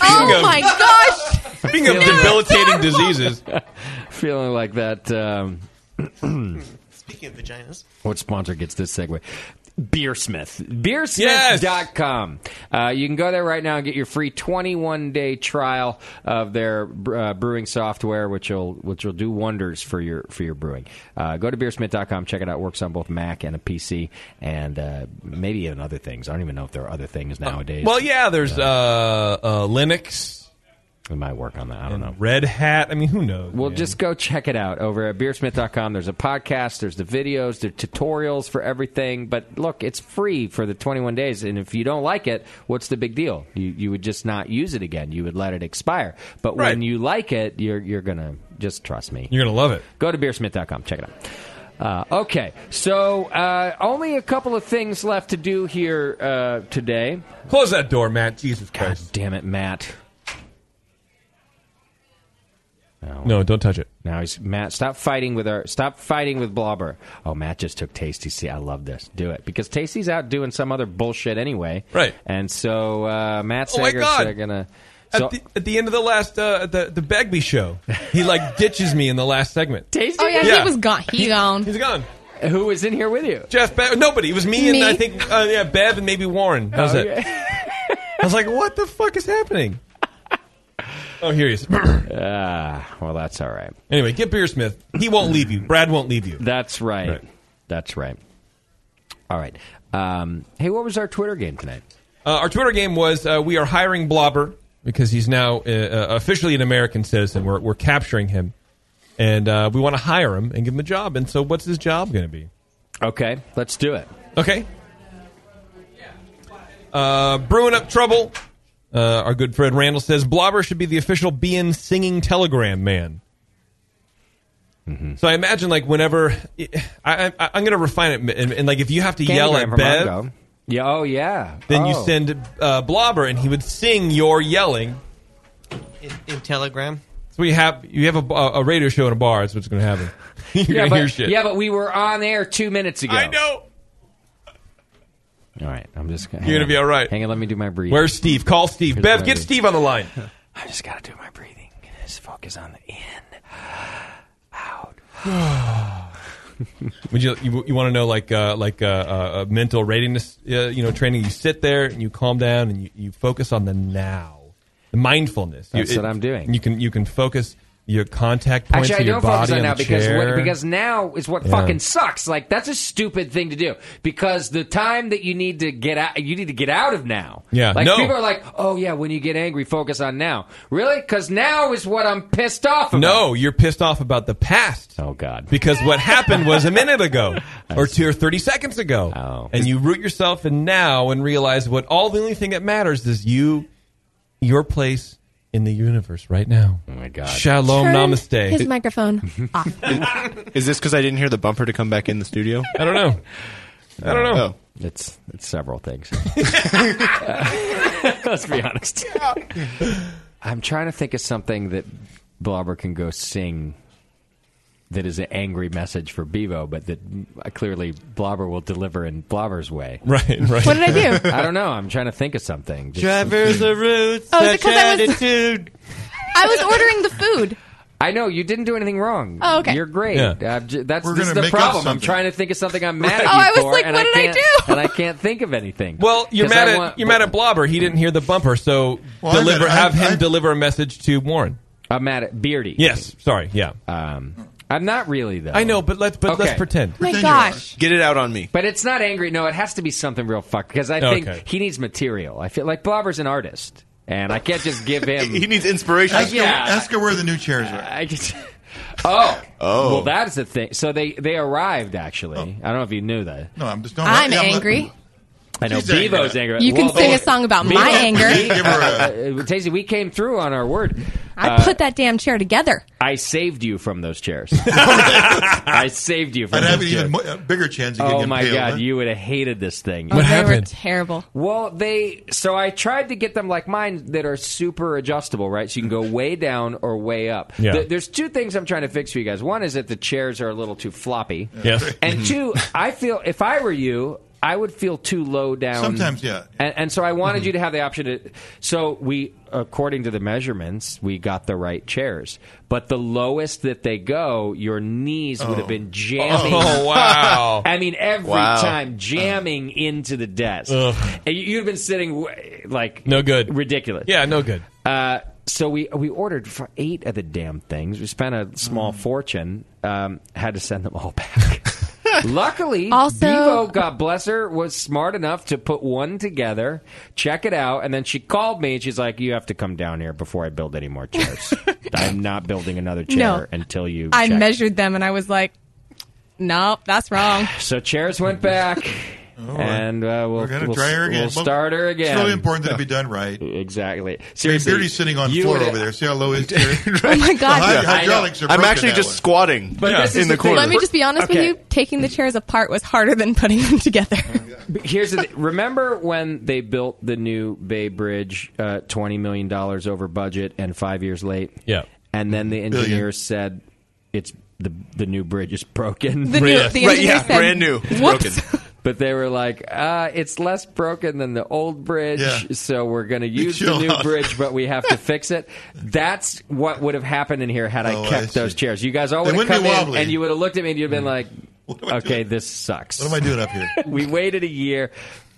oh my gosh!
Speaking of debilitating diseases,
feeling like that. Um,
Speaking of vaginas,
What sponsor gets this segue? Beersmith.
Yes!
Beersmith.com. Uh, you can go there right now and get your free 21 day trial of their uh, brewing software, which will which will do wonders for your for your brewing. Uh, go to beersmith.com. Check it out. Works on both Mac and a PC, and uh, maybe even other things. I don't even know if there are other things nowadays.
Uh, well, yeah, there's uh, uh, Linux.
We might work on that. I don't know.
Red Hat. I mean, who knows?
Well, just go check it out over at beersmith.com. There's a podcast, there's the videos, there's tutorials for everything. But look, it's free for the 21 days. And if you don't like it, what's the big deal? You, you would just not use it again. You would let it expire. But when you like it, you're, you're going to just trust me.
You're going to love it.
Go to beersmith.com. Check it out. Uh, okay. So uh, only a couple of things left to do here uh, today.
Close that door, Matt. Jesus Christ.
God damn it, Matt.
No, don't touch it.
Now he's Matt. Stop fighting with our. Stop fighting with Blobber. Oh, Matt just took Tasty. See, I love this. Do it because Tasty's out doing some other bullshit anyway. Right. And so uh, Matt
Oh my
Sager's
God.
uh, gonna.
At,
So,
the, at the end of the last uh, the the Begbie show, he like ditches me in the last segment.
Oh yeah,
Yeah.
he was gone. He gone.
He's gone.
Who was in here with you?
Jeff, Be- nobody. It was me,
Me?
and I think uh, yeah, Bev and maybe Warren. That was
Oh,
it. I was like, what the fuck is happening? Oh, here he is.
ah, well, that's all right.
Anyway, get Beersmith. He won't leave you. Brad won't leave you.
That's right. That's right. All right. Um, hey, what was our Twitter game tonight?
Uh, our Twitter game was uh, we are hiring Blobber because he's now uh, uh, officially an American citizen. We're, we're capturing him, and uh, we want to hire him and give him a job. And so, what's his job going to be?
Okay, let's do it.
Okay. Uh, brewing up trouble. Uh, our good friend Randall says Blobber should be the official BN singing telegram man.
Mm-hmm.
So I imagine like whenever I, I, I- I'm going to refine it and, and like if you have to yell
Candygram
at
from
Bev,
Mongo. Yeah. Oh yeah.
then
Oh.
you send uh, Blobber, and he would sing your yelling.
in, in Telegram.
So you have you have a, a radio show in a bar. That's what's going to happen. You're
yeah,
going to
but,
hear shit.
Yeah, but we were on air two minutes ago. I
know.
All right, I'm just gonna.
You're gonna be all right.
Hang on, let me do my breathing.
Where's Steve? Call Steve.
Here's
Bev,
my
get
breathing.
Steve on the line.
I just gotta do my breathing. Just focus on the in.
Would you you, you want to know like uh, like uh, uh, a mental readiness uh, you know training? You sit there and you calm down and you, you focus on the now. the mindfulness.
That's what I'm doing.
You can you can focus your contact points
Actually,
of
I
your
don't
body
focus on
on
now
the
because
chair.
what, because now is what
Yeah.
fucking sucks. Like that's a stupid thing to do because the time that you need to get out, you need to get out of now.
Yeah,
like
no.
people are like, oh yeah, when you get angry, focus on now. Really? Because now is what I'm pissed off about.
No, you're pissed off about the past.
Oh God!
Because what happened was a minute ago, or two or thirty seconds ago,
Oh.
and you root yourself in now and realize what all the only thing that matters is you, your place in the universe right now. Oh my
God!
Shalom,
Turn
namaste.
His microphone off.
Is this because I didn't hear the bumper to come back in the studio? Oh.
I don't know. I don't know.
It's it's several things.
Oh
Let's be honest. I'm trying to think of something that Blobber can go sing that is an angry message for Bevo, but that uh, clearly Blobber will deliver in Blobber's way.
Right, right.
What did I do?
I don't know. I'm trying to think of something. Just
Drivers
something. roots,
Oh, is it such 'cause I was- I was ordering the food.
I know you didn't do anything wrong.
Oh, okay.
You're great.
Yeah.
I'm ju- that's
We're
this
gonna
is the
make up
problem. I'm
something.
trying to think of something I'm mad at you
Oh, I was
for,
like,
and
what
I
did I
can't
do?
and I can't think of anything.
Well, you're
'Cause
mad
I
at
want-
you're mad at Blobber. He didn't hear the bumper, so
Well, I'm
deliver
at-
have
I'm-
him
I'm-
deliver a message to Warren.
I'm mad at Beardy.
Yes, sorry, yeah.
Um, I'm not really though.
I know, but let's but let's
Okay.
pretend.
My gosh.
Get it out on me.
But it's not angry. No, it has to be something real fucked because I
Okay.
think he needs material. I feel like Blobber's an artist, and I can't just give him.
He needs inspiration.
Uh,
Ask,
yeah.
her, ask her where the new chairs are.
I just, oh,
Oh.
Well, that's the thing. So they they arrived actually. I don't know if you knew that.
No, I'm just don't.
I'm
yeah, I'm not-
angry.
I know
She's angry.
Bevo's angry.
You can
Well,
sing
they-
a song about
Bevo-
my anger.
Give her a- Daisy, we came through on our word.
I
Uh,
put that damn chair together.
I saved you from those chairs. I saved you from
I'd
those
have an
chairs.
even
uh,
uh, mo- a bigger chance. You could
oh
get
my
impaled,
god,
huh?
you would have hated this thing.
Oh, they were terrible.
Well, they so I tried to get them like mine that are super adjustable, right? So you can go way down or way up.
Yeah.
Th- there's two things I'm trying to fix for you guys. One is that the chairs are a little too floppy.
Yes.
And two, I feel if I were you, I would feel too low down.
Sometimes, yeah.
And, and so I
Mm-hmm.
wanted you to have the option to. So we, according to the measurements, we got the right chairs. But the lowest that they go, your knees would have been jamming.
Oh, wow.
I mean, every
Wow.
time jamming into the desk.
Ugh.
And you- you'd have been sitting w- like
No good.
ridiculous.
Yeah, no good.
Uh, so we we ordered for eight of the damn things. We spent a
Mm.
small fortune. Um, had to send them all back. Luckily,
Also-
Bevo, God bless her, was smart enough to put one together, check it out, and then she called me and she's like, "You have to come down here before I build any more chairs. I'm not building another chair
No.
until you."
I
check."
measured them and I was like, nope, that's wrong.
So chairs went back, and uh, we'll,
Oh, We're gonna
we'll-
try her again.
we'll start her again.
It's really important that it be done right.
Exactly.
Seriously, Beardy's sitting on
you
floor
would-
over there. See how low his chair. is?
Oh my God.
The hy-
Yeah.
hydraulics are
I'm
broken
actually
that
just
way.
squatting
Yeah.
in the corner.
Let me just be honest
Okay.
with you. Taking the chairs apart was harder than putting them together.
But Here's the, thi- remember when they built the new Bay Bridge, uh, twenty million dollars over budget, and five years late.
Yeah.
and then the
Billion.
engineer said it's the the new bridge is broken.
The new- Right. the Right, engineer yeah, said, brand new. It's "Whoops."
But they were like, uh, it's less broken than the old bridge,
Yeah.
so we're going to use the
Chill
new
out.
bridge, but we have to fix it. That's what would have happened in here had
Oh,
I
I
kept
see.
those chairs. You guys all
They
would have come
wouldn't be
in,
wobbly.
and you would have looked at me, and you'd have been like, okay, this sucks.
What am I doing up here?
we waited a year,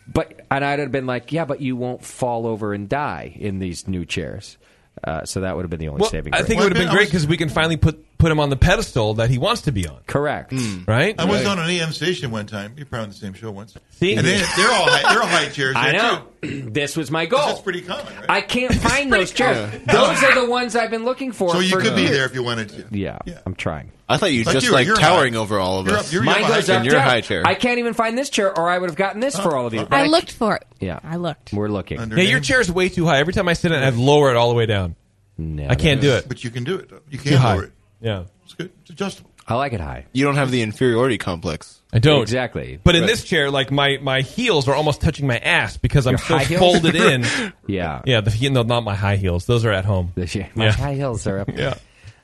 but and I'd have been like, yeah, but you won't fall over and die in these new chairs. Uh, so that would have been the only
Well,
saving.
I
grace.
think it would have been great because we can finally put put him on the pedestal that he wants to be on. Hmm.
Correct. Mm.
Right?
I was
Right.
on an EM station one time. You're probably on the same show once.
See?
and they, they're all high, they're all high chairs.
I
there,
know.
Too.
this was my goal. That's
pretty common.
I can't find those chairs. Those are the ones I've been looking for.
So you
for
could be
years.
there if you wanted to.
Yeah, I'm trying.
I thought you
Like
just
you,
like
you're
towering
high.
over all of
You're
us.
up- you're-
Mine
you're
goes
high
up
chair.
You're
down.
high chair.
I can't even find this chair, or I would have gotten this for all of you. But
I looked for it.
Yeah,
I looked.
We're looking.
Yeah, your chair's way too high. Every time I sit in it, I lower it all the way down. I can't do it.
But you can do it. though. You
Too
can
high.
lower it.
Yeah.
It's good. It's adjustable.
I like it high.
You don't have the inferiority complex.
I don't
exactly.
But in
Right.
this chair, like my my heels are almost touching my ass because I'm
Your
so
high heels?
folded in.
Yeah.
yeah. The, no, not my high heels. Those are at home.
Yeah, my high heels are up.
Yeah.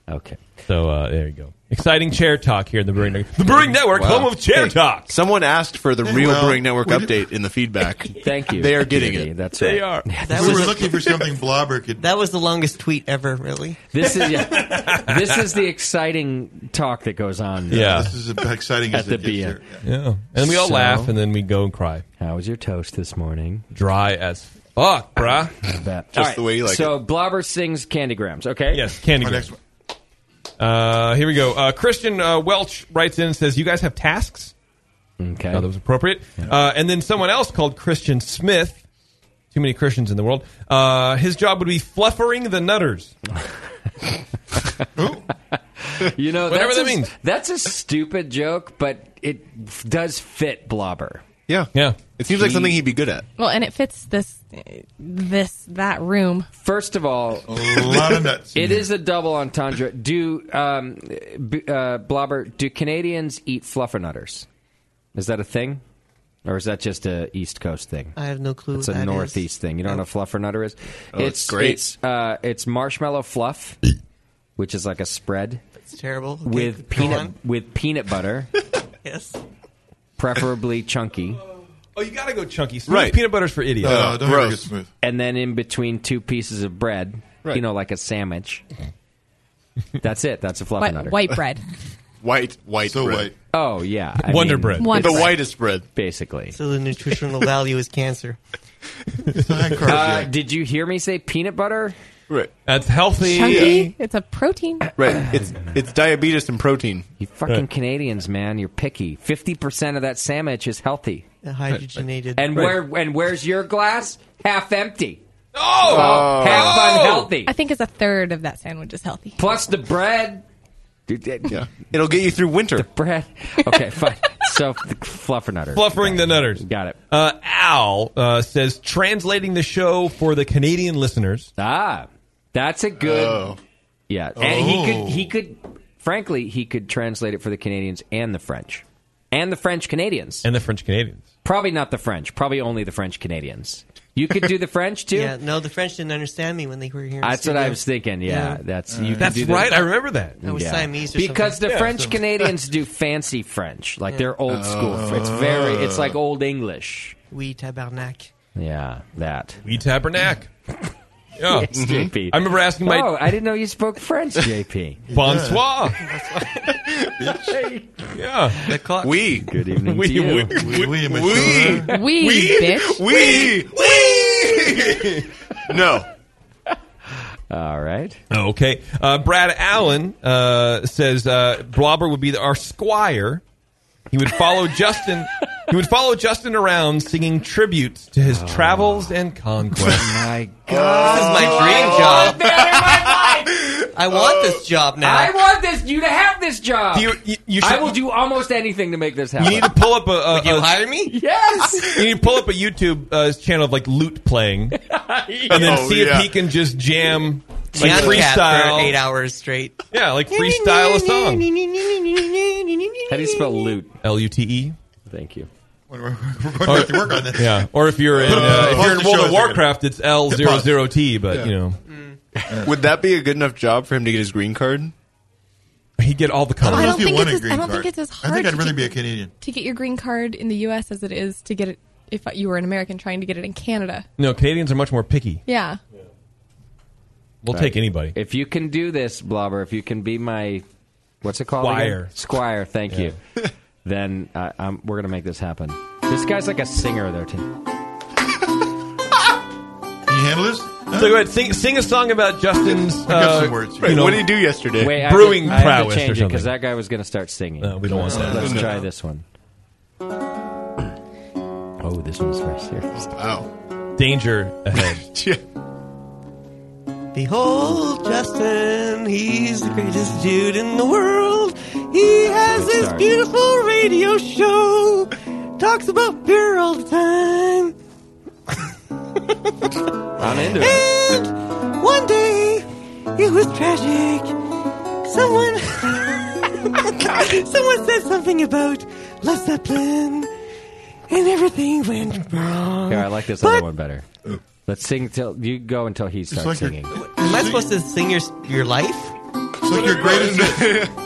Okay.
So uh, there you go. Exciting chair talk here in the Brewing Network. The Brewing Network,
Wow.
home of chair
Hey,
talk.
Someone asked for the
Hey,
real
well,
Brewing Network
we-
update in the feedback.
Thank you.
They are getting
Community.
it.
That's
They
right.
are.
That
we
was
were
a-
looking for something Blobber could.
That was the longest tweet ever, really.
This is yeah, this is the exciting talk that goes on.
Yeah.
This is as exciting
at
as
the
it gets
BN.
here.
Yeah. And we all
So,
laugh, and then we go and cry.
How was your toast this morning?
Dry as Fuck, bruh.
All right, So Blobber sings Candygrams, okay?
Yes, Candy Grams. Uh, here we go. Uh, Christian uh, Welch writes in and says, "You guys have tasks."
Okay,
that was appropriate. Uh, and then someone else called Christian Smith. Too many Christians in the world. Uh, his job would be fluffering the nutters.
you know,
whatever
that's
that
a-
means.
That's a stupid joke, but it f- does fit Blobber.
Yeah,
yeah.
It seems like something he'd be good at.
Well, and it fits this, this that room.
First of all, It is a double entendre. Do um, b- uh, Blobber? Do Canadians eat fluffernutters? Is that a thing, or is that just a East Coast thing?
I have no clue
It's
what
a
that
Northeast thing. You don't know what fluffernutter is?
Oh, it's great.
It's, uh, it's marshmallow fluff, which is like a spread.
It's terrible. Okay,
with
go
peanut
on.
with peanut butter,
Yes.
preferably chunky.
Oh, you gotta go chunky. Smooth
Right.
Peanut butter's for idiots.
And then in between two pieces of bread,
Right.
you know, like a sandwich. That's it. That's a
White,
fluffernutter.
white bread.
White, white, so
bread. Oh yeah,
Wonder bread. Wonder The bread.
whitest bread, basically.
So the nutritional value is cancer.
Uh, did you hear me say peanut butter?
Right.
That's healthy.
Chunky. It's a protein.
Right. It's it's diabetes and protein.
You fucking Canadians, man, you're picky. Fifty percent of that sandwich is healthy.
The hydrogenated.
And where and where's your glass? Half empty.
Oh,
half unhealthy.
I think it's a third of that sandwich is healthy.
Plus the bread.
Yeah. It'll get you through winter. The
bread. Okay, fine. So the fluffernutter.
Fluffering the nutters.
Got it.
Uh, Al uh, says translating the show for the Canadian listeners.
Ah, that's a good.
Oh.
Yeah, and he could he could frankly he could translate it for the Canadians and the French and the French Canadians
and the French Canadians.
Probably not the French. Probably only the French Canadians. You could do the French too.
Yeah, no, the French didn't understand me when they were here. in
That's what
studio. Uh,
I was thinking. Yeah, that's you. could
That's
do the-
right, I remember that. I was
Yeah.
Siamese or
because
something.
the
Yeah,
French
so-
Canadians do fancy French, like
Yeah. Oh.
they're old school. Fr- It's very, it's like old English.
Oui, tabarnak.
Yeah, that.
We tabernac. Yeah. Mm-hmm.
Yes, JP.
I remember asking my.
Oh, I didn't know you spoke French, JP.
Bonsoir. yeah.
The clock.
We.
Good evening
We-
to you.
we-
We. We.
mature.
We, bitch.
We. We. No.
All right.
Okay. Uh, Brad Allen uh, says uh, Blobber would be the, our squire. He would follow Justin. He would follow Justin around singing tributes to his travels and conquests.
Oh. My
God,
my dream job. I want this job now.
I want this you to have this job.
You- you- you
I
should-
will do almost anything to make this happen.
You need to pull up a. a
Would you
a-
hire me? Yes.
you need to pull up a YouTube uh, channel of like loot playing, and then
Oh,
see
yeah.
if he can just jam like
Jam
freestyle
cat for eight hours straight.
Yeah, like freestyle a song.
How do you spell loot?
L U T E.
Thank you.
We're going to have to work on this.
Yeah, or if you're in uh, if
Pause
you're in
the
World
show
of
a second.
Warcraft, it's L
Hit
zero
pause.
zero T. But
Yeah.
you know,
Mm.
Would that be a good enough job for him to get his green card?
He'd get all the
I
colors.
don't think it's. As, I don't think it's as hard. to get-
Canadian.
to get your green card in the U.S. as it is to get it if you were an American trying to get it in Canada.
no Canadians are much more picky.
Yeah.
We'll
Right.
take anybody.
If you can do this, Blobber, if you can be my what's it called? again?
Squire.
Squire. Thank you. then uh, um, we're gonna make this happen. This guy's like a singer, though. Too.
Can you handle this?
So go ahead, sing, sing a song about Justin's. Uh, you know,
Wait, I
brewing
have to- I have to
prowess
change
or
it,
something.
that guy was gonna start singing.
No, we don't want that.
Let's
No.
try this one. Oh, this one's very serious.
Oh, danger ahead.
Behold, Justin, he's the greatest dude in the world. He has this
Sorry.
beautiful radio show, talks about beer all the time.
I'm into it.
And one day, it was tragic. Someone, someone said something about Led Zeppelin, and everything went
Uh,
wrong.
Here, I like this other one better. Let's sing till you go until he starts
like you're-
singing.
Am I supposed to sing your your life?
It's like your greatest.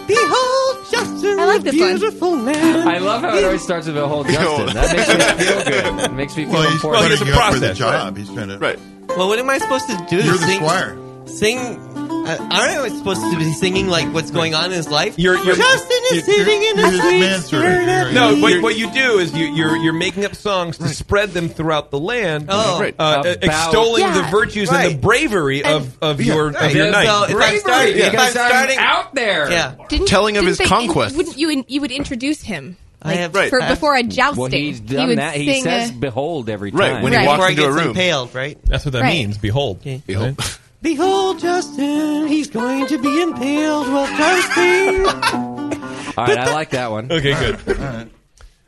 Behold, Justin, I like this beautiful man.
I love how it always starts with a whole Justin. That makes me feel good. It makes me feel
Well, he's
important.
putting you up for the job. He's trying to.
Right.
Well, what am I supposed to do?
You're the
sing,
squire.
Sing.
I, uh, aren't I supposed to be singing like what's going on in his life?
You're, you're
Justin is sitting in a sweet spirit.
No, what, what you do is you, you're you're making up songs to spread them throughout the land,
Oh. Right.
uh,
About-
extolling the
Yeah.
virtues and the
Right.
bravery of, of
Yeah.
your
Right.
of your
So
night.
if I'm Bravery, starting- if because I'm I'm starting- out there. Yeah.
Didn't,
Telling of
didn't
his
they-
conquests.
Wouldn't you? in- You would introduce him.
I
Like,
have- Right.
for,
I-
before a jousting.
Well, he's
he
done
would
that. He
sing
says
a,
"Behold" every
Right,
time.
when he Right. walks Before he into a gets room. impaled, right?
That's what that
Right.
means. Behold. Behold.
Behold, Justin, he's going to be impaled while thirsty.
All right, I like that one.
Okay, good.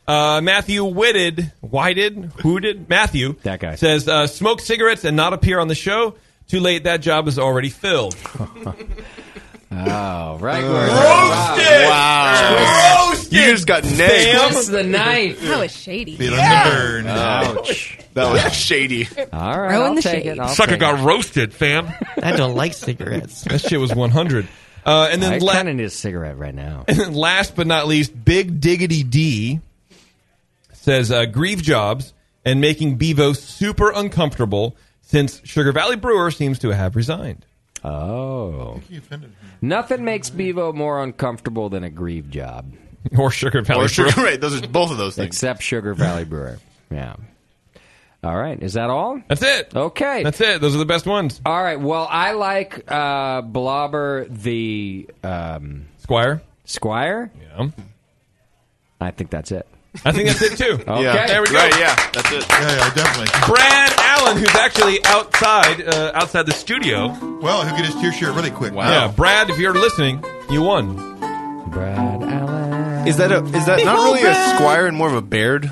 Uh, Matthew Whitted, Whited, Hooted, Matthew, that guy says, uh, "Smoke cigarettes and not appear on the show. Too late. That job is already filled."
Oh, right.
Roasted!
Wow.
Roasted! You just got
negged.
nailed.
Twist the knife.
That was shady.
burn.
Ouch.
That was shady.
All right,
Throw in
I'll
the
take
shade.
it. I'll
Sucker
take
got roasted, fam.
I don't like cigarettes.
That shit was 100. Uh, and then
I
la-
kind of need a cigarette right now.
And then last but not least, Big Diggity D says uh, grieve jobs and making Bevo super uncomfortable since Sugar Valley Brewer seems to have resigned.
Oh. Nothing makes Bevo more uncomfortable than a grieve job.
Or Sugar Valley
Or Sugar-
Brewer.
right, those are both of those things.
Except Sugar Valley Brewer. Yeah. All right. Is that all?
That's it.
Okay.
That's it. Those are the best ones.
All right. Well, I like uh, Blobber the um,
Squire.
Squire.
Yeah.
I think that's it.
I think that's it too.
okay.
There we go.
that's it.
Yeah, yeah, definitely.
Brad Allen, who's actually outside uh, outside the studio.
Well, he'll get his tear shirt really quick. Wow.
Yeah, Brad, if you're listening, you won.
Brad Allen.
Is that a is that not really a squire and more of a baird?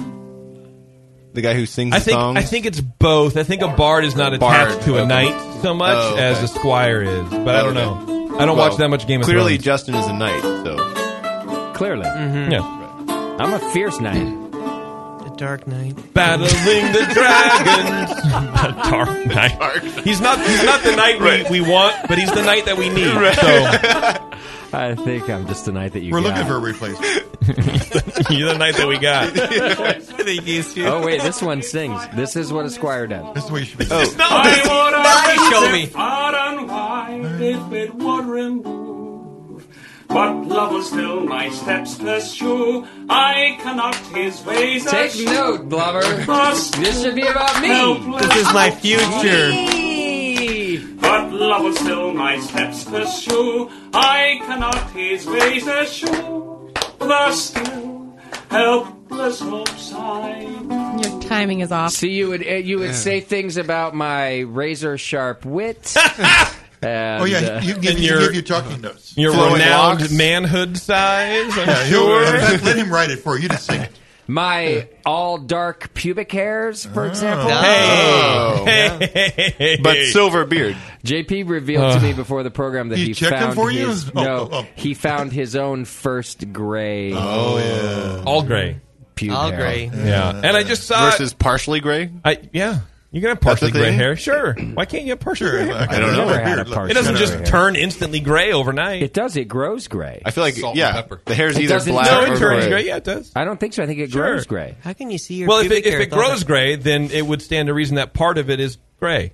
The guy who sings
I think
songs.
I think it's both. I think a bard is not
Bard,
attached to a
okay.
knight so much
Oh, okay.
as a squire is, but I don't
Okay.
know. I don't
Well,
watch that much Game of
Clearly,
Thrones.
Justin is a knight. So
Clearly.
Mm-hmm. Yeah.
I'm a fierce knight.
The Dark Knight.
Battling the dragons. The dark knight. He's not he's not the knight we, we want, but he's the knight that we need.
So I think I'm just the knight that you
We're
got.
looking for a replacement.
So you're the knight that we got.
Oh wait, this one sings. This is what a squire does.
This is what you should be.
Oh.
I would
Now you show
me. Far and wide, if it would remove. But love will still my steps pursue. I cannot his ways
Take
eschew.
note, Blubber.
Thus
This should be about me.
helpless
This is my future.
But love will still my steps pursue. I cannot his ways eschew. Thus still helpless hopes I.
Your timing is off.
See, you would uh, you would say things about my razor sharp wit. uh,
Oh, yeah, you, you, give,
And
you
your-
give your talking notes.
Your
Flowing
renowned
locks.
manhood size, I'm
Yeah, he'll-
sure.
let, let him write it for you. You Just sing it.
my all dark pubic hairs, for example.
Oh.
But silver beard.
JP revealed
Uh.
to me before the program that
He
he,
checked them
found
for you?
his
Oh,
no,
oh, oh.
he found his own first gray.
Oh, yeah.
All gray.
Pube
All
hair.
gray.
Yeah. And I just saw
versus partially gray.
I yeah. You can have partially
That's a
gray
thing?
hair. Sure. Why can't you have partially
Sure,
gray hair?
I I don't know. never had a
It
partially
doesn't
gray
just
hair.
turn instantly gray overnight.
It does. It grows gray.
I feel like
Salt and
yeah,
pepper.
the hair's
It
either
doesn't-
black
No,
it
or
turns
gray.
gray. Yeah, it does.
I don't think so. I think it
Sure.
grows gray.
How can you see your
Well, if
pubic
it, if
hair
it
with all
grows
that-
gray, then it would stand to reason that part of it is gray.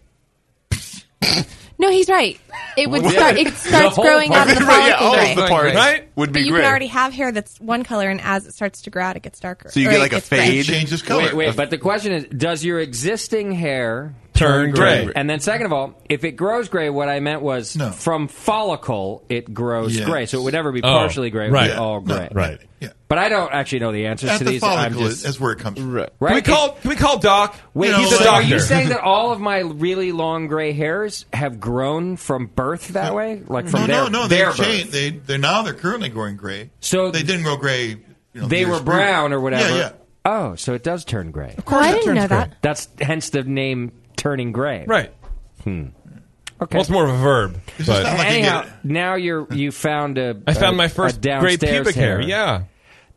No, he's right. It would
Yeah.
start. It starts growing out of the
Right,
follicle.
Oh,
yeah, all of
gray.
the parts
Right?
would
But
be
you
gray.
can already have hair that's one color, and as it starts to grow out, it gets darker.
So you
Or
get
it
like a
gets gray.
fade.
Changes color.
Wait, wait. But the question is, does your existing hair
Turn gray.
And then, second of all, if it grows gray, what I meant was from follicle it grows
Yes.
gray, so it would never be
Oh,
partially gray. It would be
right.
all
No,
gray,
right. Yeah.
But I don't actually know the answers
At
to
the
these. I'm
follicle,
just
that's where it comes from. Right.
right.
Can we call can we call Doc?
Wait,
he's
so
a
are
doctor.
you saying that all of my really long gray hairs have grown from birth that way, like from
no,
their,
no, no,
their
they've
birth?
changed. They, they're now they're currently growing gray.
So
they didn't grow gray. You know,
they
years
were brown
earlier.
or whatever.
Yeah, yeah.
Oh, so it does turn gray. Of
course Oh, I it didn't turns know gray. that.
That's hence the name turning gray.
Right.
Hmm.
Well, it's more of a verb. but-
anyhow, now you're you found a.
I found
a-
my first
a
gray
downstairs
pubic hair,
hair.
yeah.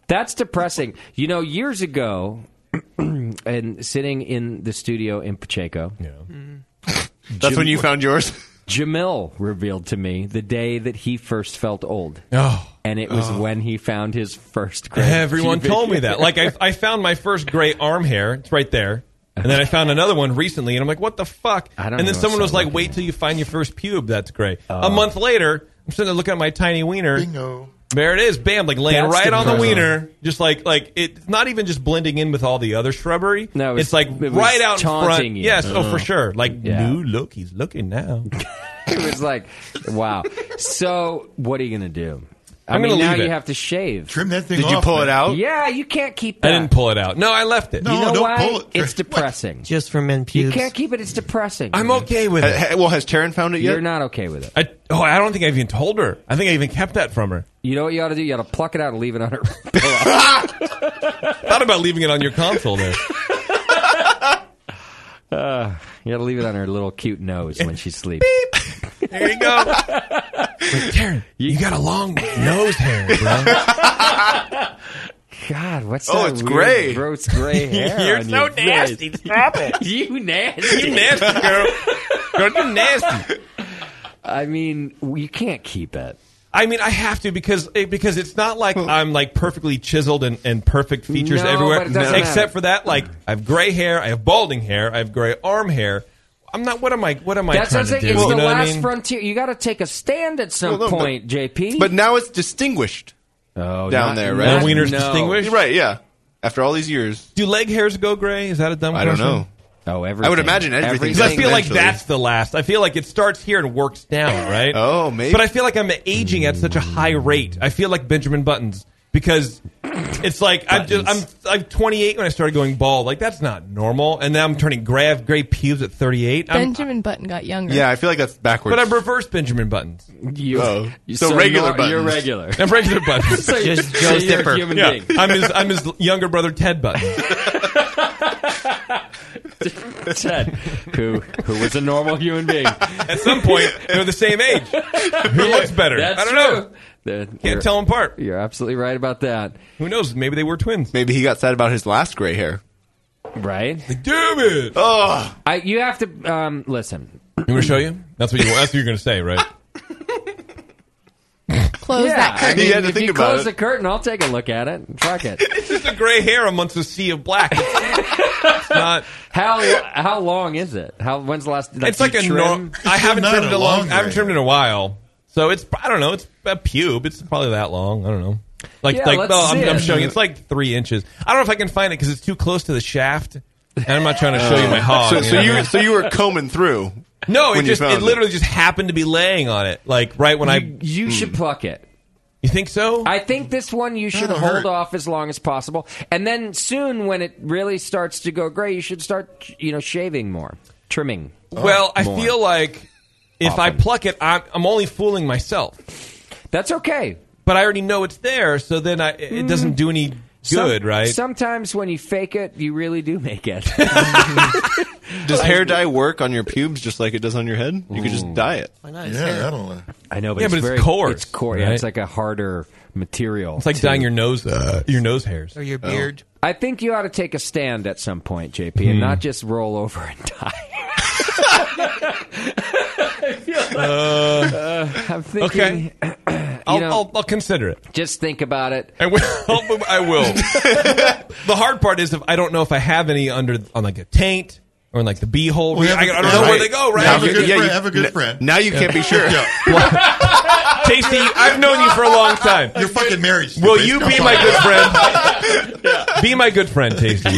that's depressing. You know, years ago, and sitting in the studio in Pacheco. Yeah.
That's when you found yours.
Jamil revealed to me the day that he first felt old.
Oh.
and it was
Oh.
when he found his first. Gray
Everyone
pubic
told me
hair.
that. Like I, I found my first gray arm hair. It's right there. And then I found another one recently, and I'm like, what the fuck?
I
and
don't
then
know,
someone was
so Oh.
like, wait till you find your first pube. That's great. a month later, I'm sitting there looking at my tiny wiener.
Bingo.
There it is, bam! Like laying
That's
right on the
depressing.
wiener, just like like it's not even just blending in with all the other shrubbery.
No, it was-
it's like
it was
right out in front.
taunting you.
Yes, oh
Uh-huh.
for sure. Like
Yeah.
new look, he's looking now.
it was like, wow. So what are you gonna do? I
I'm
mean,
gonna
now
leave
you
it.
have to shave.
Trim that
thing Did you off, pull man. it out?
Yeah, you can't keep
I
that.
didn't pull it out. No, I left it.
You know why? It's
depressing.
Just for men You can't keep it. It's depressing. I'm
okay with
it. Well, has Taryn found it yet?
You're not okay with it.
I, oh, I don't think I even told her. I think I even kept that from her.
You know what you ought to do? You ought to pluck it out and leave it on her.
Thought about leaving it on your console there.
Uh, you got to leave it on her little cute nose when she sleeps.
There you go. Karen, you, got a long nose hair, bro.
God, what's
Oh,
that
it's
weird,
gray.
gross gray hair?
You're
on
so
your
nasty.
face?
Stop it.
you nasty.
You nasty girl. Girl, you nasty.
I mean, you can't keep it.
I mean, I have to because eh, because it's not like I'm like perfectly chiseled and, and perfect features
No,
everywhere.
but it doesn't
Except
matter.
for that, like I have gray hair, I have balding hair, I have gray arm hair. I'm not. What am I? What am I
That's what
trying
I'm saying.
to do?
It's
You
the
know what I
last
mean?
frontier. You got to take a stand at some
Well, no, but-
point, JP.
But now it's distinguished
oh,
down
not-
there, right?
not- no.
Right, yeah. After all these years.
Do leg hairs go gray? Is that a dumb
I don't
question?
know.
Oh, everything.
I would imagine everything.
Because I feel like that's the last. I feel like it starts here and works down, right? oh, maybe. But I feel like I'm aging at such a high rate. I feel like Benjamin Buttons because it's like I'm just I'm I'm 28 when I started going bald. Like that's not normal. And now I'm turning gray. I have gray pubes at 38. I'm,
Benjamin Button got younger.
Yeah, I feel like that's backwards.
but I'm reverse Benjamin Buttons.
You,
Oh. So So regular nor-
you're Buttons. regular.
I'm regular Buttons.
So you're- Just so Joe you're a Dipper. human
Yeah.
being.
I'm his I'm his younger brother Ted Buttons.
Ted, who who was a normal human being.
At some point, they're the same age. Who looks better?
That's
I don't know.
Can't
tell them apart.
You're absolutely right about that.
Who knows? Maybe they were twins.
Maybe he got sad about his last gray hair.
Right?
Damn it!
Oh,
I, you have to um, listen.
You want to show you? That's what you. That's what you're going to say, right?
Close
Yeah,
that curtain.
I mean,
had to
if
think
you
about
close
it.
the curtain, I'll take a look at it. Fuck it.
It's just a gray hair amongst a sea of black. It's not.
How how long is it? How when's the last? Like
it's like
you
a
trim?
norm. I haven't trimmed it a long. I haven't trimmed it in a while. So it's I don't know. It's a pube. It's probably that long. I don't know. Like
Yeah,
like
let's
oh, I'm,
see
I'm
it.
showing. you. It's like three inches. I don't know if I can find it because it's too close to the shaft. And I'm not trying to show you my hog.
Uh, So, so
know?
you so you were combing through.
No, it
when you
just
found
it literally just happened to be laying on it. Like right when I.
You should pluck it.
You think so?
I think this one you should hold off as long as possible, and then soon when it really starts to go gray, you should start you know shaving more, trimming.
Well, I
more.
feel like if I pluck it, I'm, I'm only fooling myself.
That's okay. Mm.
But I already know it's there, so then I, it doesn't do any good,
Some-
right?
Sometimes when you fake it, you really do make it.
Does hair dye work on your pubes just like it does on your head? You could just dye it.
Why
not? It's Yeah, hair. I don't know.
I know, but
Yeah,
it's
but it's
very,
coarse,
It's coarse. Yeah,
right?
it's like a harder material.
it's like
to-
dyeing your nose, uh, your nose hairs,
Or
your
beard. I think you ought to take a stand at some point, JP, and
Hmm.
not just roll over and die. Uh, I'm thinking.
Uh, I'll,
you know,
I'll, I'll consider it.
just think about it.
I will. I will. the hard part is if I don't know if I have any under on like a taint or in like the beehole.
Well,
I,
have a-
I don't know
yeah,
where
right.
they go. Right?
Have a good friend. Have a good friend.
Now you can't be sure.
Tasty, I've known you for a long time.
You're fucking married.
Will
stupid.
you
Come
be
on.
my good friend? Be my good friend, Tasty.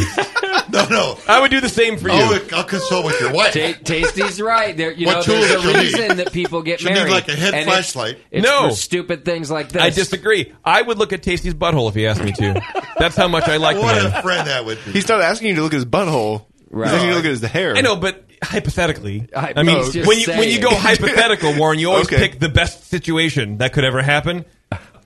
No, no.
I would do the same for you.
I'll, Oh, I'll consult with your wife.
Ta- Tasty's right. There, you
What
know, there's
tools
a
she'll need?
reason that people get
She'll need,
married.
like, a head
and it's-
flashlight.
It's,
No.
for stupid things like this.
I disagree. I would look at Tasty's butthole if he asked me to. That's how much I like the man.
friend that would
He's not asking you to look at his butthole. He's asking you to look at his hair.
I know, but hypothetically, I,
I-
mean,
I was just
when you when you
saying.
go hypothetical, Warren, you always
Okay.
pick the best situation that could ever happen.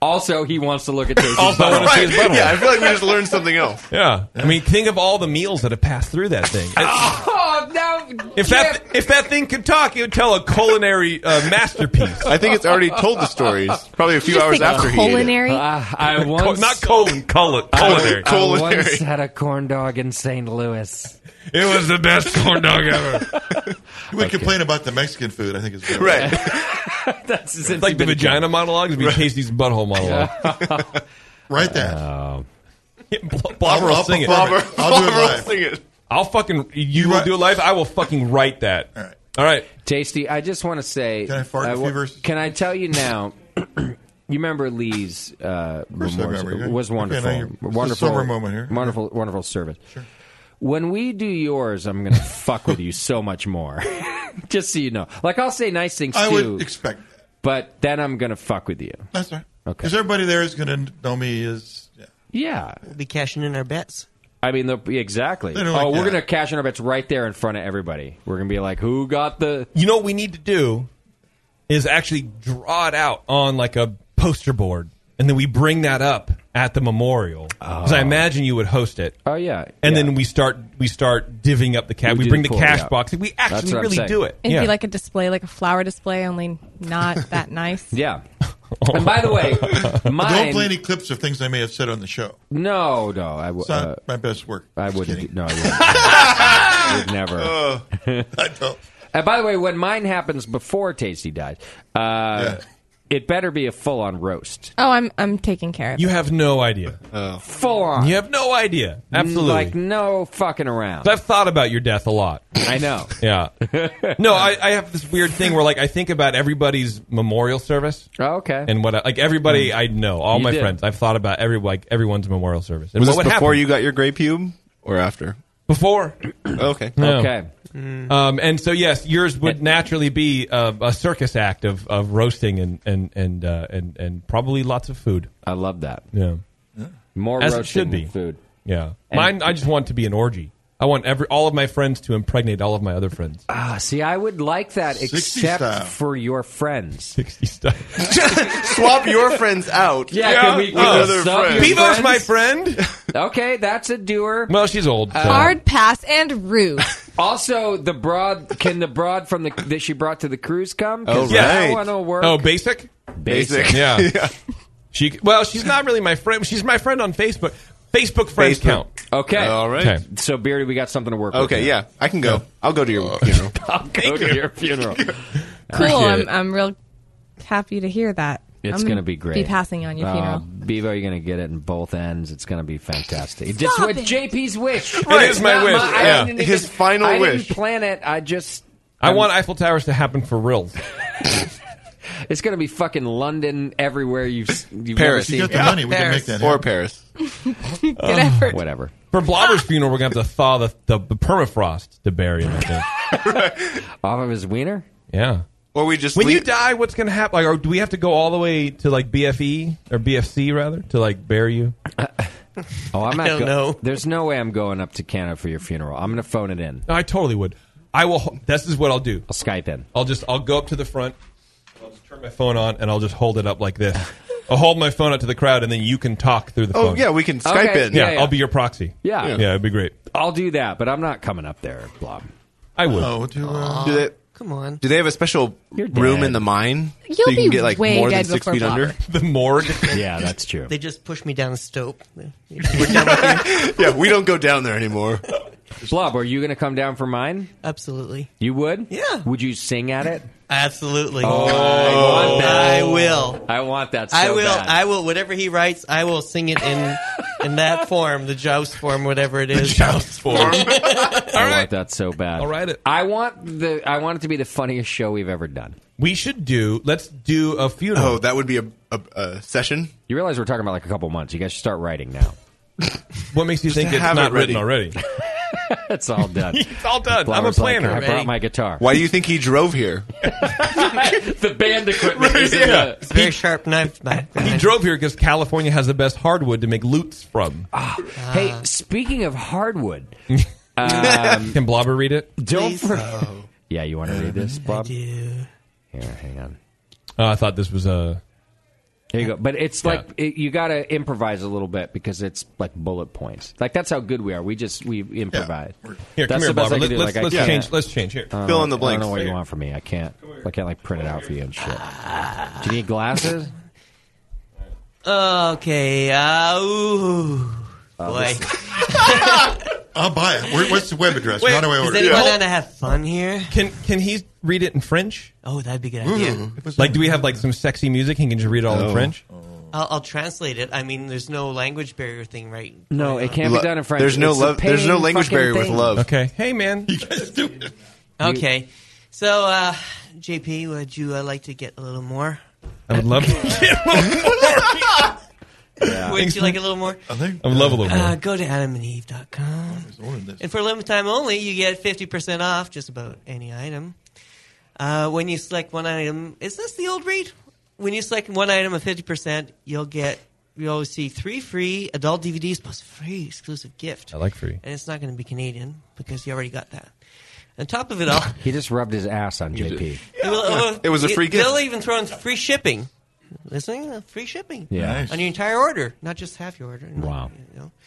Also, he wants to look at Tasty's
also, I want to see his
Right.
butthole.
Yeah, I feel like we just learned something else.
Yeah. I mean, think of all the meals that have passed through that thing.
Oh no!
if that if that thing could talk, it would tell a culinary uh, masterpiece.
I think it's already told the stories. Probably a few hours after he ate it.
Uh, I once
not colon, colon, culinary.
I, I once had a corn dog in St. Louis.
It was the best corn dog ever.
You would complain about the Mexican food. I think it's
right.
That's
It's like the vagina monologue would be Tasty's butthole monologue.
Right there.
Oh.
Yeah, Bl- Blobber will sing it.
I'll, perform I'll do it live.
sing it.
I'll fucking you will do it live. I will fucking write that. All right. All right.
Tasty, I just want to say. Can I
fart a few verses?
Can I tell you now? you remember Lee's uh,
course I
remorse.
remember.
It was
Okay, now
wonderful.
you're- it's a
wonderful
sober moment here.
Wonderful, wonderful service. When we do yours, I'm going to fuck with you so much more. just so you know. Like, I'll say nice things
I
too.
would expect.
But then I'm going to fuck with you.
That's right.
Okay.
Because everybody there is going to know me as. Yeah.
Yeah.
We'll be cashing in our bets.
I mean, they'll- exactly.
They don't like
oh, we're
that.
gonna cash in our bets right there in front of everybody. We're gonna be like, "Who got the?"
You know what we need to do is actually draw it out on like a poster board, and then we bring that up at the memorial because I imagine you would host it.
Oh yeah,
and then we start we start divvying up the cash.
We
We,
do
bring
the
the
pool,
cash
yeah.
box. We
That's
actually
what I'm
really
saying.
do it.
It'd be like a display, like a flower display, only not that nice.
Yeah. And by the way,
But don't
mine-
play any clips of things I may have said on the show.
No, no, I would.
It's not my best work.
I wouldn't. do- No, I wouldn't. would never.
Uh, I don't.
And by the way, when mine happens before Tasty dies, uh, it better be a full-on roast.
Oh, I'm I'm taking care of. it.
You have no idea.
Oh.
Full on.
You have no idea. Absolutely.
Like no fucking around.
I've thought about your death a lot.
I know.
Yeah. No, I, I have this weird thing where like I think about everybody's memorial service.
Oh, okay. Mm.
And what I, like everybody I know, all
You
my
did.
friends, I've thought about every like everyone's memorial service. And
Was
what
this
would
before
happen?
you got your gray pube or after?
Before.
okay.
No.
Mm.
Mm.
Um, and so yes, yours would naturally be a, a circus act of, of roasting and and and, uh, and and probably lots of food.
I love that.
Yeah,
More
as it
roasting
should be.
than food.
Yeah,
And-
mine. I just want to be an orgy. I want every all of my friends to impregnate all of my other friends.
Ah, see, I would like that,
60
except
style.
for your friends.
Sixty style.
Swap your friends out.
Yeah, can we, can
with
we
other
sub your
friends.
friends?
friend.
okay, that's a doer. Uh,
Well, she's old. so-
Hard pass and rude.
Also, the broad can the broad from the that she brought to the cruise come? 'Cause that one will work.
Oh, basic.
Basic.
Yeah.
Yeah.
She well, she's not really my friend. She's my friend on Facebook. Facebook friends
Facebook.
count.
Okay.
All right. Okay.
So, Beardy, we got something to work with.
Okay, yeah, I can go. I'll go to your funeral.
I'll go to your funeral.
Cool. um,
Appreciate
I'm
it.
I'm real happy to hear that.
It's
I'm
going to be great.
Be passing on your
Oh,
funeral.
Bevo, you're going to get it in both ends. It's going to be fantastic. It's
Stop
what JP's wish.
It is my wish. Yeah. His final
I
wish.
didn't plan it. I just.
I want Eiffel Towers to happen for real.
It's going to be fucking London everywhere you've, s- you've
Paris.
Ever seen.
You got the money, we can make that happen. Or
Paris.
Good
Oh,
effort.
Uh, Whatever.
For Blobber's funeral, we're gonna have to thaw the, the, the permafrost to bury him. I think.
Off of his wiener.
Yeah.
Or we just
when
leave-
you die, what's gonna happen? Like, or do we have to go all the way to like BFE or BFC rather to like bury you?
Oh, I'm not.
I don't know.
There's no way I'm going up to Canada for your funeral. I'm going to phone it in.
No, I totally would. I will. This is what I'll do.
I'll Skype in.
I'll just. I'll go up to the front. I'll just turn my phone on and I'll just hold it up like this. I'll hold my phone out to the crowd and then you can talk through the
Oh,
phone.
yeah, we can Skype Okay, in.
Yeah,
yeah, yeah.
I'll be your proxy.
Yeah.
yeah, it'd be great.
I'll do that, but I'm not coming up there, Blob.
I would.
Oh, do, uh,
Do they,
come on.
Do they have a special room in the mine?
You'll
so you can
be
get like
way
more than
dead
six
before
feet under?
Blobber.
The morgue.
Yeah, that's true.
They just pushed me down the stope.
yeah, we don't go down there anymore.
Blob, are you going to come down for mine?
Absolutely.
You would? Yeah. Would you sing at it?
Absolutely.
Oh, I want that.
I will.
I want that. So
I will.
bad.
I will. Whatever he writes, I will sing it in in that form, the joust form, whatever it is. joust
form.
I want that so bad.
I'll write it.
I want the. I want it to be the funniest show we've ever done.
We should do. Let's do a funeral.
Oh, that would be a, a, a session.
You realize we're talking about like a couple months. You guys should start writing now.
What makes you
Just
think
to
it's
have
not
it
written
ready.
already?
it's all done.
it's all done. I'm a
Blubber's like,
planner.
I brought my guitar.
Why do you think he drove here?
the band equipment? is in
yeah.
the-
very sharp knife.
He drove here because California has the best hardwood to make lutes from.
Uh, Hey, speaking of hardwood, um,
Can Blobber read it?
Don't for- Oh. yeah, you want to read this, Bob? Here, hang on.
Oh, I thought this was a.
Here you go. But it's like it, you got to improvise a little bit because it's like bullet points. Like that's how good we are. We just we improvise.
Here, come
that's
here,
the best
Bobber.
I can
Let-
do.
let's-
like, I
let's
can't- Um,
change- let's change. Here.
I don't
Fill
know-
in the
I don't
blanks.
know what you
Here.
want from me. I can't. I can't like print it out for you and shit. do you need glasses?
Okay. Uh, ooh. Boy.
I'll buy it. Where, what's the web address? How do I
does
order?
anyone
it?
want to have fun here?
Can can he read it in French? Mm-hmm.
Oh, that'd be a good idea.
Oh.
Like, do we have like some sexy music? He can just read it all in French.
I'll, I'll translate it. I mean, there's no language barrier thing, right?
No, it can't be
Lo-
done in French.
there's no
It's the
love- there's no
pain
language
fucking
barrier with
thing.
love.
Okay. Hey, man.
Okay. So, uh, JP, would you uh, like to get a little more?
I would love to.
Would you like a little more?
I think-
I would love a little
Uh,
more.
go to adamandeve.com. And for a limited time only, you get 50% off just about any item. Uh, when you select one item, is this the old read? When you select one item of 50%, you'll get, you'll see three free adult DVDs plus a free exclusive gift.
I like free.
And it's not going to be Canadian because you already got that. On top of it all,
He just rubbed his ass on JP.
It, will- will-
It was a free gift.
They'll even throw in free shipping. Listening, Uh, free shipping.
Yeah. Nice.
on your entire order, not just half your order.
Wow.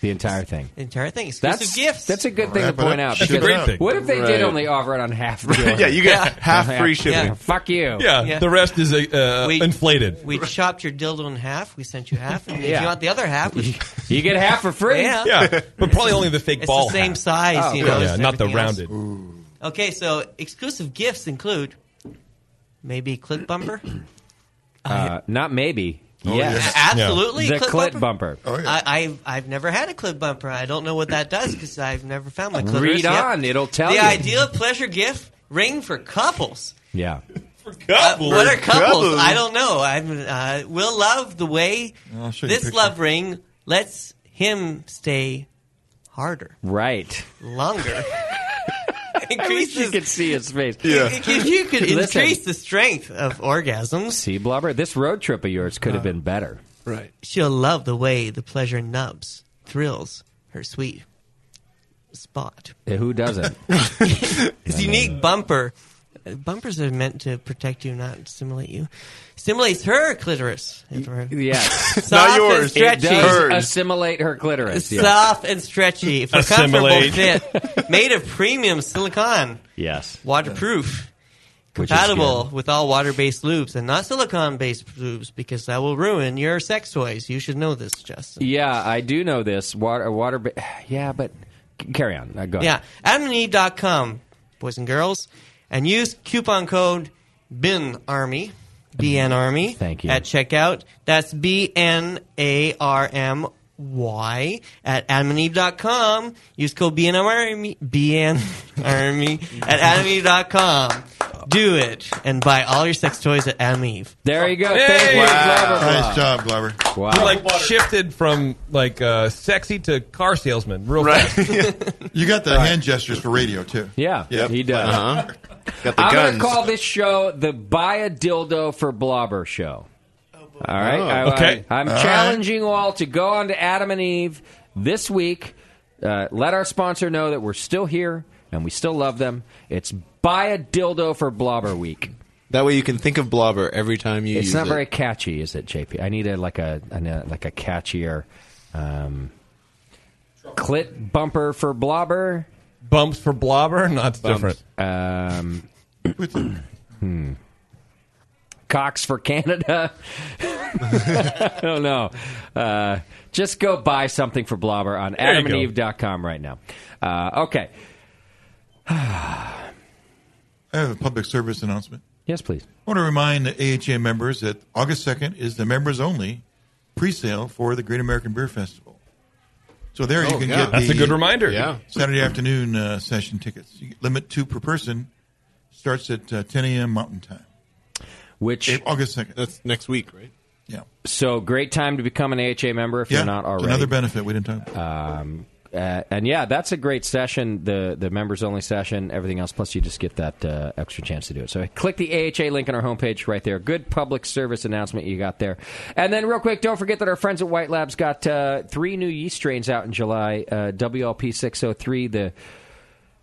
The entire thing.
The entire thing. Exclusive
That's
gifts.
That's a good thing to point out. Because What if they did only offer it on half?
Yeah, you get Yeah. half free shipping. Yeah.
Fuck you.
Yeah, the rest is uh,
We-
inflated.
We chopped your dildo in half. We sent you half. And
Yeah.
if you want the other half, we-
You get half for free.
Yeah,
Yeah, but probably only the fake
it's
ball
the same
half.
size,
Oh,
you
okay.
know.
Yeah,
and
not the
everything else.
rounded.
Okay, so exclusive gifts include maybe click bumper.
Uh, not maybe.
Oh,
yes.
yeah. Oh, Absolutely,
The
clip
clit
bumper.
Oh,
bumper.
I, I've I've never had a clip bumper. I don't know what that does because I've never found my clip.
Read on. It'll tell
the
you.
ideal pleasure gift ring for couples.
Yeah.
Uh, what are couples?
Couples.
I don't know. I'm uh, we'll love the way
Oh, I'll show you a
this
picture.
love ring lets him stay harder,
Right.
longer.
I wish you could see his face.
Yeah. If- if you could
Listen.
increase the strength of orgasms.
See, blubber. This road trip of yours could have
Uh,
been better.
Right. She'll love the way the pleasure nubs thrills her sweet spot.
Eh, Who doesn't?
It's unique bumper. Uh, Bumpers are meant to protect you, not stimulate you. Stimulates her clitoris.
Yeah.
Soft And
It
stretchy.
does assimilate her clitoris. yes.
Soft and stretchy for
Assimilate.
comfortable fit. Made of premium silicone.
Yes.
Waterproof.
Which is
Compatible with all water-based lubes and not silicone-based lubes because that will ruin your sex toys. You should know this, Justin.
Yeah, I do know this. Water, water. ba- Yeah, but c- carry on. Uh, go
Yeah,
ahead.
adamandeve.com, boys and girls, and use coupon code BIN Army, BN Army. Thank you. At checkout, that's B N A R M Y at adamandeve.com. Use code BN Army, BN Army at adamandeve.com. Do it and buy all your sex toys at Adam and Eve.
There you go.
Thank you, Glover.
Nice job, Glover.
Wow.
You like shifted from like uh, sexy to car salesman real fast.
you got the hand gestures for radio too.
Yeah, he does.
Uh-huh.
Got
the
I'm
guns.
gonna call this show the "Buy a Dildo for Blobber" show. All right.
Oh.
I,
Okay.
I, am
All right.
challenging you all to go on to Adam and Eve this week. Uh, let our sponsor know that we're still here and we still love them. It's "Buy a Dildo for Blobber" week.
That way you can think of Blobber every time you
It's
use
not
it.
very catchy, is it, JP? I need a like a, an, uh, like a catchier um, clit bumper for blobber.
Bumps for blobber? No, it's
different. Um, hmm. Cox for Canada. I don't know. Uh, just go buy something for Blobber on
There you go.
adamandeve.com right now. Uh, okay.
I have a public service announcement.
Yes, please.
I want to remind the AHA members that August 2nd is the members only presale for the Great American Beer Festival. So there you
Oh,
can
yeah.
get
That's
the
a good reminder.
Yeah. Saturday afternoon uh, session tickets. You get limit two per person. Starts at uh, 10 a.m. Mountain Time.
Which
August 2nd. That's next week, right? Yeah.
So great time to become an AHA member if
Yeah,
you're not
it's
already.
another benefit we didn't talk
about. Um, uh, and yeah, that's a great session. The the members only session, everything else. Plus, you just get that uh, extra chance to do it. So click the AHA link on our homepage right there. Good public service announcement you got there. And then real quick, don't forget that our friends at White Labs got uh, three new yeast strains out in July. Uh, WLP six hundred three. The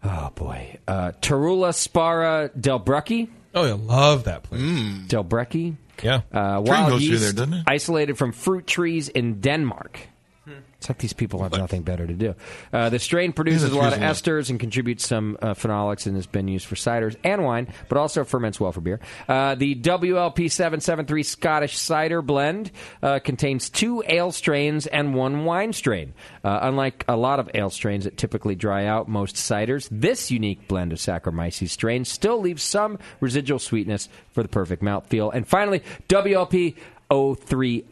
oh boy, uh, Tarula Spara Delbrucki.
Oh, I love that place.
Delbrucki.
Yeah.
Uh,
Train
wild
goes through
yeast
there, doesn't it?
isolated from fruit trees in Denmark.
Hmm.
It's like these people have nothing better to do. Uh, the strain produces a lot of esters and contributes some uh, phenolics and has been used for ciders and wine, but also ferments well for beer. Uh, the WLP 773 Scottish Cider Blend uh, contains two ale strains and one wine strain. Uh, unlike a lot of ale strains that typically dry out most ciders, this unique blend of Saccharomyces strains still leaves some residual sweetness for the perfect mouthfeel. And finally, WLP 030,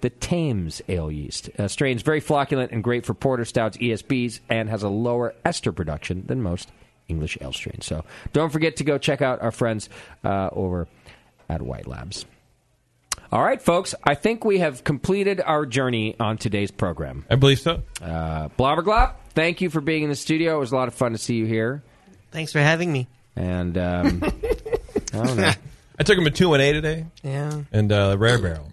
the Thames ale yeast. Uh, strains very flocculent and great for porter stouts, ESBs, and has a lower ester production than most English ale strains. So don't forget to go check out our friends uh, over at White Labs. All right, folks, I think we have completed our journey on today's program.
I believe so.
Uh, Blobberglop, thank you for being in the studio. It was a lot of fun to see you here.
Thanks for having me.
And um, I don't know.
I took him a two and A today.
Yeah.
And uh, Rare Barrel.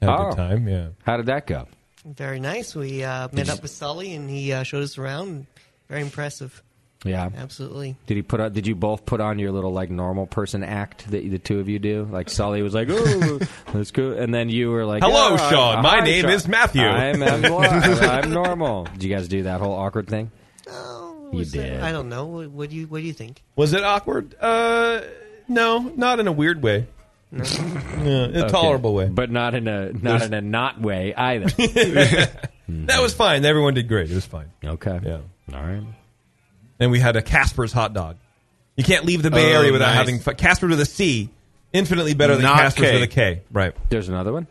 Had a
Oh.
good time, yeah.
How did that go?
Very nice. We uh, met up with Sully and he uh, showed us around. Very impressive.
Yeah,
Absolutely.
Did he put on? Did you both put on your little like normal person act that the two of you do? Like Sully was like, "Oh, let's go," and then you were like,
Hello,
"Yeah,
Sean.
hi,
My
hi,
name
Sean.
is Matthew."
I'm, I'm, I'm normal. Did you guys do that whole awkward thing?
Oh,
you did.
I don't know. What, what do you What do you think?
Was it awkward? Uh, no, not in a weird way. Yeah, in a
Okay.
tolerable way.
but not in a not
There's-
in a not way either.
That was fine. Everyone did great. It was fine.
Okay.
Yeah.
All right.
And we had a Casper's hot dog. You can't leave the Bay
Oh,
Area without
nice.
having fu- Casper with a C. Infinitely better than
Not
Casper's
K.
with a K. Right.
There's another one.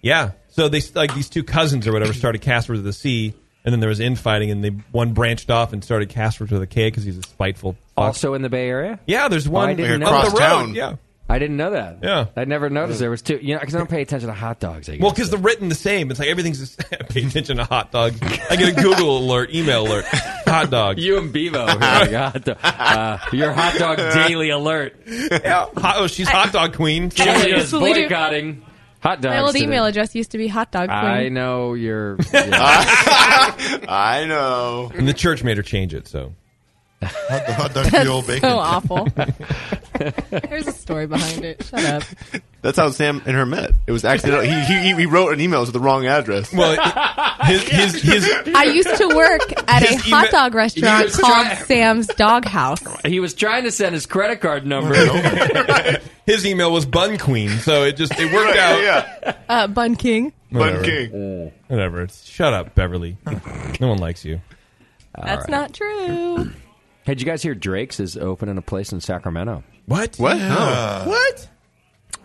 Yeah. So they like these two cousins or whatever started Casper's with a C, and then there was infighting, and they one branched off and started Casper's with a K because he's a spiteful. Fuck.
Also in the Bay Area.
Yeah, there's one
Oh, I didn't
up
know
the
that.
road. Yeah.
I didn't know that.
Yeah.
I never noticed there was two. You know, because I don't pay attention to hot dogs. I guess.
Well, because they're written the same. It's like everything's. Just, pay attention to hot dogs. I get a Google alert, email alert, hot dogs.
You and Bevo. uh, your hot dog daily alert.
Yeah. Hot, oh, she's hot dog queen.
Julia's
So we do-
boycotting hot dogs.
My old
today.
email address used to be hot dog
I
queen.
know oh, you're.
I know. And the church made her change it. So
hot dog
That's so awful. There's a story behind it. Shut up.
That's how Sam and her met. It was accidental. he, he he wrote an email to the wrong address.
Well, his his, his
I used to work at a
His
hot
email-
dog restaurant
His
called
tra-
Sam's Dog House.
He was trying to send his credit card number.
his email was bun queen. So it just it worked out.
Uh, Bun King.
Whatever.
King.
Whatever. It's, shut up, Beverly. no one likes you.
That's not true.
Hey, did you guys hear Drake's is opening a place in Sacramento?
What?
What?
What?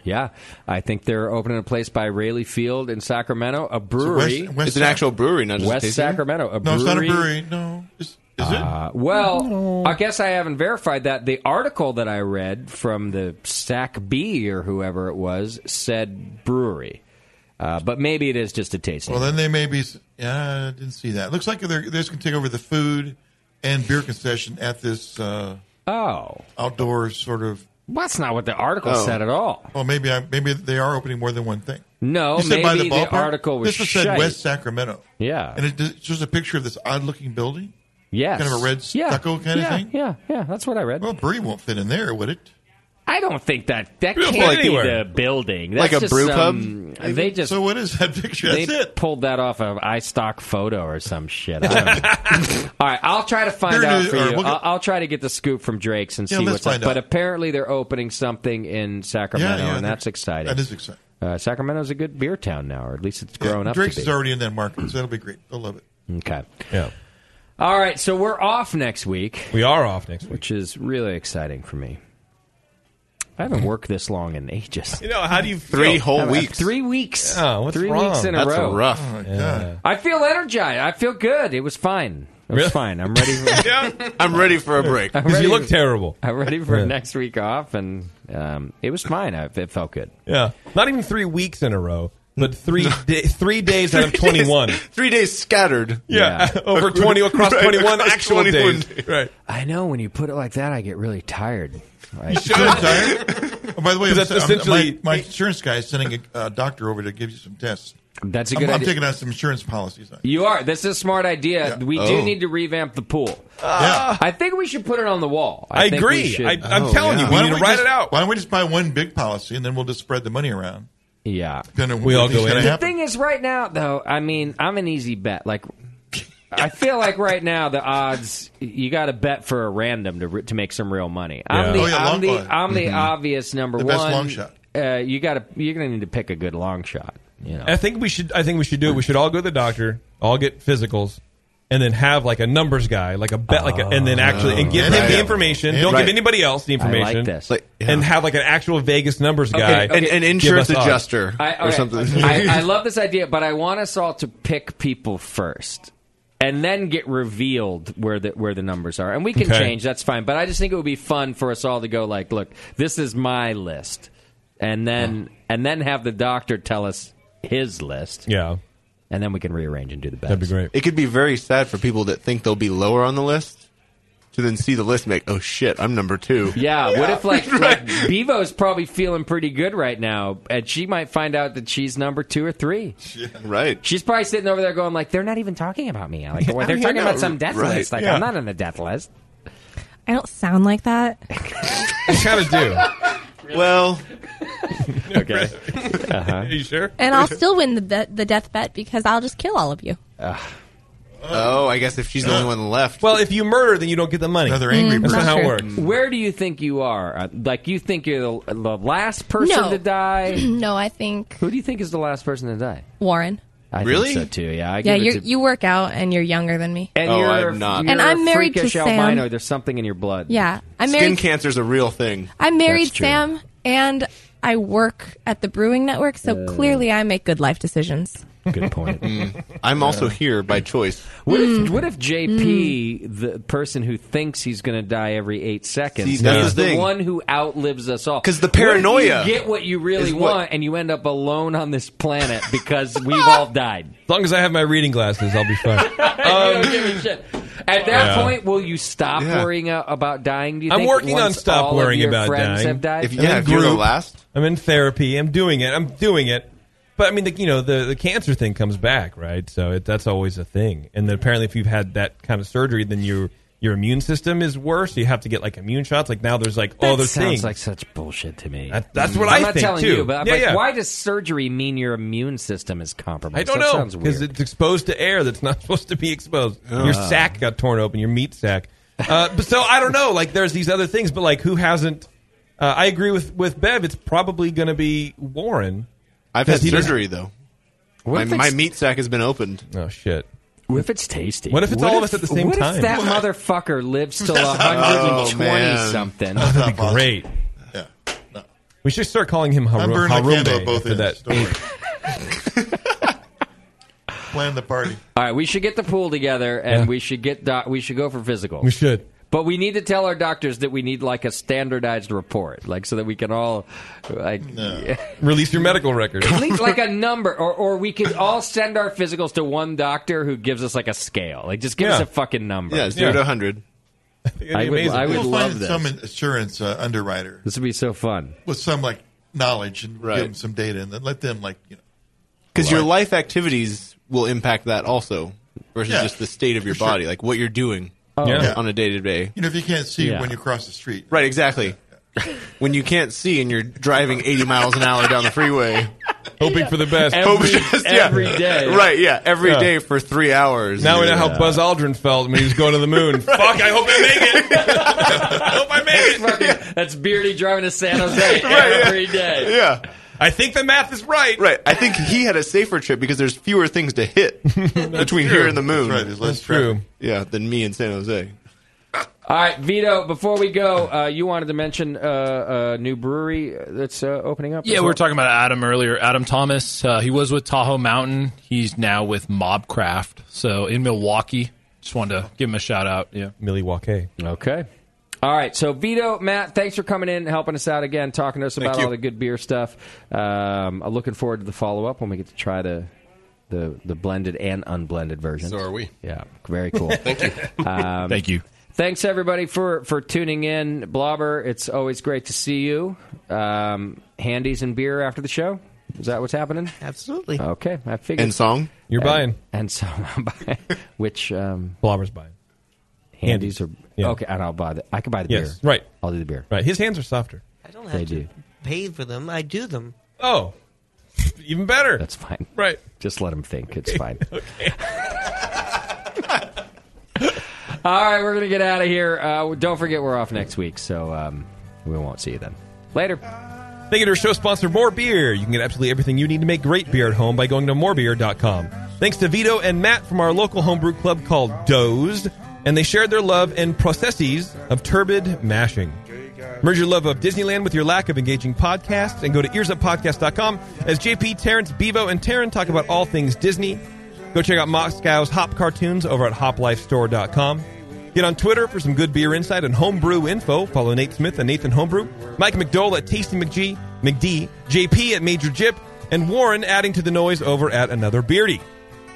Yeah, I think they're opening a place by Rayleigh Field in Sacramento, a brewery.
West- West It's an Sac- actual brewery, not just a
West
tasting room?
Sacramento. A
No, it's
brewery.
not a
brewery, no.
Uh, well, I guess I haven't verified that. The article that I read from the Sac B or whoever it was said brewery, uh, but maybe it is just a tasting.
Well, then they may be. Yeah, I didn't see that. Looks like they're, they're just going to take over the food and beer concession at this. Uh,
oh,
outdoor sort of.
Well, that's not what the article said at all.
Well, maybe I, maybe they are opening more than one thing.
No,
You said by
maybe the
ballpark?
article was
This was
shite.
said West Sacramento.
Yeah.
and it, it's just a picture of this odd-looking building.
Yes.
kind of a red
Yeah.
stucco kind
Yeah,
of thing.
Yeah, yeah, that's what I read.
Well, brewery won't fit in there, would it?
I don't think that that
Beautiful
can't be
anywhere.
the building.
Like
That's
a
just
brew
some-
pub?
They just
So what is that picture?
They
That's it.
pulled that off of iStock photo or some shit. I don't know. All right, I'll try to find
There it
out
is.
for
All
you.
right, we'll get-
I'll, I'll try to get the scoop from Drake's and
Yeah,
see
let's
what's up.
find
But
out.
apparently they're opening something in Sacramento,
yeah,
and
they're-
that's exciting.
that is exciting.
Uh, Sacramento's a good beer town now, or at least it's grown up.
Drake's
to be.
is already in that market, so that'll be great. They'll love it.
Okay.
Yeah.
All right, so we're off next week.
We are off next week,
which is really exciting for me. I haven't worked this long in ages.
You know, how do you feel?
Three whole Haven't- weeks. three weeks.
Oh, what's
Three
wrong?
weeks in a That's row. rough.
Oh, my
Yeah.
God.
I feel energized. I feel good. It was fine. It was fine. I'm ready. For,
I'm ready for a break.
I'm
'Cause you
ready-
look
terrible.
I'm ready for
Yeah.
next week off, and um, it was fine. I, it felt good.
Yeah. Not even three weeks in a row, but three da- three days out of twenty one.
Three days scattered.
Yeah. Over twenty across
Right,
twenty one
across
actual
21
days. Right.
I know when you put it like that, I get really tired. I-
Oh, by the way, I'm,
That's
I'm-
essentially-
my, my insurance guy is sending a uh, doctor over to give you some tests.
That's a
I'm-
good
I'm,
idea.
taking out some insurance policies.
You are. This is a smart idea. We do
Oh.
need to revamp the pool. I think we should put it on the wall. think we should-
Oh, Why don't we just- Why don't we just buy one big policy and then we'll just spread the money around?
Yeah,
Depending on what we think is gonna
The
happen.
thing is, right now, though, I mean, I'm an easy bet. Like, I feel like right now the odds you got to bet for a random to re- to make some real money.
Yeah.
I'm the
Oh, yeah,
I'm
long
the,
shot.
I'm the
Mhm.
obvious number
The
one.
best long shot.
Uh, you got to you're gonna need to pick a good long shot. You know.
I think we should. I think we should do it. We should all go to the doctor. All get physicals. and then have like a numbers guy, like a bet, like a, and then actually and give him
Right.
the information.
And-
Don't
Right.
give anybody else the
I like
information.
this. Like, yeah.
And have like an actual Vegas numbers
Okay,
guy
okay.
give us odds.
I, okay. I, I love this idea, but I want us all to pick people first, and then get revealed where the where the numbers are, and we can
Okay.
change. That's fine, but I just think it would be fun for us all to go like, look, this is my list, and then and then have the doctor tell us his list.
Yeah.
And then we can rearrange and do the best.
It could be very sad for people that think they'll be lower on the list to then see the list and make, oh shit, I'm number two.
Yeah, what if like, like Bevo's probably feeling pretty good right now, and she might find out that she's number two or three.
Right.
She's probably sitting over there going like, "They're not even talking about me, Alec.
Yeah,
They're
I mean,
talking
I know,
about some death
right,
list. Like
yeah.
I'm not on the death list."
I don't sound like that.
You kind of do.
Well,
okay. Uh-huh.
Are you sure?
And I'll still win the bet, the death bet because I'll just kill all of you.
Oh, I guess if she's the only one left.
Well, if you murder, then you don't get the money.
Another angry
That's not
person.
how it
Sure.
works.
Where do you think you are? Uh, Like you think you're the, the last person
no.
to die?
no, I think
Who do you think is the last person to die?
Warren.
I
Really?
think so too. Yeah, I
yeah,
give it
you
to- Oh,
you work out and you're younger than me.
and
Oh,
you're, you're
And I'm
a
married to
freakish
Sam.
albino. There's something in your blood.
Yeah, I'm married.
cancer's a real thing.
I married
That's true.
Sam, and I work at the Brewing Network, so
Uh.
clearly I make good life decisions.
Good point.
I'm also here by choice.
What
Mm.
if, what if JP, the person who thinks he's going to die every eight seconds,
See, that's
is
the
the,
thing.
one who outlives us all? Because
the paranoia
you get what you
is
really
what-
want, and you end up alone on this planet because we've all died.
As long as I have my reading glasses, I'll be fine.
You don't give a shit. At that
Um, Yeah.
point, will you stop
Yeah.
worrying uh, about dying? Do you
I'm
think,
working on
once
stop
all
worrying
of your
about
friends
dying.
Have died?
I'm in group. I'm in therapy. I'm doing it. I'm doing it. But I mean, the, you know, the, the cancer thing comes back, right? So it, that's always a thing. And then apparently, if you've had that kind of surgery, then your your immune system is worse. You have to get like immune shots. Like now, there's like all
That
those
sounds
things.
like such bullshit to me.
That- that's what
Mm. I'm
I
not
think,
telling
too.
you, but I'm
Yeah,
like,
yeah.
why does surgery mean your immune system is compromised?
I don't
that
know
Sounds
because
weird.
it's exposed to air that's not supposed to be exposed. Your
Ah.
sack got torn open, your meat sack. Uh, but so I don't know. Like there's these other things, but like who hasn't? Uh, I agree with with Bev. It's probably going to be Warren.
I've
'Cause
had
he doesn't-
surgery, though. My,
if it's-
my meat sack has been opened.
Oh, shit.
What if it's tasty?
What if it's all of us at the same
what
time?
If that
What?
motherfucker lives till
Oh,
120
Oh,
man.
something.
That'd be great.
Yeah.
We should start calling him
I'm
Haru-
burning the candle
Harumbe
at both
after
ends.
that.
Don't worry. Plan the party.
All right, we should get the pool together and we should get doc- we should go for physical.
We should.
But we need to tell our doctors that we need like a standardized report, like so that we can all like
Release your medical record.
at least like a number, or or we could all send our physicals to one doctor who gives us like a scale, like just give us
Yeah.
a fucking number.
Yeah, zero to 100.
I would, I would
we'll
love
find
this.
some insurance uh, underwriter
this would be so fun.
with some like knowledge and
Right.
give them some data and then let them like you know.
Because your life activities will impact that also, versus
Yeah,
just the state of your
for sure.
body, like what you're doing
Oh. Yeah.
on a day to day.
You know, if you can't see when you cross the street,
Right, exactly. when you can't see and you're driving 80 miles an hour down the freeway,
hoping for the best.
Every
Every-
day,
every day.
Right, yeah, every day
Yeah.
for three hours.
Now we know
Yeah.
how Buzz Aldrin felt when he was going to the moon. Fuck, I hope I make it.
That's Beardy driving to San Jose every day.
Yeah.
I think the math is right.
Right. I think he had a safer trip because there's fewer things to hit between
true.
here and the moon.
That's right, there's less That's
true. traffic.
Yeah, than me in San Jose.
All right, Vito. Before we go, uh, you wanted to mention uh, a new brewery that's uh, opening up.
Yeah,
as
we
well.
were talking about Adam earlier. Adam Thomas, uh, he was with Tahoe Mountain. He's now with Mobcraft, so in Milwaukee. Just wanted to give him a shout out. Yeah,
Milwaukee.
Okay. All right, so Vito, Matt, thanks for coming in, and helping us out again, talking to us about all the good beer stuff. Um, I'm looking forward to the follow up when we get to try the the, the blended and unblended version.
So are we.
Yeah, very cool. Um,
Thank you. Thank you.
Thanks everybody for for tuning in, Blobber. It's always great to see you. Um, handies and beer after the show. Is that what's happening?
Absolutely.
Okay, I figured.
And song? You're
And-
buying.
and song. I'm buying. Which um,
Blobber's buying.
handies are
Yeah.
okay, and I'll buy the. I can buy the
Yes,
beer.
right.
I'll do the beer.
Right, his hands are softer.
I don't
They
have
do.
to pay for them. I do them.
Oh, even better.
That's fine.
Right.
Just let him think. It's fine. All right, we're gonna get out of here. Uh, don't forget, we're off next week, so um, we won't see you then. Later.
Thank you to our show sponsor, More Beer. You can get absolutely everything you need to make great beer at home by going to morebeer.com. Thanks to Vito and Matt from our local homebrew club called Dozed, and they shared their love and processes of turbid mashing. Merge your love of Disneyland with your lack of engaging podcasts and go to earsuppodcast.com as JP, Terrence, Bevo, and Taryn talk about all things Disney. Go check out Moscow's Hop Cartoons over at hoplifestore.com. Get on Twitter for some good beer insight and homebrew info. Follow Nate Smith and Nathan Homebrew, Mike McDowell at Tasty McG, McD, JP at Major Jip, and Warren adding to the noise over at Another Beardy.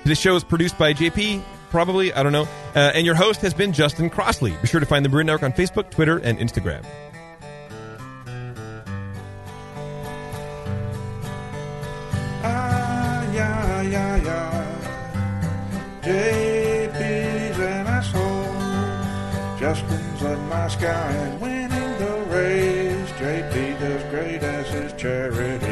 This show is produced by JP, probably, I don't know, uh, and your host has been Justin Crossley. Be sure to find the Brew Network on Facebook, Twitter, and Instagram.
Ah, yeah, yeah, yeah. JP's an asshole. Justin's a nice guy and winning the race. JP does great as his charity.